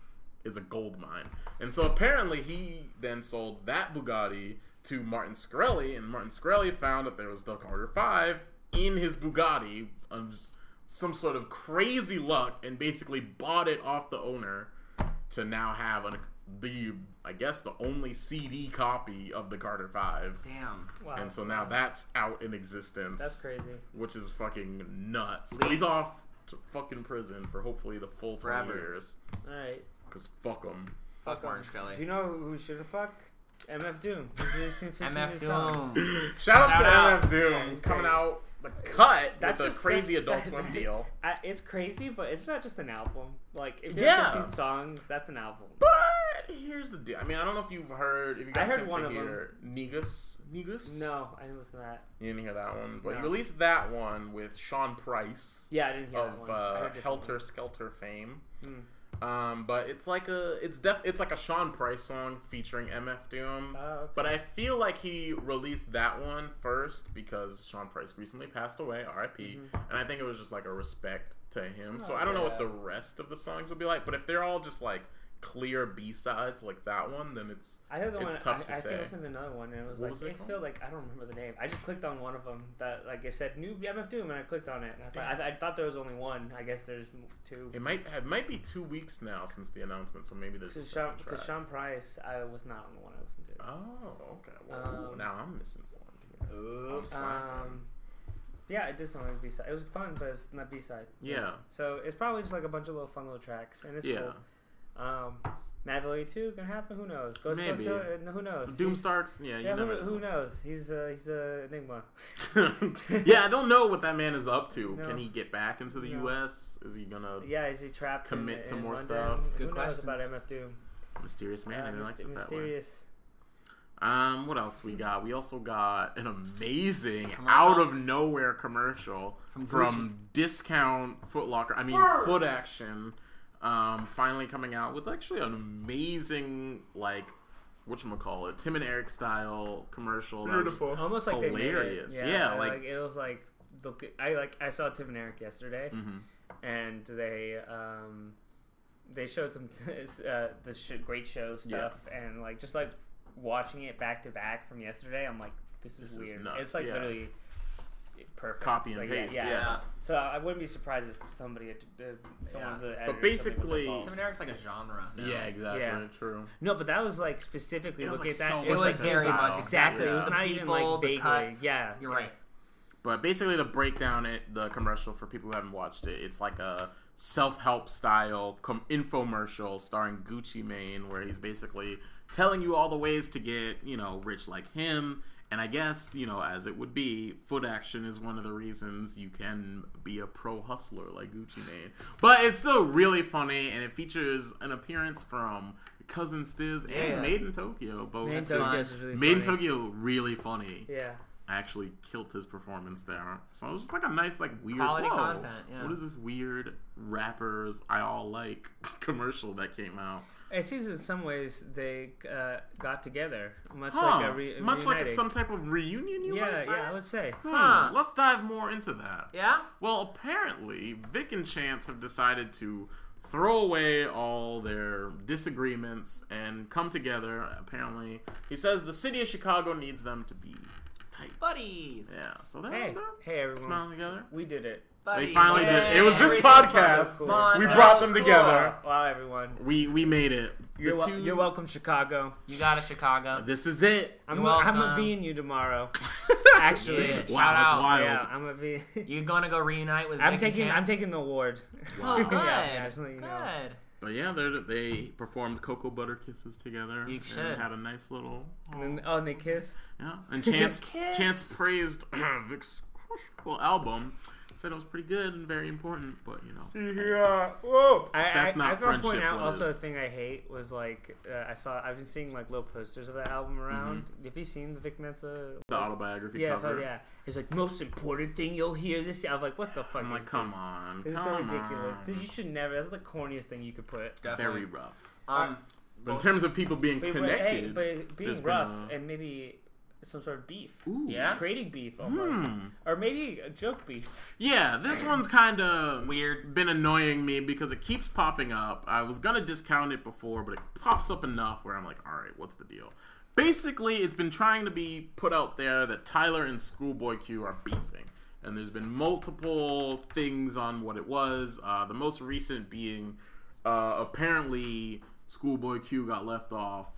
[SPEAKER 3] is a gold mine. And so apparently he then sold that Bugatti to Martin Scully, and Martin Scully found that there was the Carter Five in his Bugatti of some sort of crazy luck, and basically bought it off the owner to now have an, the I guess the only CD copy of the Carter Five.
[SPEAKER 4] Damn.
[SPEAKER 5] wow,
[SPEAKER 3] And so now that's out in existence,
[SPEAKER 5] that's crazy.
[SPEAKER 3] which is fucking nuts. But he's off to fucking prison for hopefully the full 20
[SPEAKER 4] Forever.
[SPEAKER 3] years.
[SPEAKER 5] All right,
[SPEAKER 3] Cause fuck them.
[SPEAKER 4] Fuck Orange
[SPEAKER 5] You
[SPEAKER 4] Kelly.
[SPEAKER 5] know who should have fucked? MF Doom. He's releasing 15 new
[SPEAKER 4] MF
[SPEAKER 5] songs.
[SPEAKER 4] Doom.
[SPEAKER 3] [GASPS] Shout out
[SPEAKER 4] Shout
[SPEAKER 3] to
[SPEAKER 4] out.
[SPEAKER 3] MF Doom
[SPEAKER 5] Yeah, he's
[SPEAKER 3] coming
[SPEAKER 5] great.
[SPEAKER 3] out the cut.
[SPEAKER 5] That's
[SPEAKER 3] with a
[SPEAKER 5] just-
[SPEAKER 3] crazy
[SPEAKER 5] that's-
[SPEAKER 3] Adult
[SPEAKER 5] that-
[SPEAKER 3] Swim
[SPEAKER 5] [LAUGHS] that-
[SPEAKER 3] deal.
[SPEAKER 5] Uh, it's crazy, but it's not just an album. Like if you
[SPEAKER 3] Yeah.
[SPEAKER 5] have 15 songs, that's an album.
[SPEAKER 3] But here's the deal. I mean, I don't know if you've heard. If you got
[SPEAKER 5] I
[SPEAKER 3] a
[SPEAKER 5] heard
[SPEAKER 3] chance
[SPEAKER 5] one
[SPEAKER 3] to
[SPEAKER 5] of 'em.
[SPEAKER 3] hear Negus. Negus.
[SPEAKER 5] No, I didn't listen to that.
[SPEAKER 3] you didn't hear that one, but
[SPEAKER 5] No.
[SPEAKER 3] you released that one with Sean Price.
[SPEAKER 5] Yeah, I didn't hear that
[SPEAKER 3] of
[SPEAKER 5] one. I
[SPEAKER 3] uh,
[SPEAKER 5] heard different Hmm.
[SPEAKER 3] Helter Skelter fame. Um, but it's like a it's def it's like a Sean Price song featuring MF Doom.
[SPEAKER 5] Oh, okay.
[SPEAKER 3] But I feel like he released that one first because Sean Price recently passed away, R.I.P.
[SPEAKER 5] Mm-hmm.
[SPEAKER 3] And I think it was just like a respect to him.
[SPEAKER 5] Oh,
[SPEAKER 3] so I don't know what the rest of the songs will be like, but if they're all just like clear B sides like that one, then it's
[SPEAKER 5] I heard the
[SPEAKER 3] it's
[SPEAKER 5] one.
[SPEAKER 3] tough
[SPEAKER 5] I,
[SPEAKER 3] to
[SPEAKER 5] I think I
[SPEAKER 3] say.
[SPEAKER 5] listened to another one, and it was
[SPEAKER 3] What
[SPEAKER 5] like
[SPEAKER 3] was it
[SPEAKER 5] it,
[SPEAKER 3] called?
[SPEAKER 5] felt like I don't remember the name. I just clicked on one of them that like it said new MF Doom, and I clicked on it, and I thought I, I thought there was only one. I guess there's m- two.
[SPEAKER 3] It might it might be two weeks now since the announcement, so maybe there's a
[SPEAKER 5] Because Sean,
[SPEAKER 3] second
[SPEAKER 5] 'cause
[SPEAKER 3] track.
[SPEAKER 5] Sean Price, I was not on the one I listened to.
[SPEAKER 3] Oh, okay. Well,
[SPEAKER 5] Um,
[SPEAKER 3] now I'm misinformed. Here. I'm slacking.
[SPEAKER 5] Um, yeah, it did sound like a B side. It was fun, but it's not B side.
[SPEAKER 3] yeah,
[SPEAKER 5] So it's probably just like a bunch of little fun little tracks, and it's
[SPEAKER 3] yeah.
[SPEAKER 5] cool. Um, Mad Valley Two gonna happen? Who knows? Ghost
[SPEAKER 3] Maybe.
[SPEAKER 5] Kill, uh, who knows?
[SPEAKER 3] Doom starts. Yeah, you
[SPEAKER 5] Yeah, who,
[SPEAKER 3] never.
[SPEAKER 5] who knows? He's uh, he's a enigma. [LAUGHS]
[SPEAKER 3] knows? [LAUGHS] yeah, I don't know what that man is up to.
[SPEAKER 5] No.
[SPEAKER 3] Can he get back into the
[SPEAKER 5] No.
[SPEAKER 3] U.S.? Is he gonna
[SPEAKER 5] Yeah, is he trapped?
[SPEAKER 3] Commit
[SPEAKER 5] in,
[SPEAKER 3] to
[SPEAKER 5] in
[SPEAKER 3] more
[SPEAKER 5] London?
[SPEAKER 3] stuff.
[SPEAKER 5] Who
[SPEAKER 4] Good
[SPEAKER 5] knows
[SPEAKER 4] questions.
[SPEAKER 5] about MF Doom?
[SPEAKER 3] mysterious man?
[SPEAKER 5] Uh,
[SPEAKER 3] and he likes
[SPEAKER 5] myst-
[SPEAKER 3] it that way.
[SPEAKER 5] mysterious.
[SPEAKER 3] Um, what else we got? We also got an amazing
[SPEAKER 4] Commercial.
[SPEAKER 3] out of nowhere commercial
[SPEAKER 4] From
[SPEAKER 3] from, Discount Foot Locker. I mean, Foot Action. Um, finally coming out with actually an amazing like whatchamacallit, Tim and Eric style commercial. that was
[SPEAKER 5] Almost like
[SPEAKER 3] Hilarious.
[SPEAKER 5] They made it.
[SPEAKER 3] Yeah, like-
[SPEAKER 5] it was like look. I like I saw Tim and Eric yesterday,
[SPEAKER 3] Mm-hmm.
[SPEAKER 5] and they um they showed some [LAUGHS] uh, the sh- great show stuff and like just like watching it back to back from yesterday. I'm like, this is
[SPEAKER 3] This is
[SPEAKER 5] weird.
[SPEAKER 3] nuts,
[SPEAKER 5] it's like
[SPEAKER 3] yeah.
[SPEAKER 5] literally perfect.
[SPEAKER 3] Copy and
[SPEAKER 5] Like,
[SPEAKER 3] paste, yeah.
[SPEAKER 5] So I wouldn't be surprised if somebody, had, uh, some of
[SPEAKER 4] Yeah.
[SPEAKER 5] the editors,
[SPEAKER 3] basically-
[SPEAKER 5] somebody was
[SPEAKER 4] Tim
[SPEAKER 5] involved.
[SPEAKER 4] and Eric's like a genre. Now.
[SPEAKER 3] Yeah, exactly.
[SPEAKER 5] Yeah.
[SPEAKER 3] True.
[SPEAKER 5] No, but that was like specifically
[SPEAKER 3] It was,
[SPEAKER 5] looking
[SPEAKER 3] like,
[SPEAKER 5] at that.
[SPEAKER 3] so
[SPEAKER 5] it
[SPEAKER 3] much
[SPEAKER 5] was like
[SPEAKER 3] like that
[SPEAKER 5] very
[SPEAKER 3] style.
[SPEAKER 5] much exactly. It
[SPEAKER 3] Yeah.
[SPEAKER 5] was
[SPEAKER 3] The
[SPEAKER 5] not even
[SPEAKER 4] people,
[SPEAKER 5] like
[SPEAKER 4] the
[SPEAKER 5] vaguely.
[SPEAKER 4] cuts.
[SPEAKER 5] Yeah,
[SPEAKER 4] You're
[SPEAKER 5] yeah.
[SPEAKER 4] right.
[SPEAKER 3] But basically, to break down it, the commercial for people who haven't watched it, it's like a self-help style com- infomercial starring Gucci Mane, where he's basically telling you all the ways to get you know rich like him. And I guess you know, as it would be, foot action is one of the reasons you can be a pro hustler like Gucci Mane. But it's still really funny, and it features an appearance from Cousin Stiz
[SPEAKER 4] Yeah.
[SPEAKER 3] and Made in Tokyo. Both
[SPEAKER 5] Made in
[SPEAKER 4] Tokyo
[SPEAKER 5] Tokyo
[SPEAKER 4] fun.
[SPEAKER 5] is really
[SPEAKER 3] Made in
[SPEAKER 5] funny.
[SPEAKER 3] Tokyo really funny
[SPEAKER 5] Yeah.
[SPEAKER 3] actually killed his performance there. So it was just like a nice, like weird
[SPEAKER 4] Quality
[SPEAKER 3] whoa,
[SPEAKER 4] content, yeah.
[SPEAKER 3] What is this weird rappers I all like [LAUGHS] commercial that came out?
[SPEAKER 5] It seems in some ways they uh, got together, much
[SPEAKER 3] Huh?
[SPEAKER 5] like a re-
[SPEAKER 3] Much like
[SPEAKER 5] reuniting.
[SPEAKER 3] some type of reunion, you
[SPEAKER 5] Yeah,
[SPEAKER 3] might say.
[SPEAKER 5] yeah, I would say.
[SPEAKER 3] Hmm,
[SPEAKER 4] Huh.
[SPEAKER 3] Let's dive more into that.
[SPEAKER 4] Yeah.
[SPEAKER 3] Well, apparently, Vic and Chance have decided to throw away all their disagreements and come together. Apparently, he says the city of Chicago needs them to be tight.
[SPEAKER 4] Buddies.
[SPEAKER 3] Yeah, so they're,
[SPEAKER 5] Hey,
[SPEAKER 3] they're
[SPEAKER 5] hey everyone,
[SPEAKER 3] smiling together.
[SPEAKER 5] we did it.
[SPEAKER 4] Buddies.
[SPEAKER 3] They finally did.
[SPEAKER 5] Yay.
[SPEAKER 3] It was this
[SPEAKER 5] Everything's
[SPEAKER 3] podcast.
[SPEAKER 5] fucking cool.
[SPEAKER 3] We
[SPEAKER 4] Mondo
[SPEAKER 3] brought them
[SPEAKER 4] cool.
[SPEAKER 3] together.
[SPEAKER 5] Wow, everyone,
[SPEAKER 3] We we made it. The
[SPEAKER 5] you're, wel-
[SPEAKER 3] two-
[SPEAKER 5] you're welcome, Chicago.
[SPEAKER 4] You got it, Chicago.
[SPEAKER 3] This is
[SPEAKER 5] [LAUGHS]
[SPEAKER 3] it.
[SPEAKER 5] I'm
[SPEAKER 4] You're
[SPEAKER 5] gonna, I'm gonna
[SPEAKER 4] welcome.
[SPEAKER 5] be in you
[SPEAKER 4] [LAUGHS]
[SPEAKER 5] tomorrow. [LAUGHS] Actually,
[SPEAKER 4] Yeah.
[SPEAKER 5] yeah,
[SPEAKER 4] Shout
[SPEAKER 3] wow, that's
[SPEAKER 4] out.
[SPEAKER 3] wild.
[SPEAKER 5] I'm gonna [LAUGHS] be.
[SPEAKER 4] You're gonna go reunite with.
[SPEAKER 5] I'm
[SPEAKER 4] Vic and
[SPEAKER 5] taking. I'm
[SPEAKER 4] Chance?
[SPEAKER 5] taking the award.
[SPEAKER 4] [LAUGHS] Oh, good.
[SPEAKER 5] [LAUGHS] yeah, yeah, just let you
[SPEAKER 4] good.
[SPEAKER 5] know.
[SPEAKER 3] But yeah, they they performed cocoa butter kisses together.
[SPEAKER 4] You
[SPEAKER 3] and
[SPEAKER 4] should.
[SPEAKER 3] had a nice little
[SPEAKER 5] And then, oh, and they kissed. [LAUGHS]
[SPEAKER 3] yeah. And Chance
[SPEAKER 4] Kiss.
[SPEAKER 3] Chance praised [CLEARS THROAT] Vic's well album. Said it was pretty good and very important, but you
[SPEAKER 5] Mm.
[SPEAKER 3] know.
[SPEAKER 5] Yeah. Whoa. I,
[SPEAKER 3] That's
[SPEAKER 5] I,
[SPEAKER 3] not
[SPEAKER 5] I gotta point
[SPEAKER 3] friendship,
[SPEAKER 5] out
[SPEAKER 3] what
[SPEAKER 5] also
[SPEAKER 3] is-
[SPEAKER 5] a thing I hate was like uh, I saw I've been seeing like little posters of that album around. Have you seen the Vic Mensa?
[SPEAKER 3] Mm-hmm. The autobiography
[SPEAKER 5] Yeah,
[SPEAKER 3] cover.
[SPEAKER 5] oh, yeah. It's like most important thing you'll hear this. year." I was like, what the fuck?
[SPEAKER 3] I'm
[SPEAKER 5] is
[SPEAKER 3] like, come
[SPEAKER 5] this?
[SPEAKER 3] on.
[SPEAKER 5] This is so
[SPEAKER 3] come
[SPEAKER 5] ridiculous.
[SPEAKER 3] on.
[SPEAKER 5] This, you should never. That's the corniest thing you could put.
[SPEAKER 3] Very
[SPEAKER 4] Definitely.
[SPEAKER 3] rough.
[SPEAKER 4] Um,
[SPEAKER 3] But in terms of people being
[SPEAKER 5] But, but, hey,
[SPEAKER 3] connected.
[SPEAKER 5] but
[SPEAKER 3] there's
[SPEAKER 5] being
[SPEAKER 3] been
[SPEAKER 5] rough
[SPEAKER 3] a-
[SPEAKER 5] and maybe some sort of beef,
[SPEAKER 3] Ooh. Hmm.
[SPEAKER 4] Yeah.
[SPEAKER 5] creating beef almost, or maybe a joke beef. [LAUGHS]
[SPEAKER 3] Yeah, this one's kind of
[SPEAKER 4] Weird.
[SPEAKER 3] Been annoying me because it keeps popping up. I was gonna discount it before, but it pops up enough where I'm like, all right, what's the deal? Basically, it's been trying to be put out there that Tyler and Schoolboy Q are beefing, and there's been multiple things on what it was. Uh, the most recent being uh, apparently Schoolboy Q got left off.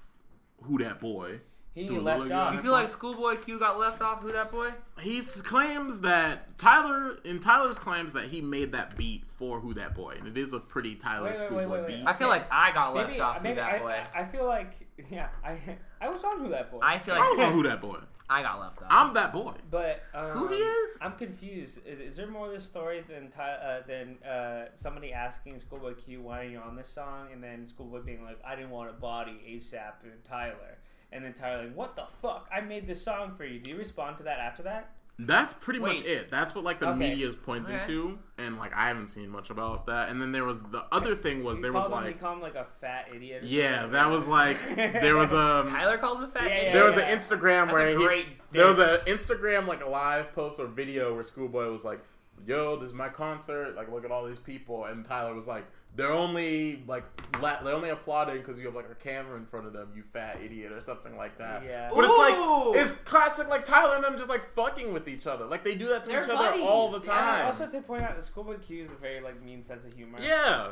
[SPEAKER 3] Who dat boy?
[SPEAKER 5] He
[SPEAKER 3] Do a
[SPEAKER 5] left
[SPEAKER 3] little
[SPEAKER 5] off.
[SPEAKER 4] You feel like Schoolboy Q got left off? Who that boy?
[SPEAKER 3] He s- claims that Tyler in Tyler's claims that he made that beat for Who That Boy, and it is a pretty Tyler
[SPEAKER 5] Wait, wait,
[SPEAKER 3] Schoolboy
[SPEAKER 5] wait, wait, wait.
[SPEAKER 3] beat.
[SPEAKER 4] I feel like I got left
[SPEAKER 5] maybe,
[SPEAKER 4] off.
[SPEAKER 5] maybe
[SPEAKER 4] who that
[SPEAKER 5] I,
[SPEAKER 4] boy?
[SPEAKER 5] I feel like [LAUGHS] yeah, I I was on who that boy.
[SPEAKER 4] I, feel
[SPEAKER 3] I was
[SPEAKER 4] like
[SPEAKER 3] on Who That Boy.
[SPEAKER 4] I got left off.
[SPEAKER 3] I'm that boy.
[SPEAKER 5] but um,
[SPEAKER 4] Who he is?
[SPEAKER 5] I'm confused. I- Is there more to this story than Ty, uh, than uh, somebody asking Schoolboy Q why are you on this song, and then Schoolboy being like, I didn't want a body ASAP and Tyler, and then Tyler like, what the fuck? I made this song for you. Do you respond to that after that?
[SPEAKER 3] That's pretty much
[SPEAKER 4] Wait.
[SPEAKER 3] it. That's what like the
[SPEAKER 5] Okay.
[SPEAKER 3] media is pointing
[SPEAKER 4] Okay.
[SPEAKER 3] to, and like I haven't seen much about that. And then there was the other thing was
[SPEAKER 5] You
[SPEAKER 3] there
[SPEAKER 5] call
[SPEAKER 3] was
[SPEAKER 5] them-
[SPEAKER 3] like
[SPEAKER 5] you call him like a fat idiot. Or
[SPEAKER 3] yeah,
[SPEAKER 5] something
[SPEAKER 3] that was like there
[SPEAKER 5] [LAUGHS]
[SPEAKER 3] was um
[SPEAKER 4] Tyler called him a fat
[SPEAKER 5] Yeah,
[SPEAKER 4] idiot.
[SPEAKER 5] yeah,
[SPEAKER 3] there was
[SPEAKER 5] yeah.
[SPEAKER 3] an Instagram
[SPEAKER 4] That's
[SPEAKER 3] where
[SPEAKER 4] a
[SPEAKER 3] he,
[SPEAKER 4] great
[SPEAKER 3] there was
[SPEAKER 4] diss.
[SPEAKER 3] an Instagram like a live post or video where Schoolboy was like, "Yo, this is my concert. Like, look at all these people." And Tyler was like, "They're only like la- they're only applauding because you have like a camera in front of them, you fat idiot," or something like that.
[SPEAKER 5] Yeah.
[SPEAKER 3] But
[SPEAKER 4] Ooh!
[SPEAKER 3] it's like it's classic like Tyler and them just like fucking with each other. Like they do that to
[SPEAKER 4] They're
[SPEAKER 3] each other all the
[SPEAKER 4] buddies,
[SPEAKER 5] And
[SPEAKER 3] time. Yeah.
[SPEAKER 5] Also, to point out, Schoolboy Q is a very like mean sense of humor.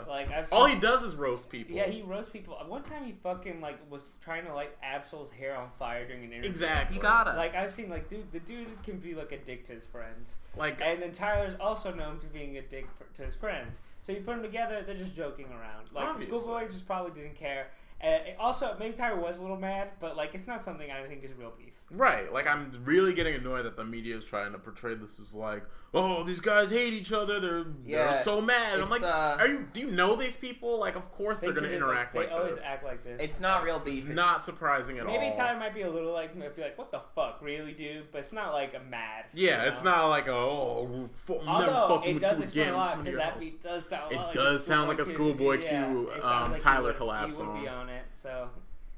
[SPEAKER 5] Like I've seen,
[SPEAKER 3] all he does is roast people.
[SPEAKER 5] Yeah, he roasts people. One time he fucking like was trying to light Absol's hair on fire during an interview.
[SPEAKER 3] exactly.
[SPEAKER 4] You gotta.
[SPEAKER 5] Like I've seen like dude, the dude can be like a dick to his friends,
[SPEAKER 3] like
[SPEAKER 5] and then Tyler's also known to being a dick for, to his friends. So you put them together, they're just joking around. Like
[SPEAKER 3] Obviously.
[SPEAKER 5] Schoolboy just probably didn't care. And also, maybe Tyler was a little mad, but like it's not something I think is real beef.
[SPEAKER 3] Right. Like I'm really getting annoyed that the media is trying to portray this as like, oh, these guys hate each other. They're
[SPEAKER 4] Yeah,
[SPEAKER 3] they're so mad. And I'm like,
[SPEAKER 4] it's, uh,
[SPEAKER 3] are you? Do you know these people? Like, of course they're
[SPEAKER 5] They
[SPEAKER 3] gonna
[SPEAKER 5] do,
[SPEAKER 3] interact
[SPEAKER 5] they
[SPEAKER 3] like,
[SPEAKER 5] always
[SPEAKER 3] this.
[SPEAKER 5] act like this.
[SPEAKER 4] it's not real
[SPEAKER 3] it's
[SPEAKER 4] beef.
[SPEAKER 3] not surprising at all.
[SPEAKER 5] Maybe Tyler might be a little like, might be like, what the fuck, really, dude? But it's not like a mad.
[SPEAKER 3] Yeah,
[SPEAKER 5] you know?
[SPEAKER 3] it's not like a, oh, we're fu- I'm never
[SPEAKER 5] Although
[SPEAKER 3] fucking
[SPEAKER 5] it
[SPEAKER 3] with
[SPEAKER 5] does
[SPEAKER 3] you
[SPEAKER 5] explain
[SPEAKER 3] again.
[SPEAKER 5] a
[SPEAKER 3] I'm
[SPEAKER 5] lot
[SPEAKER 3] coming to your
[SPEAKER 5] because that
[SPEAKER 3] house.
[SPEAKER 5] beat does sound. a
[SPEAKER 3] It
[SPEAKER 5] lot like
[SPEAKER 3] does
[SPEAKER 5] a
[SPEAKER 3] sound like a Schoolboy Q,
[SPEAKER 5] it sounded
[SPEAKER 3] um,
[SPEAKER 5] like
[SPEAKER 3] Tyler
[SPEAKER 5] he would,
[SPEAKER 3] collapse
[SPEAKER 5] He would
[SPEAKER 3] song.
[SPEAKER 5] be on it, so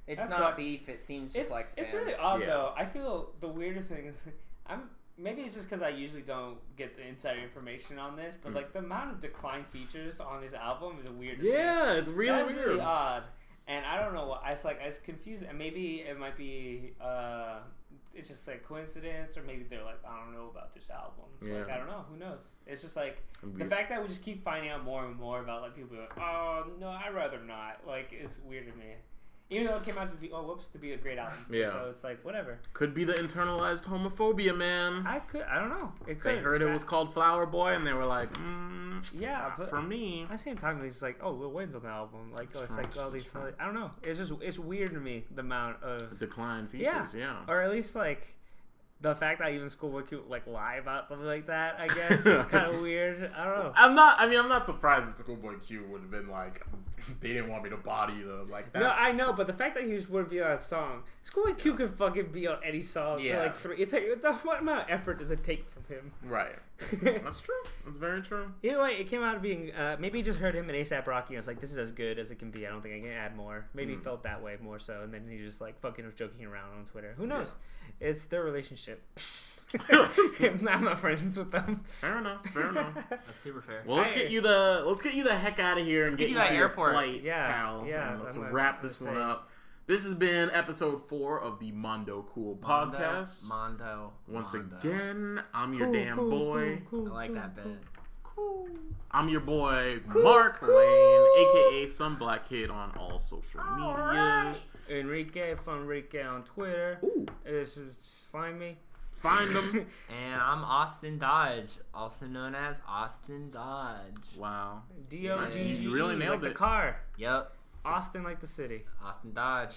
[SPEAKER 4] It's
[SPEAKER 5] That
[SPEAKER 4] not
[SPEAKER 5] sucks.
[SPEAKER 4] beef. It seems just
[SPEAKER 5] it's
[SPEAKER 4] like
[SPEAKER 5] it's
[SPEAKER 4] spam.
[SPEAKER 5] really odd
[SPEAKER 3] Yeah.
[SPEAKER 5] though. I feel the weirder thing is, [LAUGHS] I'm maybe it's just because I usually don't get the insider information on this,
[SPEAKER 3] Hmm.
[SPEAKER 5] but like the amount of decline features on his album is weird. to me.
[SPEAKER 3] Yeah, it's really
[SPEAKER 5] That's
[SPEAKER 3] weird.
[SPEAKER 5] really odd. And I don't know. why- I was like, I was confused. And maybe it might be, uh, it's just like coincidence, or maybe they're like, I don't know about this album. Like,
[SPEAKER 3] Yeah.
[SPEAKER 5] I don't know. Who knows? It's just like
[SPEAKER 3] It'd be-
[SPEAKER 5] the fact that we just keep finding out more and more about like people. Be like, oh no, I'd rather not. Like it's weird to me. Even though it came out to be, oh whoops, to be a great album.
[SPEAKER 3] Yeah.
[SPEAKER 5] So it's like whatever.
[SPEAKER 3] Could be the internalized homophobia, man.
[SPEAKER 5] I could. I don't know. It could.
[SPEAKER 3] they heard it was called Flower Boy, and they were like, mm,
[SPEAKER 5] Yeah,
[SPEAKER 3] not
[SPEAKER 5] but
[SPEAKER 3] for me.
[SPEAKER 5] I see him talking. He's like, "Oh, Lil Wayne's on the album." Like, oh, it's like all these. Like, I don't know. It's just it's weird to me the amount of
[SPEAKER 3] Decline
[SPEAKER 5] yeah,
[SPEAKER 3] features, yeah.
[SPEAKER 5] or at least like the fact that even Schoolboy Q like lie about something like that. I guess
[SPEAKER 3] [LAUGHS]
[SPEAKER 5] is kind of weird. I don't know.
[SPEAKER 3] I'm not. I mean, I'm not surprised that Schoolboy Q would have been like, they didn't want me to body them. Like that's
[SPEAKER 5] No, I know, but the fact that he just wouldn't be on a song, Schoolboy Q could fucking be on any song
[SPEAKER 3] Yeah.
[SPEAKER 5] for like three. It's like, what the- what amount of effort does it take from him?
[SPEAKER 3] right. [LAUGHS]
[SPEAKER 5] [LAUGHS]
[SPEAKER 3] That's true. That's very true.
[SPEAKER 5] Either way, it came out of being uh, maybe he just heard him in ASAP Rocky and was like, "This is as good as it can be. I don't think I can add more." Maybe
[SPEAKER 3] Mm.
[SPEAKER 5] he felt that way more so, and then he just like fucking was joking around on Twitter. Who knows? It's
[SPEAKER 3] [LAUGHS]
[SPEAKER 5] their relationship. [LAUGHS] I'm not friends with them.
[SPEAKER 3] Fair enough.
[SPEAKER 5] [LAUGHS]
[SPEAKER 3] Fair enough.
[SPEAKER 4] That's super fair.
[SPEAKER 3] Well, let's
[SPEAKER 5] Hey.
[SPEAKER 3] get you the let's get you the heck out of here and get,
[SPEAKER 4] get you
[SPEAKER 3] you
[SPEAKER 4] that
[SPEAKER 3] to your
[SPEAKER 4] airport.
[SPEAKER 3] flight,
[SPEAKER 5] Yeah,
[SPEAKER 3] pal.
[SPEAKER 5] yeah,
[SPEAKER 3] and let's
[SPEAKER 5] I'm gonna-
[SPEAKER 3] wrap
[SPEAKER 5] I'm
[SPEAKER 3] this
[SPEAKER 5] gonna
[SPEAKER 3] one
[SPEAKER 5] say-
[SPEAKER 3] up. This has been episode four of the Mondo Cool
[SPEAKER 4] Mondo,
[SPEAKER 3] podcast.
[SPEAKER 4] Mondo.
[SPEAKER 3] Once
[SPEAKER 4] Mondo.
[SPEAKER 3] again, I'm your damn boy.
[SPEAKER 5] cool,
[SPEAKER 4] I like that bit.
[SPEAKER 3] I'm your boy Mark Lane, aka Some Black Kid on all social medias.
[SPEAKER 5] Enrique Funrique on Twitter.
[SPEAKER 3] Ooh,
[SPEAKER 5] It's just find me.
[SPEAKER 3] find them.
[SPEAKER 4] And I'm Austin Dodge, also known as Austin Dodge.
[SPEAKER 3] wow.
[SPEAKER 5] [LAUGHS] D O D.
[SPEAKER 4] Yeah,
[SPEAKER 5] you
[SPEAKER 4] you
[SPEAKER 3] really
[SPEAKER 5] like
[SPEAKER 3] nailed
[SPEAKER 5] the
[SPEAKER 3] it.
[SPEAKER 5] car.
[SPEAKER 4] Yep,
[SPEAKER 5] Austin like the city.
[SPEAKER 4] Austin Dodge.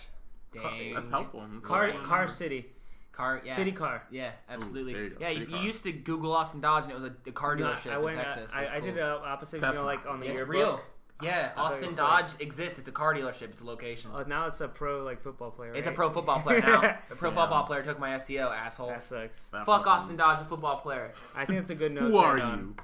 [SPEAKER 4] Dang.
[SPEAKER 3] That's helpful. That's
[SPEAKER 5] Car,
[SPEAKER 3] helpful.
[SPEAKER 5] car city.
[SPEAKER 4] Car. Yeah.
[SPEAKER 5] City car.
[SPEAKER 4] Yeah, absolutely.
[SPEAKER 3] there you go,
[SPEAKER 4] yeah,
[SPEAKER 3] city
[SPEAKER 4] you, you
[SPEAKER 3] car.
[SPEAKER 4] used to Google Austin Dodge, and it was a, a car
[SPEAKER 5] No,
[SPEAKER 4] dealership
[SPEAKER 5] I went.
[SPEAKER 4] in
[SPEAKER 5] I-
[SPEAKER 4] Texas.
[SPEAKER 5] I,
[SPEAKER 4] It's
[SPEAKER 5] I did
[SPEAKER 4] cool.
[SPEAKER 5] it opposite.
[SPEAKER 3] That's-
[SPEAKER 5] you know, like on the
[SPEAKER 4] It's
[SPEAKER 5] yearbook.
[SPEAKER 4] real. Yeah,
[SPEAKER 5] it
[SPEAKER 4] Austin
[SPEAKER 5] was
[SPEAKER 4] Dodge
[SPEAKER 5] nice.
[SPEAKER 4] exists. It's a car dealership. It's a location.
[SPEAKER 5] Oh, now it's a pro like football player.
[SPEAKER 4] it's a
[SPEAKER 5] right?
[SPEAKER 4] pro football
[SPEAKER 5] [LAUGHS]
[SPEAKER 4] player now. A pro football player took my SEO, asshole.
[SPEAKER 5] That sucks.
[SPEAKER 3] That
[SPEAKER 4] Fuck
[SPEAKER 3] fucking-
[SPEAKER 4] Austin Dodge, a football player.
[SPEAKER 5] I think it's a good
[SPEAKER 3] Who
[SPEAKER 5] note. to
[SPEAKER 3] are
[SPEAKER 5] end on.
[SPEAKER 3] you?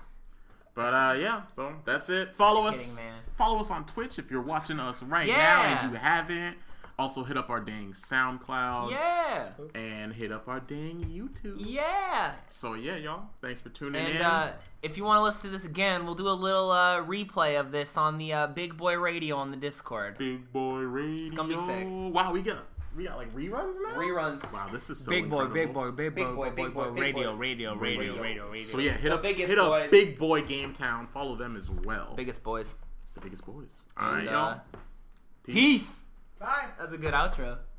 [SPEAKER 3] But uh, yeah, so that's it. Follow
[SPEAKER 4] Just
[SPEAKER 3] us.
[SPEAKER 4] kidding, man.
[SPEAKER 3] Follow us on Twitch if you're watching us right now.
[SPEAKER 4] Yeah.
[SPEAKER 3] If you haven't, also hit up our dang SoundCloud
[SPEAKER 4] Yeah.
[SPEAKER 3] and hit up our dang YouTube.
[SPEAKER 4] Yeah.
[SPEAKER 3] So yeah, y'all. Thanks for tuning
[SPEAKER 4] And
[SPEAKER 3] in.
[SPEAKER 4] uh, if you want to listen to this again, we'll do a little uh, replay of this on the uh, Big Boy Radio on the Discord.
[SPEAKER 3] Big boy radio. It's
[SPEAKER 4] gonna be sick.
[SPEAKER 3] Wow, we got we got like reruns now.
[SPEAKER 4] Reruns.
[SPEAKER 3] Wow, this is so
[SPEAKER 5] Big boy, big
[SPEAKER 3] incredible.
[SPEAKER 5] boy, big boy,
[SPEAKER 4] Big boy, big boy, big
[SPEAKER 5] radio,
[SPEAKER 4] boy.
[SPEAKER 5] radio, radio, radio, radio.
[SPEAKER 3] So yeah, hit up
[SPEAKER 4] biggest
[SPEAKER 3] hit up
[SPEAKER 4] boys.
[SPEAKER 3] Big Boy Game Town. Follow them as well.
[SPEAKER 4] Biggest boys.
[SPEAKER 3] the biggest boys. All right,
[SPEAKER 4] And,
[SPEAKER 3] y'all.
[SPEAKER 4] uh, peace. Bye. That's a good outro.